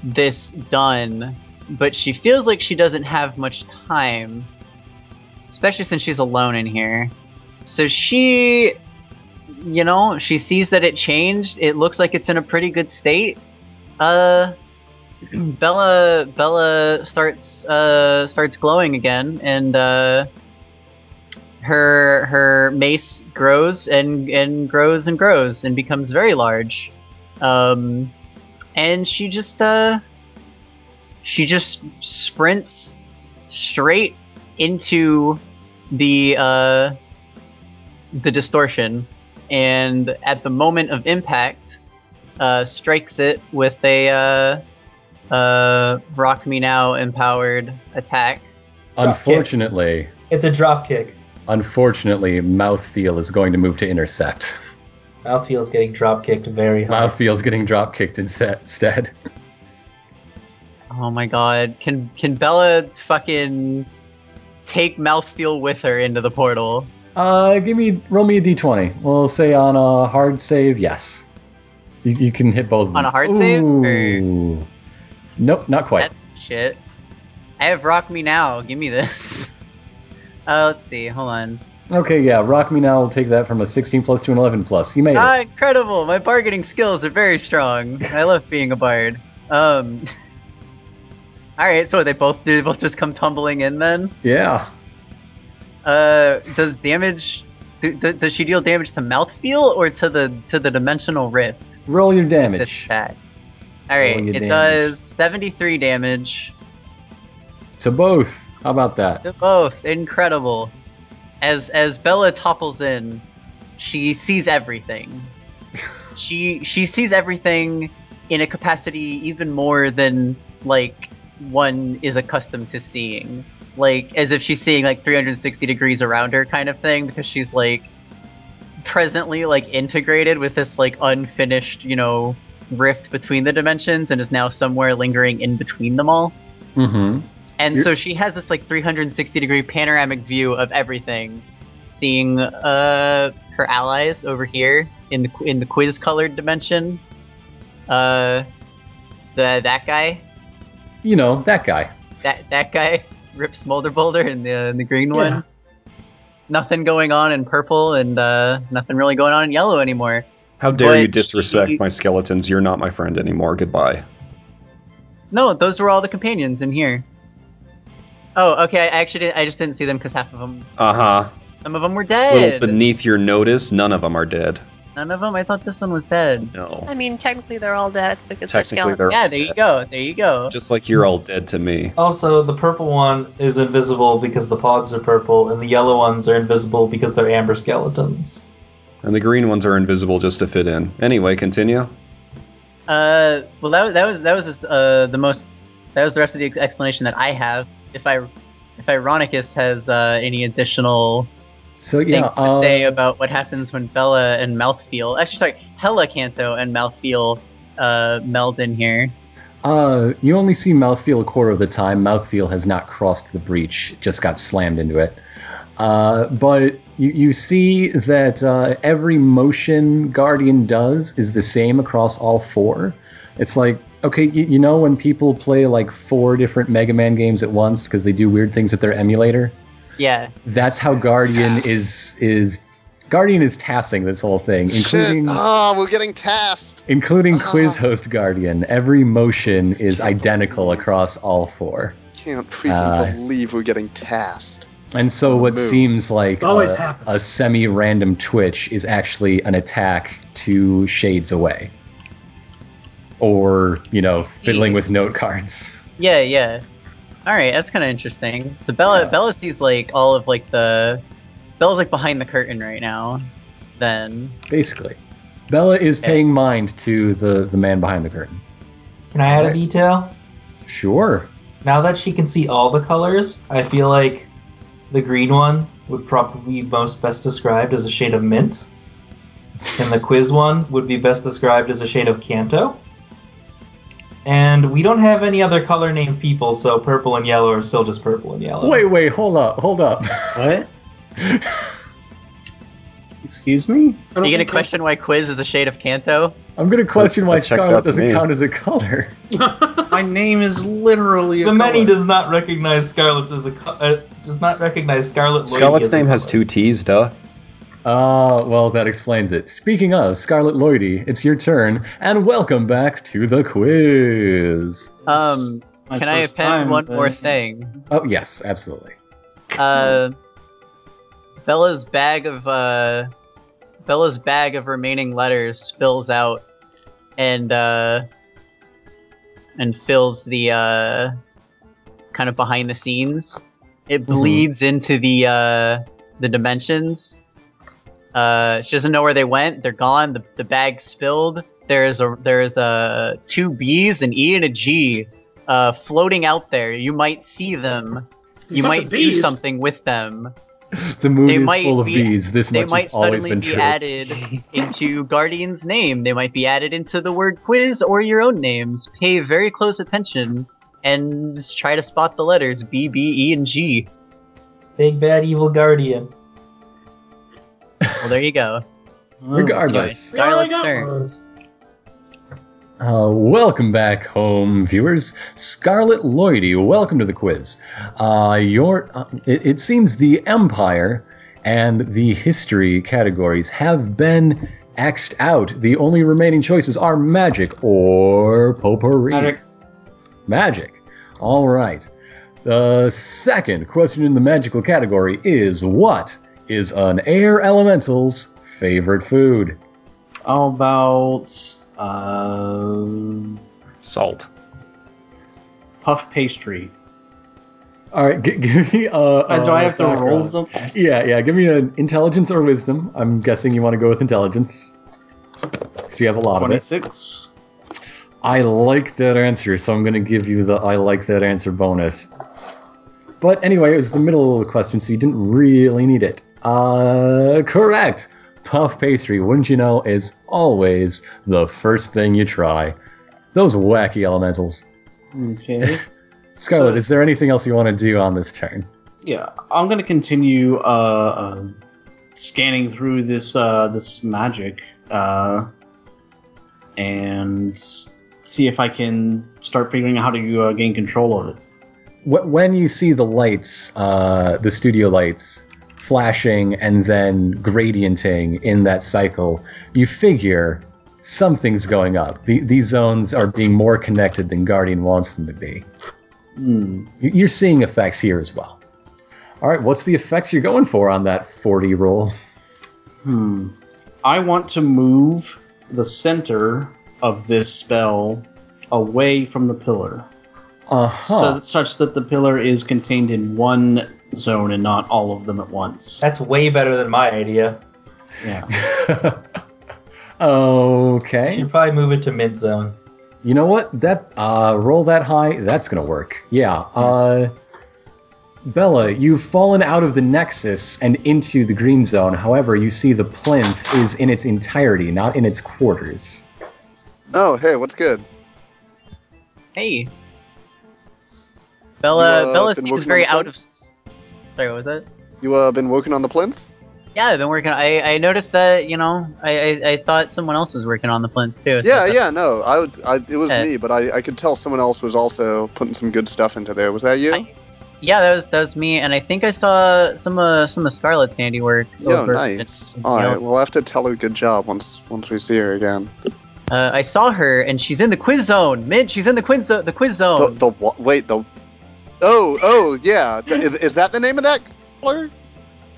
Speaker 3: this done but she feels like she doesn't have much time especially since she's alone in here so she you know, she sees that it changed. It looks like it's in a pretty good state. Uh, Bella Bella starts uh starts glowing again, and uh, her her mace grows and and grows and grows and becomes very large. Um, and she just uh, she just sprints straight into the uh the distortion and at the moment of impact, uh, strikes it with a uh, uh, Rock Me Now empowered attack.
Speaker 1: Unfortunately,
Speaker 9: It's a drop kick.
Speaker 1: unfortunately, mouthfeel is going to move to intercept.
Speaker 9: Malfeel's getting drop kicked very hard.
Speaker 1: Mouthfeel's getting drop kicked instead.
Speaker 3: Oh my god. Can can Bella fucking take Mouthfeel with her into the portal?
Speaker 1: Uh, give me roll me a d20. We'll say on a hard save, yes. You, you can hit both of them.
Speaker 3: On a hard save, or-
Speaker 1: Ooh. Nope, not quite.
Speaker 3: That's shit. I have Rock Me Now. Give me this. Uh, let's see. Hold on.
Speaker 1: Okay, yeah. Rock me now. We'll take that from a 16 plus to an 11 plus. You made
Speaker 3: Ah,
Speaker 1: it.
Speaker 3: incredible! My bargaining skills are very strong. I love being a bard. Um. All right, so they both do. They both just come tumbling in then.
Speaker 1: Yeah.
Speaker 3: Uh, does damage? Do, do, does she deal damage to mouthfeel or to the to the dimensional rift?
Speaker 1: Roll your
Speaker 3: This
Speaker 1: damage.
Speaker 3: attack. All
Speaker 1: Roll
Speaker 3: right,
Speaker 1: your
Speaker 3: it
Speaker 1: damage.
Speaker 3: does seventy-three damage
Speaker 1: To both. How about that?
Speaker 3: to both. Incredible. As as Bella topples in, she sees everything. she she sees everything in a capacity even more than like one is accustomed to seeing. like as if she's seeing like 360 degrees around her kind of thing because she's like presently like integrated with this like unfinished you know rift between the dimensions and is now somewhere lingering in between them all
Speaker 1: Mm-hmm.
Speaker 3: and
Speaker 1: You're-
Speaker 3: so she has this like 360 degree panoramic view of everything, seeing uh, her allies over here in the qu- in the quiz colored dimension. Uh, the that guy,
Speaker 1: You know that guy.
Speaker 3: that that guy, Rip Smolder Boulder in the in the green
Speaker 2: Yeah.
Speaker 3: one. Nothing going on in purple, and uh, nothing really going on in yellow anymore.
Speaker 4: How dare
Speaker 3: But
Speaker 4: you disrespect
Speaker 3: she-
Speaker 4: my skeletons? You're not my friend anymore. Goodbye.
Speaker 3: No, those were all the companions in here. Oh, okay. I actually didn't, I just didn't see them because half of them,
Speaker 4: Uh huh.
Speaker 3: some of them were
Speaker 4: Little
Speaker 3: dead.
Speaker 4: beneath your notice, none of them are dead.
Speaker 3: None of them. I thought this one was dead.
Speaker 4: No.
Speaker 8: I mean, technically they're all dead because
Speaker 4: Technically, they're
Speaker 8: they're
Speaker 3: Yeah,
Speaker 4: all
Speaker 3: there you
Speaker 4: dead.
Speaker 3: go. There you go.
Speaker 4: Just like you're all dead to me.
Speaker 9: Also, the purple one is invisible because the pogs are purple, and the yellow ones are invisible because they're amber skeletons.
Speaker 4: And the green ones are invisible just to fit in. Anyway, continue.
Speaker 3: Uh, well, that was that was that was just, uh, the most that was the rest of the ex- explanation that I have. If I if Ironicus has uh, any additional
Speaker 1: So yeah,
Speaker 3: things to
Speaker 1: uh,
Speaker 3: say about what happens when Bella and Mouthfeel, actually sorry, Hella Canto and Mouthfeel uh, meld in here.
Speaker 1: Uh, you only see Mouthfeel a quarter of the time. Mouthfeel has not crossed the breach, just got slammed into it. Uh, but you, you see that uh, every motion Guardian does is the same across all four. It's like, okay, you, you know when people play like four different Mega Man games at once because they do weird things with their emulator?
Speaker 3: Yeah,
Speaker 1: That's how Guardian is is Guardian is tassing this whole thing, including
Speaker 7: Shit. Ah, we're getting tasked.
Speaker 1: including
Speaker 7: Ah.
Speaker 1: quiz host guardian every motion is identical
Speaker 7: believe.
Speaker 1: across all four
Speaker 7: Can't freaking
Speaker 1: Ah.
Speaker 7: believe we're getting tasked.
Speaker 1: and so what
Speaker 7: Move.
Speaker 1: seems like
Speaker 2: Always
Speaker 1: Uh, a,
Speaker 2: happens.
Speaker 1: a semi-random twitch is actually an attack two shades away or you know fiddling with note cards
Speaker 3: yeah, yeah. All right, that's kind of interesting. So Bella
Speaker 1: Yeah.
Speaker 3: Bella sees like all of like the Bella's like behind the curtain right now. Then
Speaker 1: basically bella is
Speaker 3: Okay.
Speaker 1: paying mind to the the man behind the curtain
Speaker 9: Can I add a
Speaker 1: Right.
Speaker 9: detail?
Speaker 1: sure
Speaker 9: Now that she can see all the colors, I feel like the green one would probably be most best described as a shade of mint, and the quiz one would be best described as a shade of canto. And we don't have any other color named people, so purple and yellow are still just purple and yellow.
Speaker 1: wait wait hold up hold up
Speaker 6: What? Excuse me?
Speaker 2: I don't
Speaker 3: you gonna
Speaker 2: think
Speaker 3: question why Quiz is a shade of Canto?
Speaker 1: i'm gonna question why
Speaker 4: That checks
Speaker 1: scarlet
Speaker 4: out to
Speaker 1: doesn't
Speaker 4: me.
Speaker 1: count as a color
Speaker 6: My name is literally a
Speaker 9: The many
Speaker 6: color.
Speaker 9: does not recognize Scarlet as a co- uh, does not recognize Scarlet. Lady
Speaker 4: Scarlet's
Speaker 9: as a
Speaker 4: name has
Speaker 9: color.
Speaker 4: two T's, duh.
Speaker 1: Ah, well, that explains it. Speaking of Scarlet Lloydy, it's your turn, and welcome back to the quiz.
Speaker 3: Um,
Speaker 6: My
Speaker 3: Can I
Speaker 6: first
Speaker 3: append
Speaker 6: time,
Speaker 3: one
Speaker 6: but-
Speaker 3: more thing?
Speaker 1: Oh, yes, absolutely.
Speaker 3: Uh, Bella's bag of uh, Bella's bag of remaining letters spills out, and uh, and fills the uh, kind of behind the scenes. It bleeds into the uh, the dimensions. Uh, she doesn't know where they went. They're gone. The, the bag spilled. There is a there is a two B's, an E, and a G, uh, floating out there. You might see them. You
Speaker 2: Bunch
Speaker 3: might
Speaker 2: of
Speaker 3: do
Speaker 2: bees.
Speaker 3: something with them.
Speaker 1: The moon
Speaker 3: They
Speaker 1: is
Speaker 3: might
Speaker 1: full of
Speaker 3: be-
Speaker 1: bees. This
Speaker 3: They
Speaker 1: much
Speaker 3: might
Speaker 1: has always
Speaker 3: suddenly
Speaker 1: been
Speaker 3: be
Speaker 1: true.
Speaker 3: added into Guardian's name. They might be added into the word quiz or your own names. Pay very close attention and just try to spot the letters B, B, E, and G.
Speaker 9: big bad evil guardian.
Speaker 3: Well, there you go. Oh,
Speaker 1: Regardless,
Speaker 2: We already
Speaker 3: Scarlet's
Speaker 2: got
Speaker 3: turn.
Speaker 2: one of those.
Speaker 1: uh, welcome back home, viewers. Scarlet Lloydy, welcome to the quiz. Uh, your, uh, it, it seems the Empire and the history categories have been axed out. The only remaining choices are magic or potpourri.
Speaker 9: Magic.
Speaker 1: Magic. All right. The second question in the magical category is what is an air elemental's favorite food?
Speaker 6: How about um,
Speaker 4: Salt.
Speaker 6: puff pastry?
Speaker 1: All right, g- give me a.
Speaker 6: Uh, do I
Speaker 1: a
Speaker 6: have to roll
Speaker 1: background.
Speaker 6: something?
Speaker 1: Yeah, yeah. Give me an intelligence or wisdom. I'm guessing you want to go with intelligence. So you have a lot of it.
Speaker 6: Twenty-six.
Speaker 1: I like that answer, so I'm going to give you the I like that answer bonus. But anyway, it was the middle of the question, so you didn't really need it. Uh, correct. Puff pastry, wouldn't you know, is always the first thing you try. Those wacky elementals.
Speaker 6: Okay.
Speaker 1: Scarlet,
Speaker 6: So-
Speaker 1: is there anything else you want to do on this turn?
Speaker 6: Yeah, I'm gonna continue uh, uh, scanning through this uh, this magic uh, and see if I can start figuring out how to uh, gain control of it.
Speaker 1: Wh- When you see the lights, uh, the studio lights, flashing and then gradienting in that cycle, you figure something's going up. The- these zones are being more connected than Guardian wants them to be.
Speaker 6: Hmm.
Speaker 1: You- You're seeing effects here as well. All right, what's the effects you're going for on that 40 roll?
Speaker 6: Hmm. I want to move the center of this spell away from the pillar,
Speaker 1: Uh
Speaker 6: so
Speaker 1: huh.
Speaker 6: such that the pillar is contained in one zone and not all of them at once.
Speaker 9: That's way better than my idea.
Speaker 6: Yeah.
Speaker 9: You
Speaker 1: okay.
Speaker 9: should probably move it to mid zone.
Speaker 1: You know what? That uh, roll that high, that's gonna work. Yeah. Uh, Bella, you've fallen out of the nexus and into the green zone. However, you see the plinth is in its entirety, not in its quarters.
Speaker 7: Oh, hey, what's good?
Speaker 3: Hey. Bella
Speaker 7: You, uh,
Speaker 3: Bella
Speaker 7: been
Speaker 3: seems
Speaker 7: working
Speaker 3: very
Speaker 7: on the
Speaker 3: out
Speaker 7: plan?
Speaker 3: of s- Sorry, what was that?
Speaker 7: You uh, been working on the plinth?
Speaker 3: Yeah, I've been working I, I noticed that, you know, I, I, I thought someone else was working on the plinth too. so
Speaker 7: yeah,
Speaker 3: I thought-
Speaker 7: yeah, no, I, would, I it was
Speaker 3: Yeah.
Speaker 7: me, but I, I could tell someone else was also putting some good stuff into there. Was that you?
Speaker 3: I- Yeah, that was that was me, and I think I saw some uh, some of Scarlet's handiwork.
Speaker 7: Yo,
Speaker 3: over
Speaker 7: Oh, nice.
Speaker 3: at-
Speaker 7: All right, we'll have to tell her good job once once we see her again.
Speaker 3: Uh, I saw her, and she's in the quiz zone. Mid, she's in the quiz zo- the quiz
Speaker 7: The
Speaker 3: zone.
Speaker 7: the wha- wait the oh oh yeah Th-
Speaker 3: Hmm.
Speaker 7: is, is that the name of that color?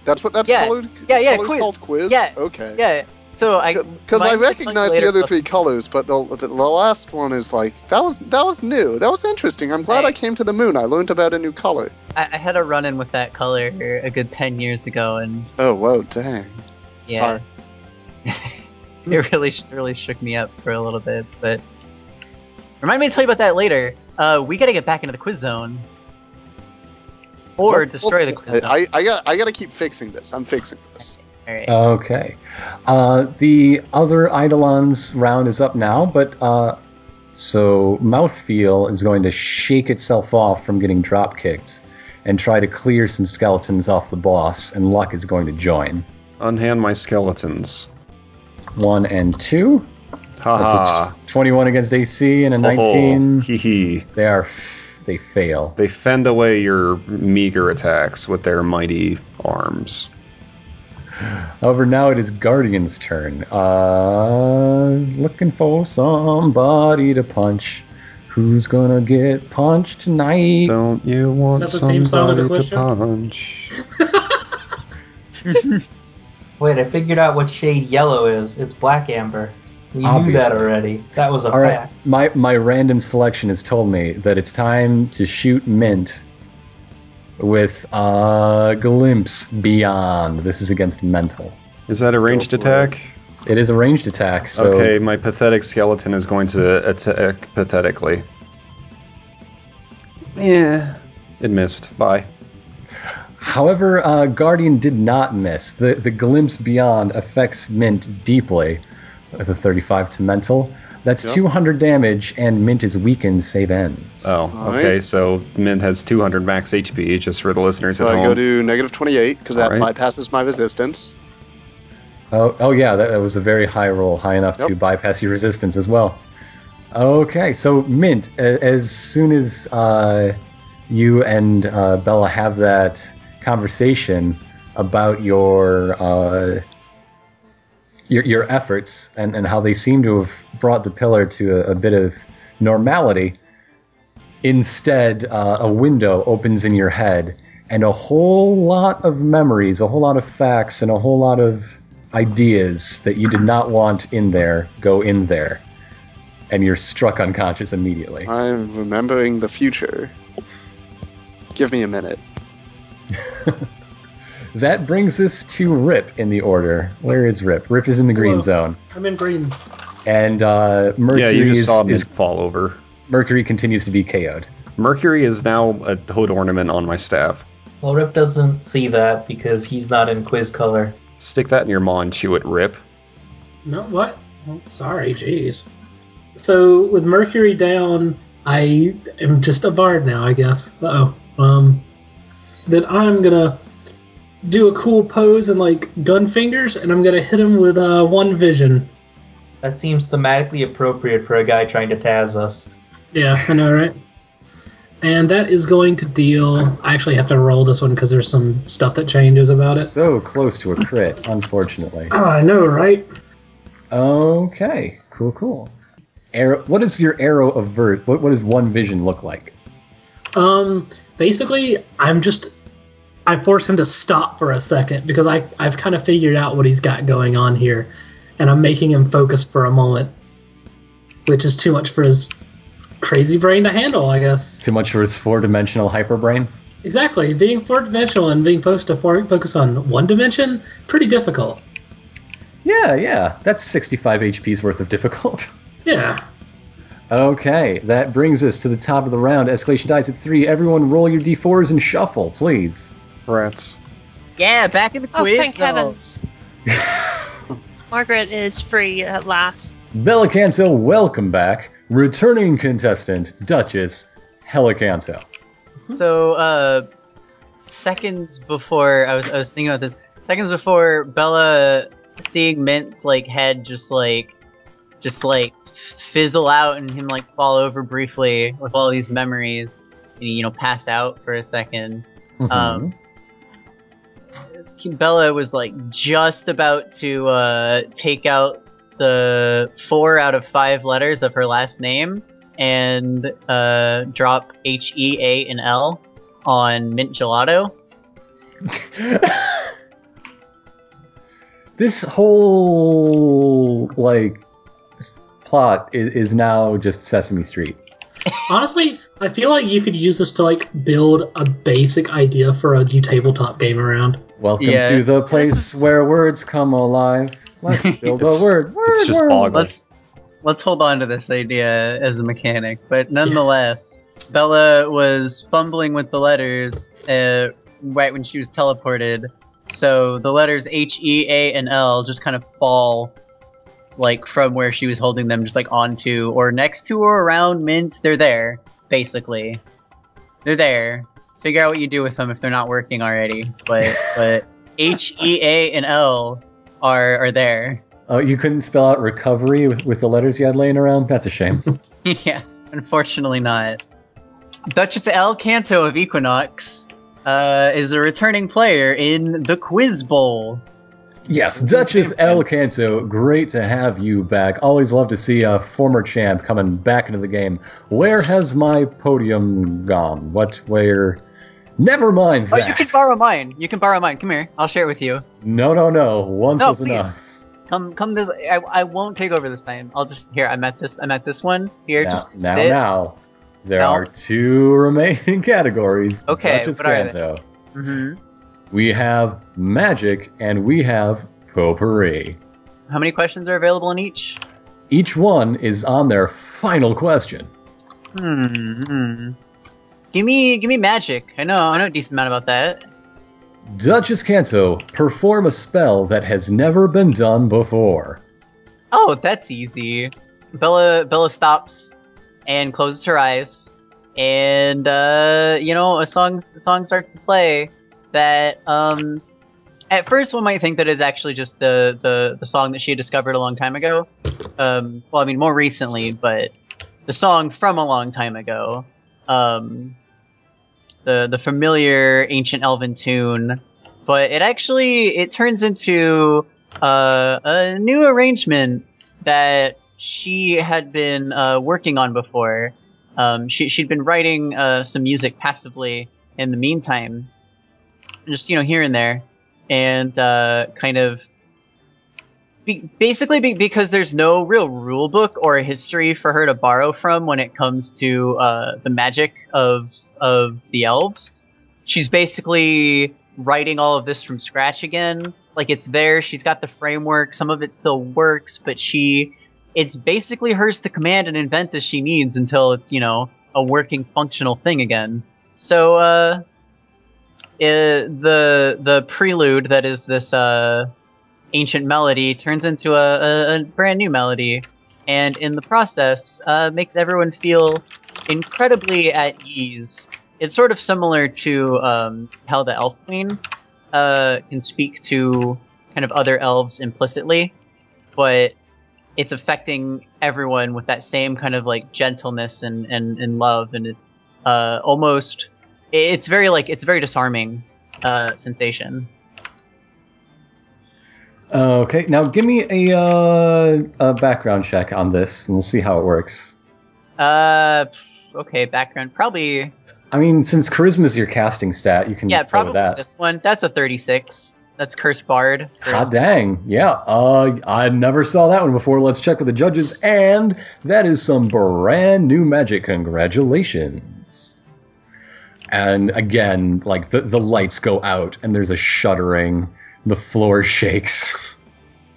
Speaker 7: That's what that's
Speaker 3: Yeah.
Speaker 7: colored.
Speaker 3: Yeah, yeah,
Speaker 7: Color's
Speaker 3: quiz.
Speaker 7: called quiz.
Speaker 3: Yeah.
Speaker 7: Okay.
Speaker 3: yeah. So I
Speaker 7: Because I
Speaker 3: mine was
Speaker 7: recognize
Speaker 3: later,
Speaker 7: the other
Speaker 3: but-
Speaker 7: three colors, but the, the the last one is like that was that was new. That was interesting. I'm glad
Speaker 3: Right.
Speaker 7: I came to the moon. I learned about a new color.
Speaker 3: I, I had a run in with that color a good ten years ago, and
Speaker 7: Oh whoa, dang.
Speaker 3: yeah,
Speaker 7: Sorry.
Speaker 3: it really sh- really shook me up for a little bit. But remind me to tell you about that later. Uh, we gotta get back into the quiz zone, or
Speaker 7: What-
Speaker 3: destroy the
Speaker 7: what-
Speaker 3: quiz zone.
Speaker 7: I, I got I got to keep fixing this. I'm fixing this.
Speaker 3: All right.
Speaker 1: Okay. Uh, the other Eidolon's round is up now, but uh, so Mouthfeel is going to shake itself off from getting drop kicked and try to clear some skeletons off the boss, and Luck is going to join.
Speaker 4: Unhand my skeletons.
Speaker 1: One and two. That's a
Speaker 4: Ha
Speaker 1: t- 21 against AC and a
Speaker 4: ha. Ho, ho.
Speaker 1: 19.
Speaker 4: Hee hee.
Speaker 1: They are. F- they fail.
Speaker 4: They fend away your meager attacks with their mighty arms.
Speaker 1: However, now it is Guardian's turn. Uh, looking for somebody to punch. Who's gonna get punched tonight?
Speaker 4: Don't you want
Speaker 2: Is that the theme song of the
Speaker 4: somebody to
Speaker 2: question?
Speaker 4: punch?
Speaker 9: Wait, I figured out what shade yellow is. It's black amber. We knew that
Speaker 1: Obviously.
Speaker 9: already. That was a
Speaker 1: All right,
Speaker 9: fact.
Speaker 1: my my random selection has told me that it's time to shoot Mint with a glimpse beyond. This is against mental.
Speaker 4: Is that a ranged
Speaker 7: for it.
Speaker 4: attack?
Speaker 1: It is a ranged attack, so
Speaker 4: okay, my pathetic skeleton is going to attack pathetically. Yeah. It missed. Bye.
Speaker 1: However, uh, Guardian did not miss. The, the glimpse beyond affects Mint deeply with a 35 to mental. That's
Speaker 7: Yep. Uh.
Speaker 1: 200 damage, and Mint is weakened, save ends.
Speaker 4: Oh,
Speaker 7: All
Speaker 4: okay.
Speaker 7: right.
Speaker 4: So Mint has 200 max HP, just for the listeners
Speaker 7: So
Speaker 4: at
Speaker 7: I
Speaker 4: home.
Speaker 7: go to negative 28 because that
Speaker 4: Alright.
Speaker 7: bypasses my resistance.
Speaker 1: Oh, oh yeah, that, that was a very high roll, high enough to
Speaker 7: Yep.
Speaker 1: bypass your resistance as well. Okay, so Mint, a- as soon as uh, you and uh, Bella have that conversation about your uh, your, your efforts and, and how they seem to have brought the pillar to a, a bit of normality, instead, uh, a window opens in your head. And a whole lot of memories, a whole lot of facts, and a whole lot of ideas that you did not want in there go in there, and you're struck unconscious immediately.
Speaker 7: I'm remembering the future. Give me a minute.
Speaker 1: That brings us to Rip in the order. Where is Rip? Rip is in the green
Speaker 2: Hello.
Speaker 1: zone,
Speaker 2: I'm in green.
Speaker 1: and uh,
Speaker 4: yeah,
Speaker 1: Mercury
Speaker 4: you just
Speaker 1: is,
Speaker 4: saw Mint
Speaker 1: is
Speaker 4: fall over.
Speaker 1: Mercury continues to be KO'd.
Speaker 4: Mercury is now a hood ornament on my staff.
Speaker 9: Well, Rip doesn't see that because he's not in quiz color.
Speaker 4: Stick that in your maw and chew it, Rip.
Speaker 2: No, what? Oh, sorry, jeez. So with Mercury down, I am just a bard now, I guess. Uh oh. Um, then I'm gonna do a cool pose and like gun fingers, and I'm gonna hit him with uh, one vision.
Speaker 9: That seems thematically appropriate for a guy trying to Taz us.
Speaker 2: Yeah, I know, right? And that is going to deal. I actually have to roll this one because there's some stuff that changes about it.
Speaker 1: So close to a crit, unfortunately.
Speaker 2: Oh, I know, right?
Speaker 1: Okay, cool, cool. Arrow. What does your arrow avert? What, what does one vision look like?
Speaker 2: Um, basically, I'm just. I force him to stop for a second because I, I've kind of figured out what he's got going on here, and I'm making him focus for a moment, which is too much for his crazy brain to handle, I guess.
Speaker 1: Too much for his four-dimensional hyperbrain.
Speaker 2: Exactly. Being four dimensional and being focused to four, focus on one dimension, pretty difficult.
Speaker 1: Yeah, yeah. That's 65 HP's worth of difficult.
Speaker 2: Yeah.
Speaker 1: Okay, that brings us to the top of the round. Escalation dies at three. Everyone, roll your d4s and shuffle, please.
Speaker 4: Rats.
Speaker 3: Yeah, back in the
Speaker 8: Oh,
Speaker 3: quiz.
Speaker 8: thank
Speaker 3: zone.
Speaker 8: heavens. Margaret is free at last.
Speaker 1: Belacanto, welcome back. Returning contestant, Duchess Helicanto.
Speaker 3: So, uh, seconds before I was, I was thinking about this. Seconds before Bella seeing Mint's like head just like, just like fizzle out and him like fall over briefly with all these memories and you know pass out for a 2nd Um,
Speaker 1: Mm-hmm.
Speaker 3: Bella was like just about to uh, take out the four out of five letters of her last name and uh, drop H E A and L on mint gelato.
Speaker 1: this whole like s- plot is, is now just Sesame Street.
Speaker 2: Honestly, I feel like you could use this to like build a basic idea for a new tabletop game around.
Speaker 1: Welcome
Speaker 3: Yeah.
Speaker 1: to the place
Speaker 8: is-
Speaker 1: where words come alive. Let's build
Speaker 4: It's-
Speaker 1: a word. word
Speaker 4: It's just
Speaker 1: world.
Speaker 4: ogle.
Speaker 3: Let's let's hold on to this idea as a mechanic, but nonetheless, Bella was fumbling with the letters uh, right when she was teleported. So the letters H E A and L just kind of fall like from where she was holding them just like onto or next to or around mint they're there basically they're there figure out what you do with them if they're not working already but but h e a and l are are there
Speaker 1: Oh, you couldn't spell out recovery with, with the letters you had laying around? That's a shame.
Speaker 3: yeah, unfortunately not. Duchess El Canto of Equinox uh, is a returning player in the Quiz Bowl.
Speaker 1: Yes, Duchess El Canto, great to have you back. Always love to see a former champ coming back into the game. Where has my podium gone? What, where? Never mind
Speaker 3: Oh,
Speaker 1: that.
Speaker 3: you can borrow mine. You can borrow mine. Come here. I'll share it with you.
Speaker 1: no, no, no. Once
Speaker 3: No,
Speaker 1: was
Speaker 3: please.
Speaker 1: enough.
Speaker 3: Come, come. This. I, I won't take over this time. I'll just here. I'm at this. I'm at this one. Here,
Speaker 1: Now,
Speaker 3: just
Speaker 1: now,
Speaker 3: sit.
Speaker 1: now. There
Speaker 3: No.
Speaker 1: are two remaining categories.
Speaker 3: Okay,
Speaker 1: Duchess
Speaker 3: what are they?
Speaker 1: Canto.
Speaker 3: Mhm.
Speaker 1: We have magic and we have potpourri.
Speaker 3: How many questions are available in each?
Speaker 1: Each one is on their final question.
Speaker 3: Hmm, Hmm. Give me, give me magic. I know, I know a decent amount about that.
Speaker 1: Duchess Canto, perform a spell that has never been done before.
Speaker 3: Oh, that's easy. Bella Bella stops and closes her eyes, and uh, you know a song a song starts to play that um, at first one might think that is actually just the the, the song that she had discovered a long time ago. Um, well, I mean more recently, but the song from a long time ago. Um, the the familiar ancient elven tune, but it actually it turns into uh, a new arrangement that she had been uh, working on before. Um, she, she'd been writing uh, some music passively in the meantime, just you know here and there, and uh, kind of be- basically be- because there's no real rule book or a history for her to borrow from when it comes to uh, the magic of of the elves. She's basically writing all of this from scratch again. Like it's there. She's got the framework. Some of it still works, but she it's basically hers to command and invent as she needs until it's you know a working functional thing again. So uh, i- the the prelude that is this uh, ancient melody turns into a, a, a brand new melody, and in the process uh, makes everyone feel incredibly at ease. It's sort of similar to um, how the elf queen uh, can speak to kind of other elves implicitly, but it's affecting everyone with that same kind of like gentleness and and, and love and it, uh, almost i- it's very like it's a very disarming uh, sensation.
Speaker 1: Okay, now give me a, uh, a background check on this, and we'll see how it works.
Speaker 3: Uh, okay, background probably
Speaker 1: I mean, since charisma's your casting stat, you can
Speaker 3: yeah
Speaker 1: go
Speaker 3: probably
Speaker 1: with that.
Speaker 3: this one. That's a thirty-six. That's curse bard.
Speaker 1: Hot dang. Yeah. Uh, I never saw that one before. Let's check with the judges. And that is some brand new magic. Congratulations. And again, like the, the lights go out and there's a shuddering. The floor shakes.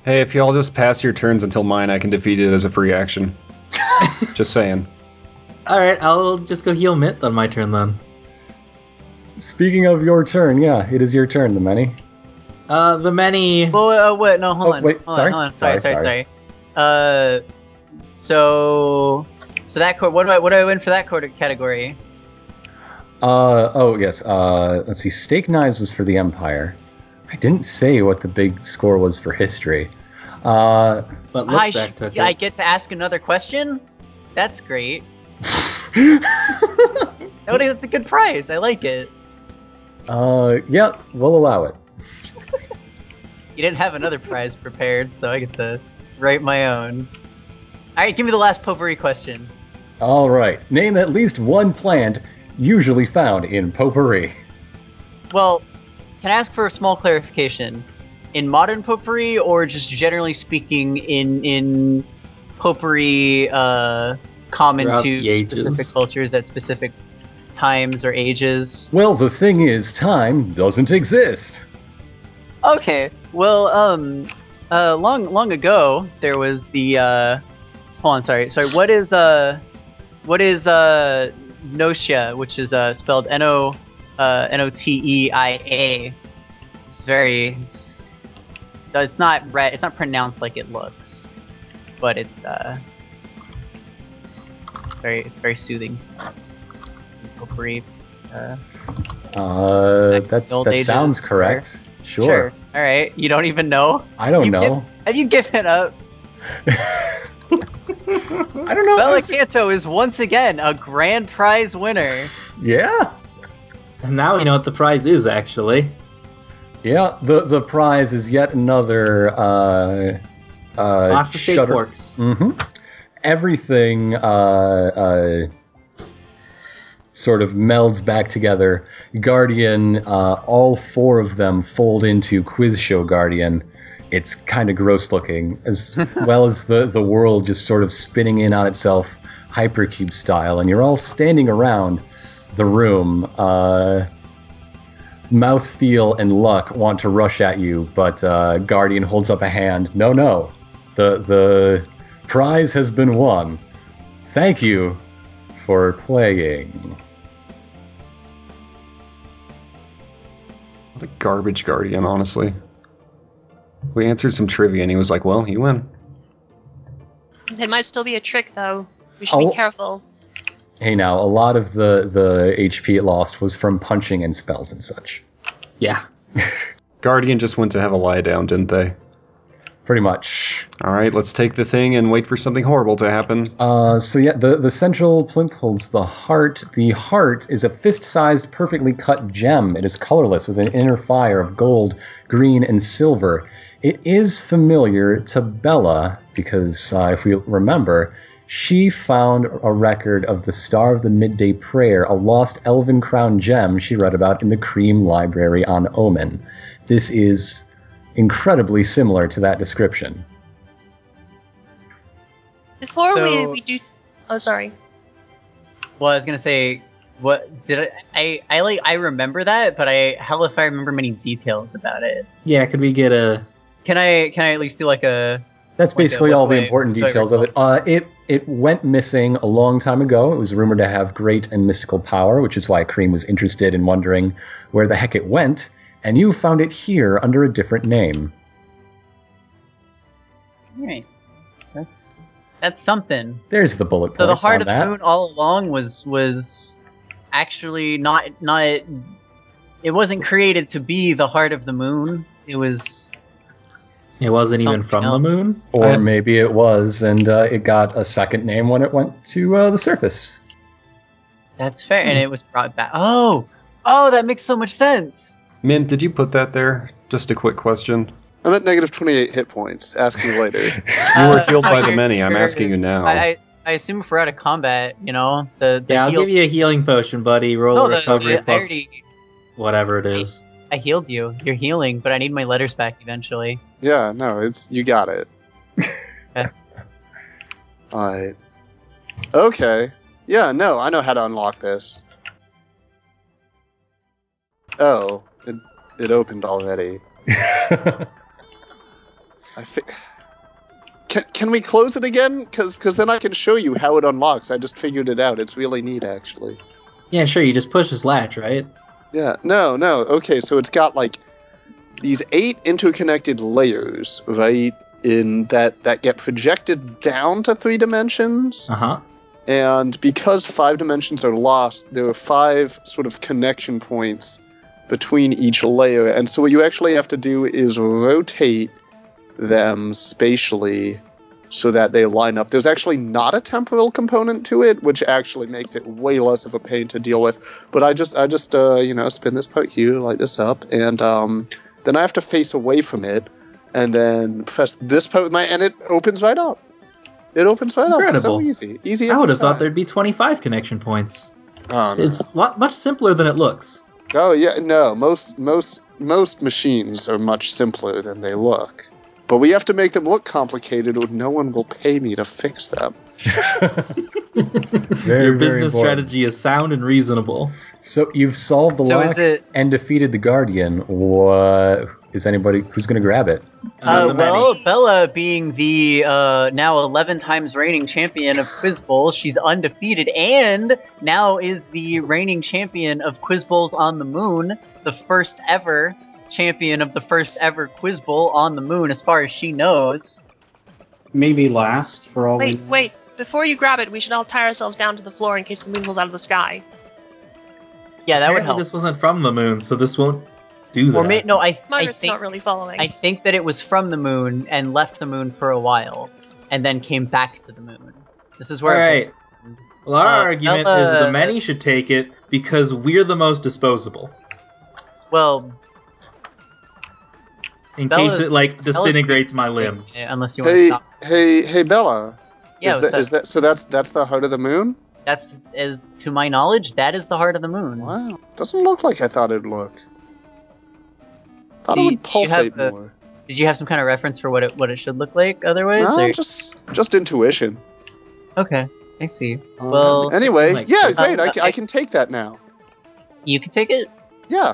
Speaker 4: Hey, if y'all just pass your turns until mine, I can defeat it as a free action. just saying.
Speaker 5: All right, I'll just go heal Mint on my turn then.
Speaker 1: Speaking of your turn, yeah, it is your turn, the many.
Speaker 5: Uh, the many.
Speaker 3: Well, uh, wait, no, hold
Speaker 1: Oh,
Speaker 3: on.
Speaker 1: wait,
Speaker 3: hold
Speaker 1: sorry,
Speaker 3: on, hold on. Sorry,
Speaker 1: sorry,
Speaker 3: sorry, sorry. Uh, so, so that cor- what do I what do I win for that cor- category?
Speaker 1: Uh, oh, yes. Uh, let's see. Steak Knives was for the Empire. I didn't say what the big score was for history. Uh,
Speaker 5: But
Speaker 3: I,
Speaker 5: Lipsack
Speaker 3: sh-
Speaker 5: took
Speaker 3: I
Speaker 5: it.
Speaker 3: get to ask another question. That's great. That- That's a good prize. I like it.
Speaker 1: uh, yep, we'll allow it.
Speaker 3: You didn't have another prize prepared, so I get to write my own. All right, give me the last potpourri question.
Speaker 1: All right. Name at least one plant usually found in potpourri.
Speaker 3: Well, can I ask for a small clarification? In modern potpourri, or just generally speaking, in in potpourri uh, common
Speaker 5: Throughout the
Speaker 3: to
Speaker 5: ages.
Speaker 3: specific cultures at specific times or ages?
Speaker 1: Well, the thing is, time doesn't exist.
Speaker 3: Okay. Well, um, uh, long long ago there was the. Uh, hold on, sorry, sorry. What is uh, what is uh, notia, which is uh, spelled N O uh, N O T E I A. It's very. It's, it's not read. It's not pronounced like it looks, but it's uh, very. It's very soothing. Potpourri. Uh,
Speaker 1: Uh, that's,
Speaker 3: Old
Speaker 1: that
Speaker 3: ages,
Speaker 1: sounds correct. Sure.
Speaker 3: sure. All right. You don't even know.
Speaker 1: I don't
Speaker 3: You
Speaker 1: know.
Speaker 3: Have you given up?
Speaker 1: I don't know.
Speaker 3: Belacanto is once again a grand prize winner.
Speaker 1: yeah.
Speaker 5: And now we know what the prize is actually.
Speaker 1: Yeah. The, the prize is yet another. Uh, uh,
Speaker 5: Lots of steak
Speaker 1: shudder-
Speaker 5: forks.
Speaker 1: hmm Everything uh, uh, sort of melds back together. Guardian, uh, all four of them fold into Quiz Show Guardian. It's kind of gross looking, as well as the, the world just sort of spinning in on itself, Hypercube style, and you're all standing around the room. Uh, Mouthfeel and Luck want to rush at you, but uh, Guardian holds up a hand. No, no, the the prize has been won. Thank you for playing.
Speaker 4: What a garbage guardian, honestly. We answered some trivia and he was like, well, you win.
Speaker 8: It might still be a trick, though. We should
Speaker 1: Oh.
Speaker 8: be careful.
Speaker 1: Hey, now a lot of the the HP it lost was from punching and spells and such.
Speaker 5: Yeah.
Speaker 4: Guardian just went to have a lie down, didn't they?
Speaker 1: Pretty much.
Speaker 4: All right, let's take the thing and wait for something horrible to happen.
Speaker 1: Uh, so yeah, the the central plinth holds the heart. The heart is a fist-sized, perfectly cut gem. It is colorless with an inner fire of gold, green, and silver. It is familiar to Bella because uh, if we remember, she found a record of the Star of the Midday Prayer, a lost elven crown gem she read about in the Cream Library on Omen. This is incredibly similar to that description.
Speaker 8: Before we,
Speaker 3: So-
Speaker 8: we do. Oh, sorry.
Speaker 3: Well, I was gonna say, what did I, I? I like I remember that, but I hell if I remember many details about it.
Speaker 5: Yeah. Could we get a?
Speaker 3: Can I? Can I at least do like a?
Speaker 1: That's
Speaker 3: Like uh, that
Speaker 1: basically
Speaker 3: one
Speaker 1: all the
Speaker 3: way-
Speaker 1: important
Speaker 3: so I
Speaker 1: details of it. Uh, it it went missing a long time ago. It was rumored to have great and mystical power, which is why Cream was interested in wondering where the heck it went, and you found it here under a different name.
Speaker 3: Alright. That's that's something.
Speaker 1: There's the bullet points
Speaker 3: So the heart
Speaker 1: on
Speaker 3: of the
Speaker 1: that.
Speaker 3: moon all along was was actually not not it wasn't created to be the heart of the moon. It was
Speaker 5: It wasn't even
Speaker 3: Something
Speaker 5: from the
Speaker 3: else.
Speaker 5: moon.
Speaker 1: Or
Speaker 5: I-
Speaker 1: maybe it was, and uh, it got a second name when it went to uh, the surface.
Speaker 3: that's fair,
Speaker 5: Hmm.
Speaker 3: and it was brought back. Oh, oh, that makes so much sense.
Speaker 4: Min, did you put that there? Just a quick question.
Speaker 7: I'm at negative 28 hit points. Ask me later.
Speaker 4: You were
Speaker 3: Uh,
Speaker 4: healed by the
Speaker 3: you're-
Speaker 4: many. I'm
Speaker 3: you're-
Speaker 4: asking you now.
Speaker 3: I, I I assume if we're out of combat, you know the, the
Speaker 5: Oh. Yeah, I'll
Speaker 3: heal-
Speaker 5: give you a healing potion, buddy. Roll
Speaker 3: Oh,
Speaker 5: a
Speaker 3: the-
Speaker 5: recovery
Speaker 3: I
Speaker 5: plus
Speaker 3: already-
Speaker 5: whatever it is.
Speaker 3: I healed you. You're healing, but I need my letters back eventually.
Speaker 7: yeah, no, it's you got it.
Speaker 3: Okay.
Speaker 7: Alright. Okay. Yeah, no, I know how to unlock this. Oh, it, it opened already. I fi- can, can we close it again? Because then I can show you how it unlocks. I just figured it out. It's really neat, actually.
Speaker 5: Yeah, sure. You just push this latch, right?
Speaker 7: Yeah, no, no. Okay, so it's got like these eight interconnected layers, right? In that that get projected down to three dimensions,
Speaker 5: Uh huh.
Speaker 7: and because five dimensions are lost, there are five sort of connection points between each layer. And so what you actually have to do is rotate them spatially so that they line up. There's actually not a temporal component to it, which actually makes it way less of a pain to deal with. But I just I just uh, you know spin this part here, light this up, and um, then I have to face away from it, and then press this part with my and it opens right up. It opens right up. So
Speaker 5: Incredible.
Speaker 7: easy, easy.
Speaker 5: I
Speaker 7: every
Speaker 5: would have thought
Speaker 7: time.
Speaker 5: there'd be 25 connection points.
Speaker 7: Oh, no.
Speaker 5: It's a lot much simpler than it looks.
Speaker 7: Oh yeah, no. Most most most machines are much simpler than they look. But we have to make them look complicated, or no one will pay me to fix them.
Speaker 1: Very,
Speaker 5: Your
Speaker 1: very important.
Speaker 5: business strategy is sound and reasonable.
Speaker 1: So you've solved the
Speaker 3: So
Speaker 1: lock
Speaker 3: is it-
Speaker 1: and defeated the guardian. What is anybody who's going to grab it?
Speaker 5: Another
Speaker 3: Uh, well,
Speaker 5: many.
Speaker 3: Bella, being the uh, now 11 times reigning champion of Quiz Bowl, she's undefeated and now is the reigning champion of Quiz Bowls on the Moon, the first ever champion of the first ever Quiz Bowl on the Moon, as far as she knows.
Speaker 6: Maybe last for all
Speaker 8: Wait,
Speaker 6: we
Speaker 8: wait. Before you grab it, we should all tie ourselves down to the floor in case the moon falls out of the sky.
Speaker 3: Yeah, that would
Speaker 5: Apparently
Speaker 3: help.
Speaker 5: This wasn't from the moon, so this won't do that.
Speaker 3: Or may, no, I, th- I
Speaker 8: Margaret's not
Speaker 3: think
Speaker 8: really following.
Speaker 3: I think that it was from the moon and left the moon for a while, and then came back to the moon. This is
Speaker 5: All
Speaker 3: where
Speaker 5: right. Well, our
Speaker 3: Uh,
Speaker 5: argument
Speaker 3: Bella-
Speaker 5: is the many should take it because we're the most disposable.
Speaker 3: well,
Speaker 5: In
Speaker 3: Bella's-
Speaker 5: case it like disintegrates my
Speaker 3: wait a
Speaker 5: limbs.
Speaker 3: minute, unless you want to
Speaker 7: Hey,
Speaker 3: stop.
Speaker 7: hey, hey, Bella.
Speaker 3: Yeah,
Speaker 7: is
Speaker 3: what's
Speaker 7: that, is
Speaker 3: up?
Speaker 7: that so? That's that's the heart of the moon.
Speaker 3: That's as to my knowledge, that is the heart of the moon.
Speaker 7: Wow, doesn't look like I thought it'd look. Thought
Speaker 3: Do
Speaker 7: it
Speaker 3: you-
Speaker 7: would
Speaker 3: do you have
Speaker 7: pulsate
Speaker 3: the-
Speaker 7: more.
Speaker 3: Did you have some kind of reference for what it what it should look like otherwise?
Speaker 7: No,
Speaker 3: or-
Speaker 7: just just intuition.
Speaker 3: Okay, I see.
Speaker 7: Um,
Speaker 3: Well- uh,
Speaker 7: anyway,
Speaker 5: Like-
Speaker 7: yeah,
Speaker 5: Um,
Speaker 7: great. I, ca- I
Speaker 3: I-
Speaker 7: can take that now.
Speaker 3: You can take it.
Speaker 7: Yeah,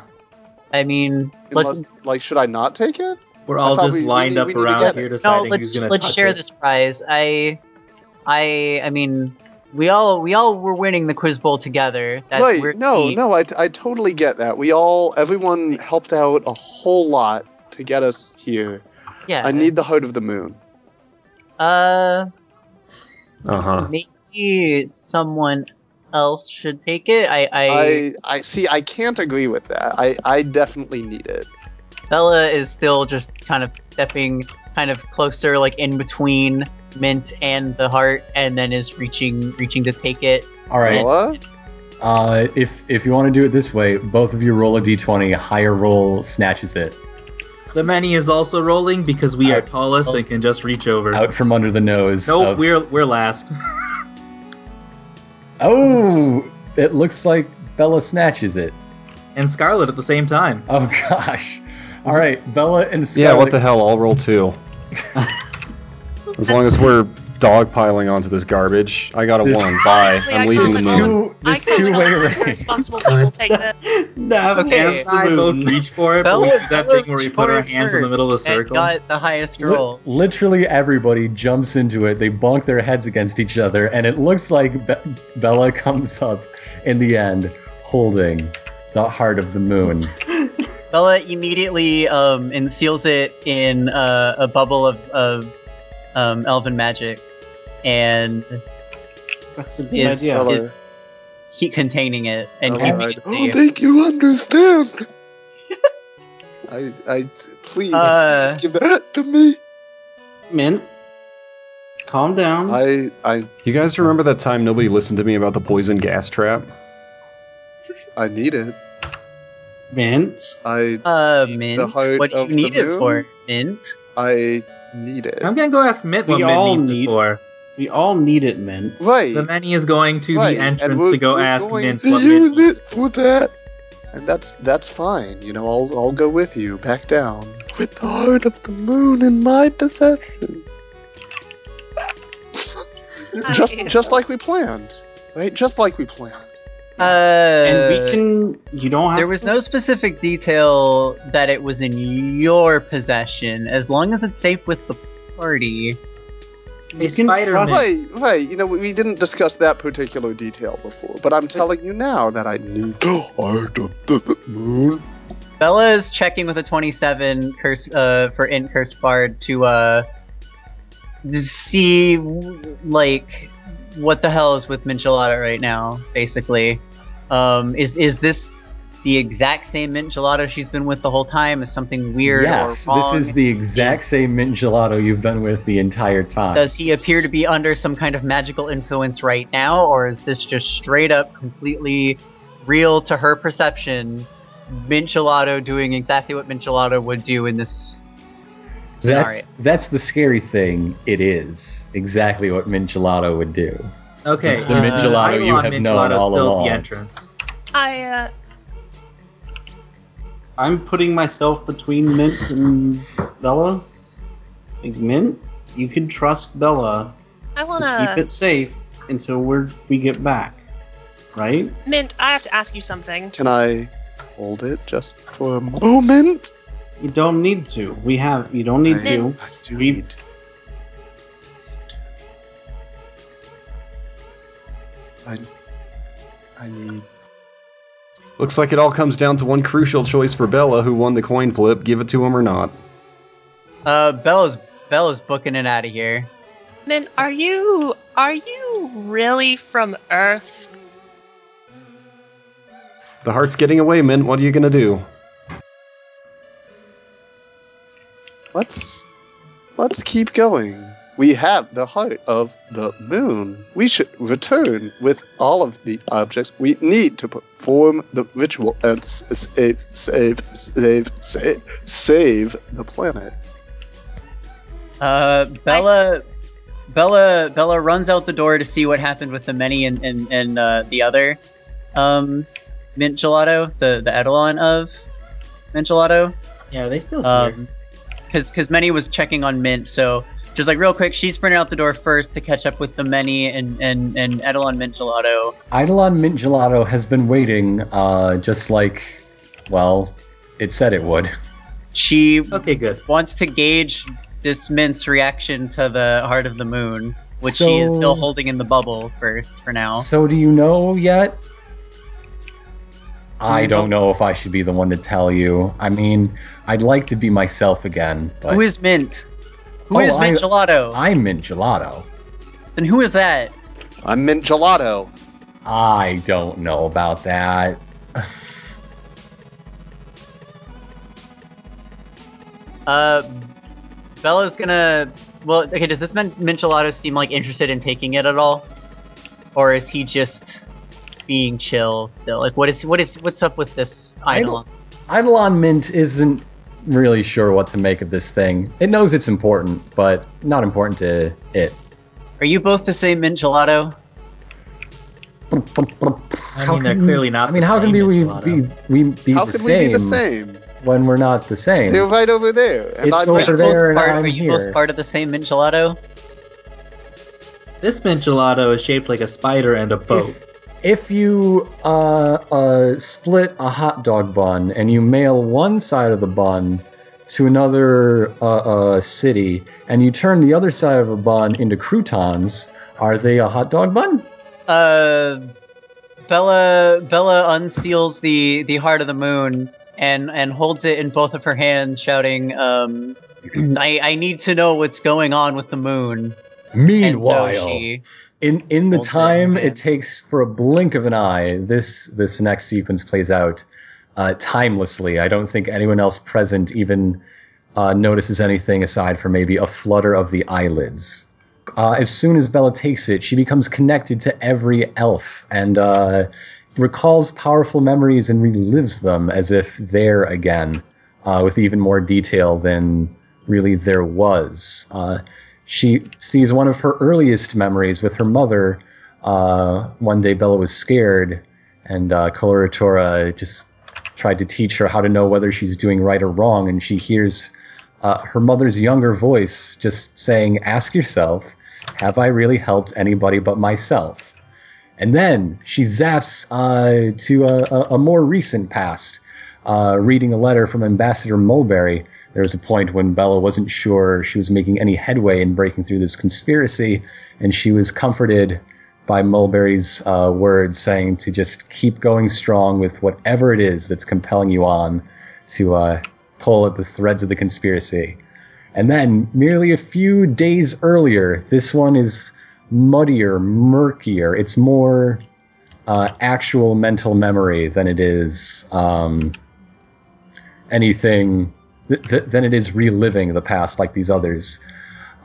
Speaker 3: I mean, let's
Speaker 7: unless like should I not take it?
Speaker 5: We're
Speaker 7: I
Speaker 5: all
Speaker 7: thought
Speaker 5: just
Speaker 7: we- we
Speaker 5: lined
Speaker 7: need-
Speaker 5: up
Speaker 7: we need to
Speaker 5: around
Speaker 7: get it.
Speaker 5: here
Speaker 3: no,
Speaker 5: deciding
Speaker 3: let's
Speaker 5: who's going to
Speaker 3: let's
Speaker 5: touch
Speaker 3: share
Speaker 5: it.
Speaker 3: this prize. I, I, I mean, we all we all were winning the quiz bowl together. That's
Speaker 7: right?
Speaker 3: we're
Speaker 7: No,
Speaker 3: the-
Speaker 7: no, I, I totally get that. We all, everyone helped out a whole lot to get us here.
Speaker 3: Yeah.
Speaker 7: I need the heart of the moon.
Speaker 3: Uh,
Speaker 4: Uh
Speaker 1: Uh-huh.
Speaker 4: huh.
Speaker 3: maybe someone else should take it. I, I,
Speaker 7: I, I see. I can't agree with that. I, I definitely need it.
Speaker 3: Bella is still just kind of stepping kind of closer, like in between Mint and the heart, and then is reaching reaching to take it.
Speaker 1: All right.
Speaker 7: Bella?
Speaker 1: Uh, if if you want to do it this way, both of you roll a d20. Higher roll snatches it
Speaker 5: The many is also rolling because we are
Speaker 1: Out.
Speaker 5: tallest and can just reach over.
Speaker 1: out from under the nose.
Speaker 5: No,
Speaker 1: of-
Speaker 5: we're we're last.
Speaker 1: Oh, it looks like Bella snatches it.
Speaker 5: and Scarlet at the same time.
Speaker 1: Oh gosh. All right, Bella and
Speaker 4: Yeah,
Speaker 1: Scarlet.
Speaker 4: what the hell? I'll roll two. as long as we're dogpiling onto this garbage. I got a
Speaker 7: This-
Speaker 4: one. Bye.
Speaker 8: Honestly, I
Speaker 4: I'm leaving the
Speaker 8: call it
Speaker 4: moon.
Speaker 7: Two, this
Speaker 8: I
Speaker 7: two-way ring.
Speaker 8: Responsible people take that.
Speaker 6: No,
Speaker 3: Okay,
Speaker 6: Ham's the
Speaker 5: I both
Speaker 6: moon.
Speaker 5: reach for it, but we
Speaker 3: Bella-
Speaker 5: do that
Speaker 3: Bella
Speaker 5: thing where we put our
Speaker 3: charged
Speaker 5: hands in the
Speaker 3: first
Speaker 5: middle of the
Speaker 3: and
Speaker 5: circle.
Speaker 3: Got the highest
Speaker 1: Li-
Speaker 3: roll.
Speaker 1: literally everybody jumps into it. They bonk their heads against each other, and it looks like Be- Bella comes up in the end holding the heart of the moon.
Speaker 3: Bella immediately um, and seals it in uh, a bubble of, of um, elven magic, and
Speaker 6: That's a good
Speaker 3: is,
Speaker 6: idea.
Speaker 7: Bella.
Speaker 3: is he containing it and
Speaker 7: Bella
Speaker 3: keeping
Speaker 7: died.
Speaker 3: it
Speaker 7: I
Speaker 3: safe.
Speaker 7: think you understand. I, I, please,
Speaker 3: Uh.
Speaker 7: just give that to me.
Speaker 6: Mint, calm down.
Speaker 7: I, I,
Speaker 4: You guys remember that time nobody listened to me about the poison gas trap?
Speaker 7: I need it.
Speaker 6: Mint,
Speaker 7: I,
Speaker 3: Uh,
Speaker 7: The
Speaker 3: Mint,
Speaker 7: heart
Speaker 3: what do you
Speaker 7: of the
Speaker 3: need it for,
Speaker 7: moon?
Speaker 3: Mint?
Speaker 7: I need it.
Speaker 5: I'm gonna go ask Mint
Speaker 6: We
Speaker 5: what Mint
Speaker 6: all
Speaker 5: needs
Speaker 6: need-
Speaker 5: it for.
Speaker 6: we all need it, Mint.
Speaker 7: Right.
Speaker 5: The many is going to
Speaker 7: right.
Speaker 5: the
Speaker 7: and
Speaker 5: entrance
Speaker 7: we're-
Speaker 5: to go
Speaker 7: we're
Speaker 5: ask
Speaker 7: going
Speaker 5: Mint
Speaker 7: to
Speaker 5: what
Speaker 7: use
Speaker 5: Mint needs
Speaker 7: it for that. And that's that's fine. You know, I'll I'll go with you back down with the heart of the moon in my possession. Just
Speaker 8: Okay.
Speaker 7: just like we planned, right? Just like we planned.
Speaker 3: Uh,
Speaker 6: and we can. You don't have.
Speaker 3: There was
Speaker 6: to-
Speaker 3: no specific detail that it was in your possession. As long as it's safe with the party,
Speaker 5: A
Speaker 6: You can
Speaker 5: Spider
Speaker 6: trust-
Speaker 5: Mint.
Speaker 7: Right, right. You know, we, we didn't discuss that particular detail before, but I'm telling you now that I need the heart of the moon.
Speaker 3: Bella is checking with a 27 curse uh, for int curse bard to uh to see like what the hell is with Michelada right now. Basically, um, is is this the exact same mint gelato she's been with the whole time? Is something weird
Speaker 1: yes,
Speaker 3: or wrong?
Speaker 1: this is the exact
Speaker 3: Yes.
Speaker 1: same mint gelato you've been with the entire time.
Speaker 3: Does he appear to be under some kind of magical influence right now, or is this just straight up completely real to her perception? Minchelato doing exactly what Minchelato would do in this scenario.
Speaker 1: that's that's the scary thing. It is exactly what mint gelato would do.
Speaker 5: Okay,
Speaker 1: The
Speaker 5: is
Speaker 1: Mint
Speaker 5: the
Speaker 1: Gelato
Speaker 5: title
Speaker 1: you
Speaker 5: on
Speaker 1: have
Speaker 5: Mint
Speaker 1: known
Speaker 5: Gelato
Speaker 1: all
Speaker 5: still at
Speaker 1: along.
Speaker 5: the entrance.
Speaker 8: I uh,
Speaker 6: I'm putting myself between Mint and Bella. Like Mint, you can trust Bella
Speaker 8: I
Speaker 6: to
Speaker 8: wanna
Speaker 6: keep it safe until we're we get back, right?
Speaker 8: mint. I have to ask you something.
Speaker 7: Can I hold it just for a moment?
Speaker 6: You don't need to. We have. You don't need
Speaker 7: I-
Speaker 6: to.
Speaker 7: I do
Speaker 6: We've-
Speaker 7: need to. I, I need.
Speaker 4: Looks like it all comes down to one crucial choice for Bella, who won the coin flip. Give it to him or not.
Speaker 3: Uh, Bella's Bella's booking it out of here.
Speaker 8: Mint, are you are you really from Earth?
Speaker 4: The heart's getting away, Mint. What are you gonna do?
Speaker 7: Let's let's keep going. We have the heart of the moon. We should return with all of the objects we need to perform the ritual and s- save, save, save, save, save the planet.
Speaker 3: Uh, Bella, Bella, Bella runs out the door to see what happened with the many and and, and uh, the other, um, mint gelato, the the etalon of mint gelato.
Speaker 5: Yeah, are they still
Speaker 3: Um, because because many was checking on mint, so just like real quick, she sprinted out the door first to catch up with the many and and and etalon mint gelato.
Speaker 1: Eidolon Mint Gelato has been waiting, uh, just like, well, it said it would.
Speaker 3: She
Speaker 5: Okay, good.
Speaker 3: wants to gauge this mint's reaction to the heart of the moon, which she is
Speaker 1: So-
Speaker 3: still holding in the bubble first for now.
Speaker 1: So, do you know yet?
Speaker 3: Hmm.
Speaker 1: I don't know if I should be the one to tell you. I mean, I'd like to be myself again, but
Speaker 3: Who is mint? Who
Speaker 1: Oh,
Speaker 3: is mint
Speaker 1: I-
Speaker 3: gelato?
Speaker 1: I'm Mint Gelato.
Speaker 3: then who is that?
Speaker 7: I'm mint gelato.
Speaker 1: I don't know about that.
Speaker 3: Uh, Bella's gonna. Well, okay. Does this mint Minchelato seem like interested in taking it at all, or is he just being chill still? Like, what is what is what's up with this
Speaker 1: I
Speaker 3: idol?
Speaker 1: Eidolon Mint isn't really sure what to make of this thing. It knows it's important, but not important to it.
Speaker 3: Are you both the same Minchelato?
Speaker 5: I
Speaker 1: How
Speaker 5: mean, they're
Speaker 1: can-
Speaker 5: clearly not.
Speaker 1: I mean,
Speaker 5: the
Speaker 1: how can
Speaker 5: same
Speaker 1: be we
Speaker 5: enchilada.
Speaker 1: be, we be
Speaker 7: How
Speaker 1: the
Speaker 7: could
Speaker 1: same
Speaker 7: we be the same?
Speaker 1: when we're not the same?
Speaker 7: They're right over there, and
Speaker 1: It's
Speaker 7: I'm
Speaker 1: over
Speaker 3: Are you
Speaker 1: there and
Speaker 3: both part?
Speaker 1: I'm
Speaker 3: Are you
Speaker 1: here.
Speaker 3: both part of the same Minchelato?
Speaker 5: This mint gelato is shaped like a spider and a boat.
Speaker 1: If, if you uh, uh, split a hot dog bun and you mail one side of the bun to another uh, uh, city and you turn the other side of a bun into croutons, are they a hot dog bun?
Speaker 3: Uh, Bella Bella unseals the the heart of the moon and and holds it in both of her hands, shouting, um, "I I need to know what's going on with the moon." And so
Speaker 1: Meanwhile,
Speaker 3: she,
Speaker 1: in in the
Speaker 3: Hold it in
Speaker 1: time
Speaker 3: your
Speaker 1: it
Speaker 3: hands.
Speaker 1: takes for a blink of an eye, this this next sequence plays out uh, timelessly. I don't think anyone else present even uh, notices anything aside from maybe a flutter of the eyelids. Uh, as soon as Bella takes it, she becomes connected to every elf and uh, recalls powerful memories and relives them as if there again, uh, with even more detail than really there was. Uh, she sees one of her earliest memories with her mother. Uh, one day, Bella was scared, and uh, Coloratura just tried to teach her how to know whether she's doing right or wrong, and she hears uh, her mother's younger voice just saying, Ask yourself, have I really helped anybody but myself? And then she zaps uh, to a, a, a more recent past, uh, reading a letter from Ambassador Mulberry. There was a point when Bella wasn't sure she was making any headway in breaking through this conspiracy, and she was comforted by Mulberry's uh, words saying to just keep going strong with whatever it is that's compelling you on to uh, pull at the threads of the conspiracy. And then, merely a few days earlier, this one is muddier, murkier. It's more uh, actual mental memory than it is um, anything, th- th- than it is reliving the past like these others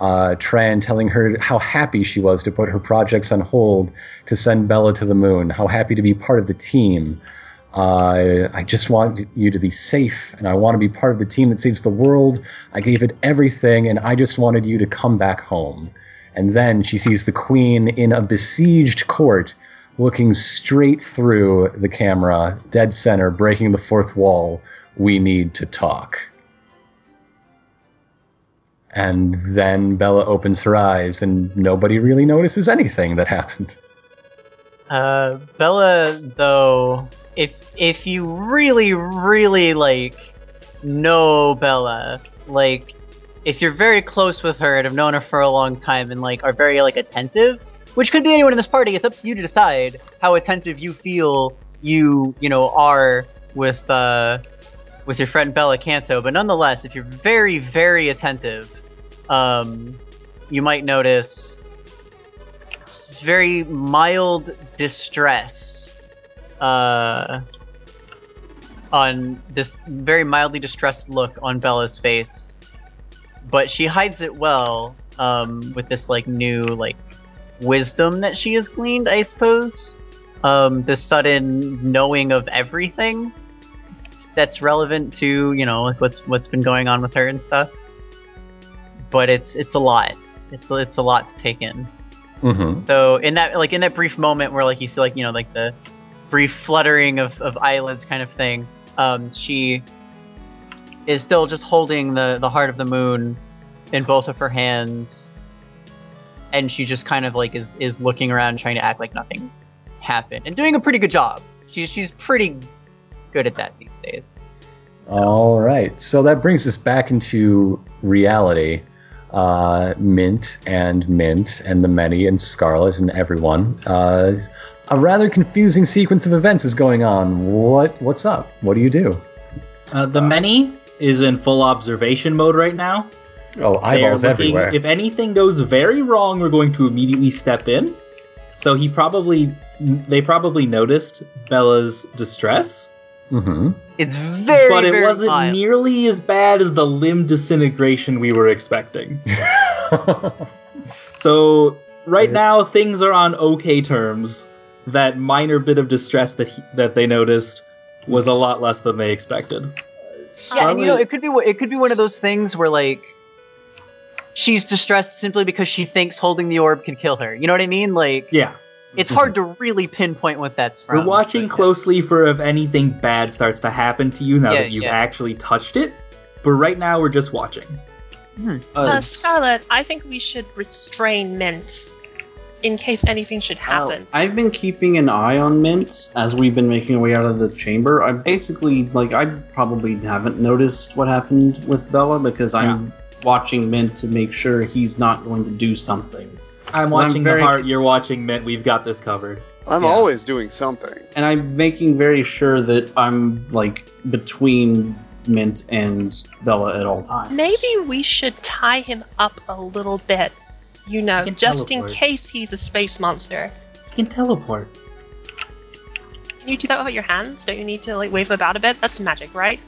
Speaker 1: uh, Tran telling her how happy she was to put her projects on hold to send Bella to the moon, how happy to be part of the team. Uh, I just want you to be safe, and I want to be part of the team that saves the world. I gave it everything, and I just wanted you to come back home. And then she sees the queen in a besieged court, looking straight through the camera, dead center, breaking the fourth wall. We need to talk. And then Bella opens her eyes, and nobody really notices anything that happened.
Speaker 3: uh, Bella, though, if if you really, really like know Bella, like if you're very close with her and have known her for a long time and like are very like attentive, which could be anyone in this party, it's up to you to decide how attentive you feel you you know are with uh, with your friend Bella Canto. But nonetheless, if you're very, very attentive, um, you might notice very mild distress uh, on this very mildly distressed look on Bella's face, but she hides it well um, with this like new like wisdom that she has gleaned, I suppose. Um, this sudden knowing of everything that's relevant to you know like what's what's been going on with her and stuff. But it's it's a lot. It's it's a lot to take in.
Speaker 1: Mm-hmm.
Speaker 3: So in that like in that brief moment where like you see like you know like the brief fluttering of, of eyelids kind of thing, um, she is still just holding the the heart of the moon in both of her hands, and she just kind of like is is looking around trying to act like nothing happened and doing a pretty good job. She's she's pretty good at that these days.
Speaker 1: All right. So that brings us back into reality. Uh, Mint and Mint and the many and Scarlet and everyone. Uh, a rather confusing sequence of events is going on. What what's up? What do you do?
Speaker 5: Uh, the many is in full observation mode right now.
Speaker 1: Oh,
Speaker 5: They are
Speaker 1: eyeballs
Speaker 5: looking-
Speaker 1: everywhere.
Speaker 5: If anything goes very wrong, we're going to immediately step in. So he probably, they probably noticed Bella's distress,
Speaker 1: mm-hmm.
Speaker 3: It's very
Speaker 5: but it
Speaker 3: very
Speaker 5: wasn't
Speaker 3: mild.
Speaker 5: nearly as bad as the limb disintegration we were expecting. So right now things are on okay terms. That minor bit of distress that he, that they noticed was a lot less than they expected.
Speaker 3: Yeah, and you know, it could be one- it could be one of those things where like she's distressed simply because she thinks holding the orb could kill her. You know what I mean? Like
Speaker 5: Yeah,
Speaker 3: it's hard to really pinpoint what that's from.
Speaker 5: we're watching
Speaker 3: but-
Speaker 5: closely for if anything bad starts to happen to you now
Speaker 3: Yeah,
Speaker 5: that you've
Speaker 3: yeah.
Speaker 5: actually touched it. But right now we're just watching.
Speaker 8: Uh,
Speaker 6: Uh,
Speaker 8: Scarlet, I think we should restrain Mint. in case anything should happen.
Speaker 6: I've been keeping an eye on Mint as we've been making our way out of the chamber. I basically, like, I probably haven't noticed what happened with Bella because I'm watching Mint to make sure he's not going to do something.
Speaker 5: I'm
Speaker 6: Well, I'm
Speaker 5: watching
Speaker 6: very
Speaker 5: the heart. You're watching Mint. We've got this covered.
Speaker 7: I'm
Speaker 5: Yeah.
Speaker 7: always doing something.
Speaker 6: And I'm making very sure that I'm, like, between Mint and Bella at all times.
Speaker 8: Maybe we should tie him up a little bit, you know,
Speaker 5: He can
Speaker 8: just in
Speaker 5: teleport.
Speaker 8: case he's a space monster.
Speaker 5: You can teleport.
Speaker 8: Can you do that without your hands? Don't you need to like wave them about a bit? That's magic, right?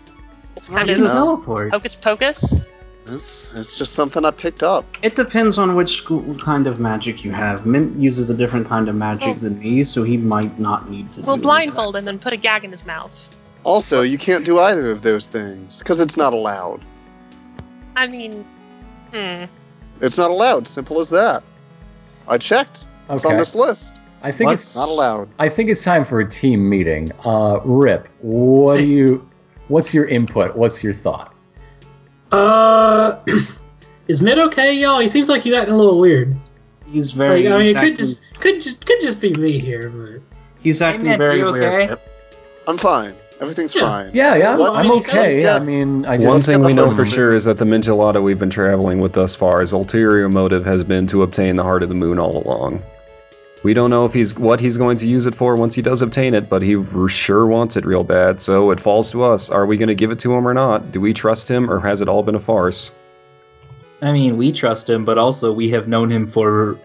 Speaker 8: It's kind
Speaker 6: Well,
Speaker 8: of
Speaker 6: he's a-
Speaker 5: Teleport.
Speaker 8: hocus pocus.
Speaker 7: It's, it's just something I picked up.
Speaker 6: It depends on which school kind of magic you have. Mint uses a different kind of magic
Speaker 8: Well-
Speaker 6: than me, so he might not need to.
Speaker 8: Oh. We'll
Speaker 6: do any of
Speaker 8: blindfold
Speaker 6: that
Speaker 8: him and put a gag in his mouth.
Speaker 7: Also, you can't do either of those things because it's not allowed.
Speaker 8: I mean, hmm.
Speaker 7: It's not allowed. Simple as that. I checked. It's on
Speaker 1: Okay.
Speaker 7: this list.
Speaker 1: I think
Speaker 5: Let's-
Speaker 1: it's
Speaker 7: Not allowed.
Speaker 1: I think it's time for a team meeting. Uh, Rip, what do you? What's your input? What's your thought?
Speaker 2: Uh, is Mid okay, y'all? He seems like he's acting a little weird.
Speaker 6: stuff. He's very.
Speaker 2: Like, I mean, it
Speaker 6: exacting-
Speaker 2: could just could just could just be me here, but
Speaker 6: He's acting
Speaker 9: Matt,
Speaker 6: very
Speaker 9: you
Speaker 6: weird.
Speaker 9: okay?
Speaker 6: Yep.
Speaker 7: I'm fine. Everything's
Speaker 2: Yeah.
Speaker 7: fine.
Speaker 1: Yeah, yeah, I'm,
Speaker 7: Well,
Speaker 1: I'm
Speaker 2: I mean,
Speaker 1: okay.
Speaker 7: it's-
Speaker 1: I mean, I just
Speaker 4: One thing we know
Speaker 7: Um,
Speaker 4: for sure is that the Mingelata we've been traveling with thus far, his ulterior motive has been to obtain the heart of the moon all along. We don't know if he's what he's going to use it for once he does obtain it, but he r- sure wants it real bad. So it falls to us: are we going to give it to him or not? Do we trust him, or has it all been a farce?
Speaker 5: I mean, we trust him, but also we have known him for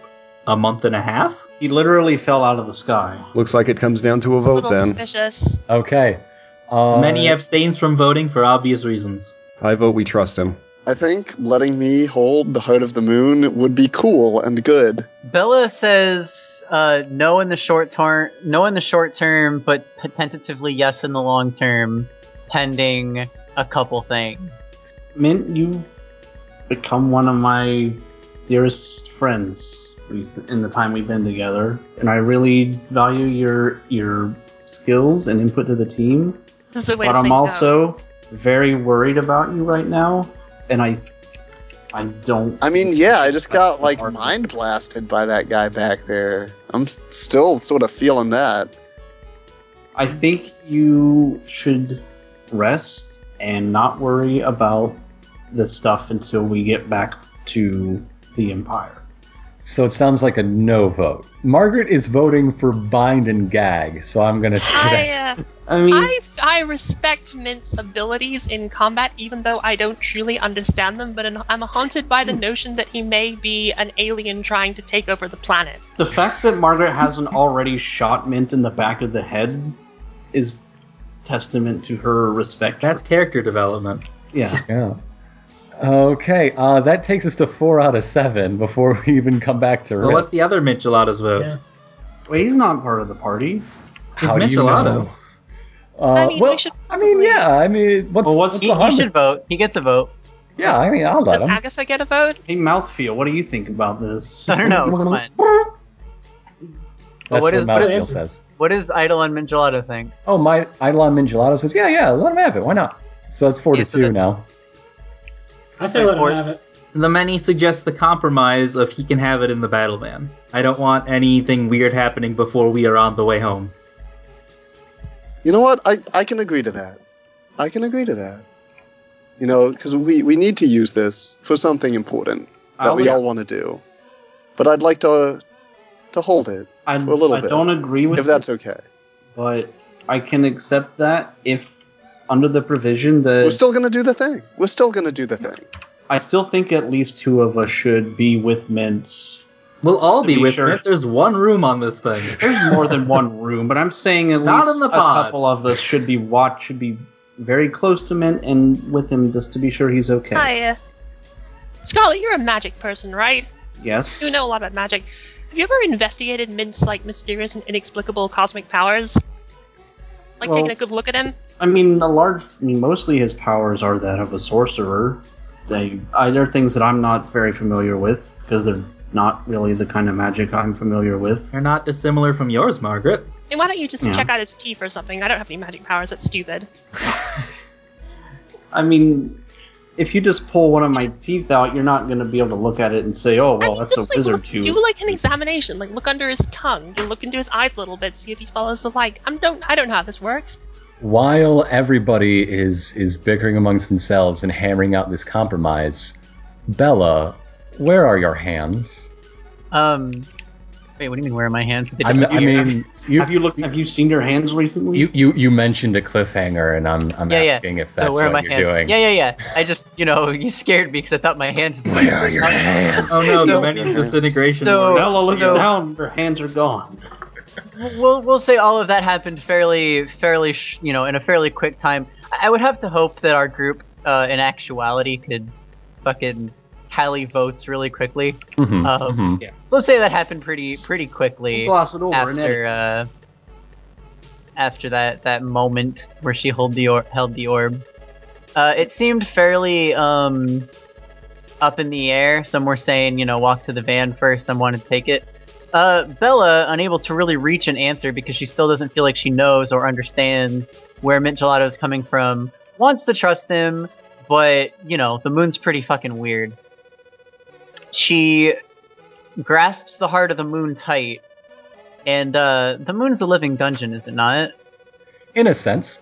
Speaker 5: a month and a half.
Speaker 6: He literally fell out of the sky.
Speaker 4: Looks like it comes down to a
Speaker 8: It's a
Speaker 4: vote
Speaker 8: little
Speaker 4: then.
Speaker 8: suspicious.
Speaker 1: Okay. Uh,
Speaker 5: Many abstains from voting for obvious reasons.
Speaker 4: I vote we trust him.
Speaker 7: I think letting me hold the heart of the moon would be cool and good.
Speaker 3: Bella says uh, no in the short term, no in the short term, but p- tentatively yes in the long term, pending a couple things.
Speaker 6: Mint, you've become one of my dearest friends recent- in the time we've been together, and I really value your your skills and input to the team.
Speaker 8: This is a way
Speaker 6: but
Speaker 8: to say
Speaker 6: I'm
Speaker 8: no.
Speaker 6: also very worried about you right now, and I, I don't.
Speaker 7: I mean, yeah, I just got like mind blasted by that guy back there. I'm still sort of feeling that.
Speaker 6: I think you should rest and not worry about this stuff until we get back to the Empire.
Speaker 1: so it sounds like a no vote. Margaret is voting for bind and gag, so I'm gonna say
Speaker 8: I,
Speaker 1: that.
Speaker 8: uh,
Speaker 6: I mean,
Speaker 8: I, I respect Mint's abilities in combat, even though I don't truly understand them, but an- I'm haunted by the
Speaker 4: Hmm.
Speaker 8: notion that he may be an alien trying to take over the planet.
Speaker 6: the fact that Margaret hasn't already shot Mint in the back of the head is testament to her respect.
Speaker 5: That's character development.
Speaker 8: uh,
Speaker 6: yeah.
Speaker 1: Yeah. Okay, uh, that takes us to four out of seven before we even come back to
Speaker 5: Well,
Speaker 1: Rip.
Speaker 5: what's the other Michelada's vote?
Speaker 2: Yeah.
Speaker 6: Wait, he's not part of the party.
Speaker 5: It's
Speaker 1: How do you
Speaker 5: Michelada.
Speaker 1: know? Uh,
Speaker 8: I mean, we
Speaker 1: well,
Speaker 8: should
Speaker 1: I mean,
Speaker 8: probably-
Speaker 1: yeah, I mean, what's,
Speaker 6: Well, what's-
Speaker 1: what's
Speaker 3: He,
Speaker 1: the
Speaker 3: he
Speaker 1: harm?
Speaker 3: should vote. He gets a vote.
Speaker 1: Yeah, I mean, I'll let
Speaker 8: Does
Speaker 1: him.
Speaker 8: Agatha get a vote?
Speaker 6: Hey, Mouthfeel, what do you think about this?
Speaker 3: I don't know. Come on.
Speaker 1: That's
Speaker 3: what
Speaker 1: what,
Speaker 3: is- what
Speaker 1: Mouthfeel
Speaker 2: is-
Speaker 1: says.
Speaker 3: What does Idol and Mangelata think?
Speaker 1: Oh, my Eidolon Mingelato says, yeah, yeah, let him have it. Why not? So that's four
Speaker 3: Yeah,
Speaker 1: to
Speaker 3: so
Speaker 1: two
Speaker 3: that's-
Speaker 1: now.
Speaker 2: I say
Speaker 3: Like
Speaker 2: let
Speaker 3: for-
Speaker 2: him have it.
Speaker 5: The many suggest the compromise of he can have it in the battle van. I don't want anything weird happening before we are on the way home.
Speaker 7: You know what? I, I can agree to that. I can agree to that. You know, because we, we need to use this for something important that
Speaker 6: I
Speaker 7: we
Speaker 6: would-
Speaker 7: all want to do. But I'd like to to hold it,
Speaker 6: I,
Speaker 7: for a little
Speaker 6: I
Speaker 7: bit,
Speaker 6: don't agree with
Speaker 7: if that's okay.
Speaker 6: it, but I can accept that if under the provision
Speaker 7: We're
Speaker 6: that
Speaker 7: still going to do the thing. We're still going to do the thing.
Speaker 6: I still think at least two of us should be with Mint.
Speaker 5: We'll all
Speaker 6: to
Speaker 5: be,
Speaker 6: be
Speaker 5: with
Speaker 6: sure.
Speaker 5: it. There's one room on this thing.
Speaker 6: There's more than one room, but I'm saying at
Speaker 5: Not
Speaker 6: least
Speaker 5: in the
Speaker 6: a
Speaker 5: pod.
Speaker 6: couple of us should be watch should be very close to Mint and with him just to be sure he's okay.
Speaker 8: Hi. Uh, Scarlet, you're a magic person, right?
Speaker 6: Yes.
Speaker 8: You know a lot about magic. Have you ever investigated Mint's like mysterious and inexplicable cosmic powers? Like
Speaker 6: Well-
Speaker 8: taking a good look at him?
Speaker 6: I mean, a large. I mean, mostly his powers are that of a sorcerer. They, I, they're things that I'm not very familiar with because they're not really the kind of magic I'm familiar with.
Speaker 5: They're not dissimilar from yours, Margaret.
Speaker 8: And why don't you just
Speaker 6: Yeah.
Speaker 8: check out his teeth or something? I don't have any magic powers, that's stupid.
Speaker 6: I mean, if you just pull one of my teeth out, you're not going to be able to look at it and say, "Oh,
Speaker 8: I
Speaker 6: well,
Speaker 8: mean,
Speaker 6: that's
Speaker 8: just,
Speaker 6: a
Speaker 8: like,
Speaker 6: wizard
Speaker 8: look-
Speaker 6: tooth."
Speaker 8: Do like an examination, like look under his tongue, you look into his eyes a little bit, see if he follows the light. I'm don't I don't know how this works.
Speaker 1: While everybody is is bickering amongst themselves and hammering out this compromise, Bella, where are your hands?
Speaker 3: Um, wait, what do you mean? Where are my hands? Did they
Speaker 1: I mean, I
Speaker 3: disappear?
Speaker 1: mean you,
Speaker 6: have you looked? Have you seen your hands recently?
Speaker 1: you, you you mentioned a cliffhanger, and I'm I'm
Speaker 3: Yeah, yeah.
Speaker 1: asking if
Speaker 3: so
Speaker 1: that's
Speaker 3: where are
Speaker 1: what
Speaker 3: my
Speaker 1: you're
Speaker 3: hands?
Speaker 1: doing.
Speaker 3: Yeah, yeah, yeah. I just, you know, you scared me because I thought my hands.
Speaker 1: Where are your hands?
Speaker 5: Oh no, the
Speaker 3: So-
Speaker 5: mental disintegration.
Speaker 3: So-
Speaker 5: works.
Speaker 6: Bella looks
Speaker 3: So-
Speaker 6: down. Her hands are gone.
Speaker 3: We'll we'll say all of that happened fairly fairly sh- you know in a fairly quick time. I I would have to hope that our group, uh, in actuality, could fucking tally votes really quickly.
Speaker 1: Mhm,
Speaker 3: Oh.
Speaker 1: mhm.
Speaker 3: So let's say that happened pretty pretty quickly
Speaker 6: Gloss it over. and
Speaker 3: after
Speaker 6: edit.
Speaker 3: uh, after that that moment where she held the or- held the orb. Uh, it seemed fairly um, up in the air. Some were saying, you know, walk to the van first. Some wanted to take it. Uh, Bella, unable to really reach an answer because she still doesn't feel like she knows or understands where Mint Gelato is coming from, wants to trust him, but you know the moon's pretty fucking weird. She grasps the heart of the moon tight, and uh, the moon's a living dungeon, is it not?
Speaker 1: In a sense,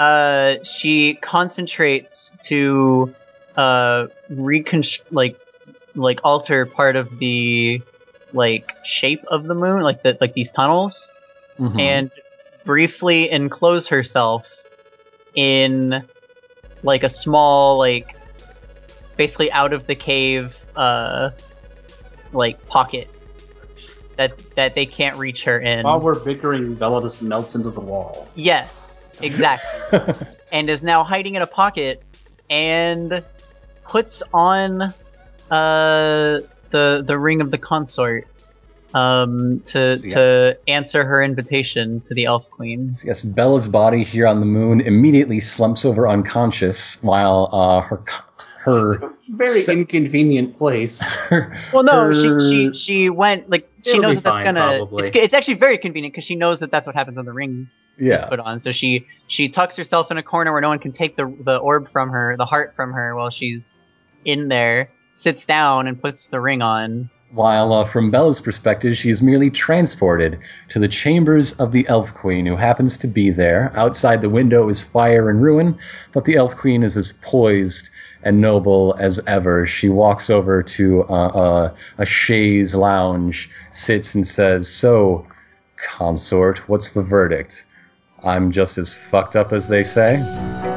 Speaker 3: Uh, she concentrates to uh, reconst- like like alter part of the like shape of the moon, like the like these tunnels,
Speaker 1: Mhm.
Speaker 3: and briefly enclose herself in like a small like basically out of the cave uh like pocket that that they can't reach her in
Speaker 6: While we're bickering, Bella just melts into the wall.
Speaker 3: yes exactly and is now hiding in a pocket and puts on uh the the ring of the consort um to
Speaker 1: See,
Speaker 3: to answer her invitation to the elf queen
Speaker 1: Yes, Bella's body here on the moon immediately slumps over unconscious while uh, her her
Speaker 6: Very
Speaker 1: So-
Speaker 6: inconvenient place.
Speaker 1: her,
Speaker 3: Well, no,
Speaker 1: her-
Speaker 3: she, she she went like she
Speaker 5: It'll
Speaker 3: knows
Speaker 5: be
Speaker 3: that that's
Speaker 5: fine,
Speaker 3: gonna.
Speaker 5: probably.
Speaker 3: It's g- it's actually very convenient because she knows that that's what happens when the ring is
Speaker 1: yeah
Speaker 3: put on. So she she tucks herself in a corner where no one can take the the orb from her, the heart from her, while she's in there. Sits down and puts the ring on.
Speaker 1: While uh, from Bella's perspective, she is merely transported to the chambers of the Elf Queen, who happens to be there. Outside the window is fire and ruin, but the Elf Queen is as poised and noble as ever. She walks over to uh, uh, a chaise lounge, sits, and says, So, consort, what's the verdict? I'm just as fucked up as they say.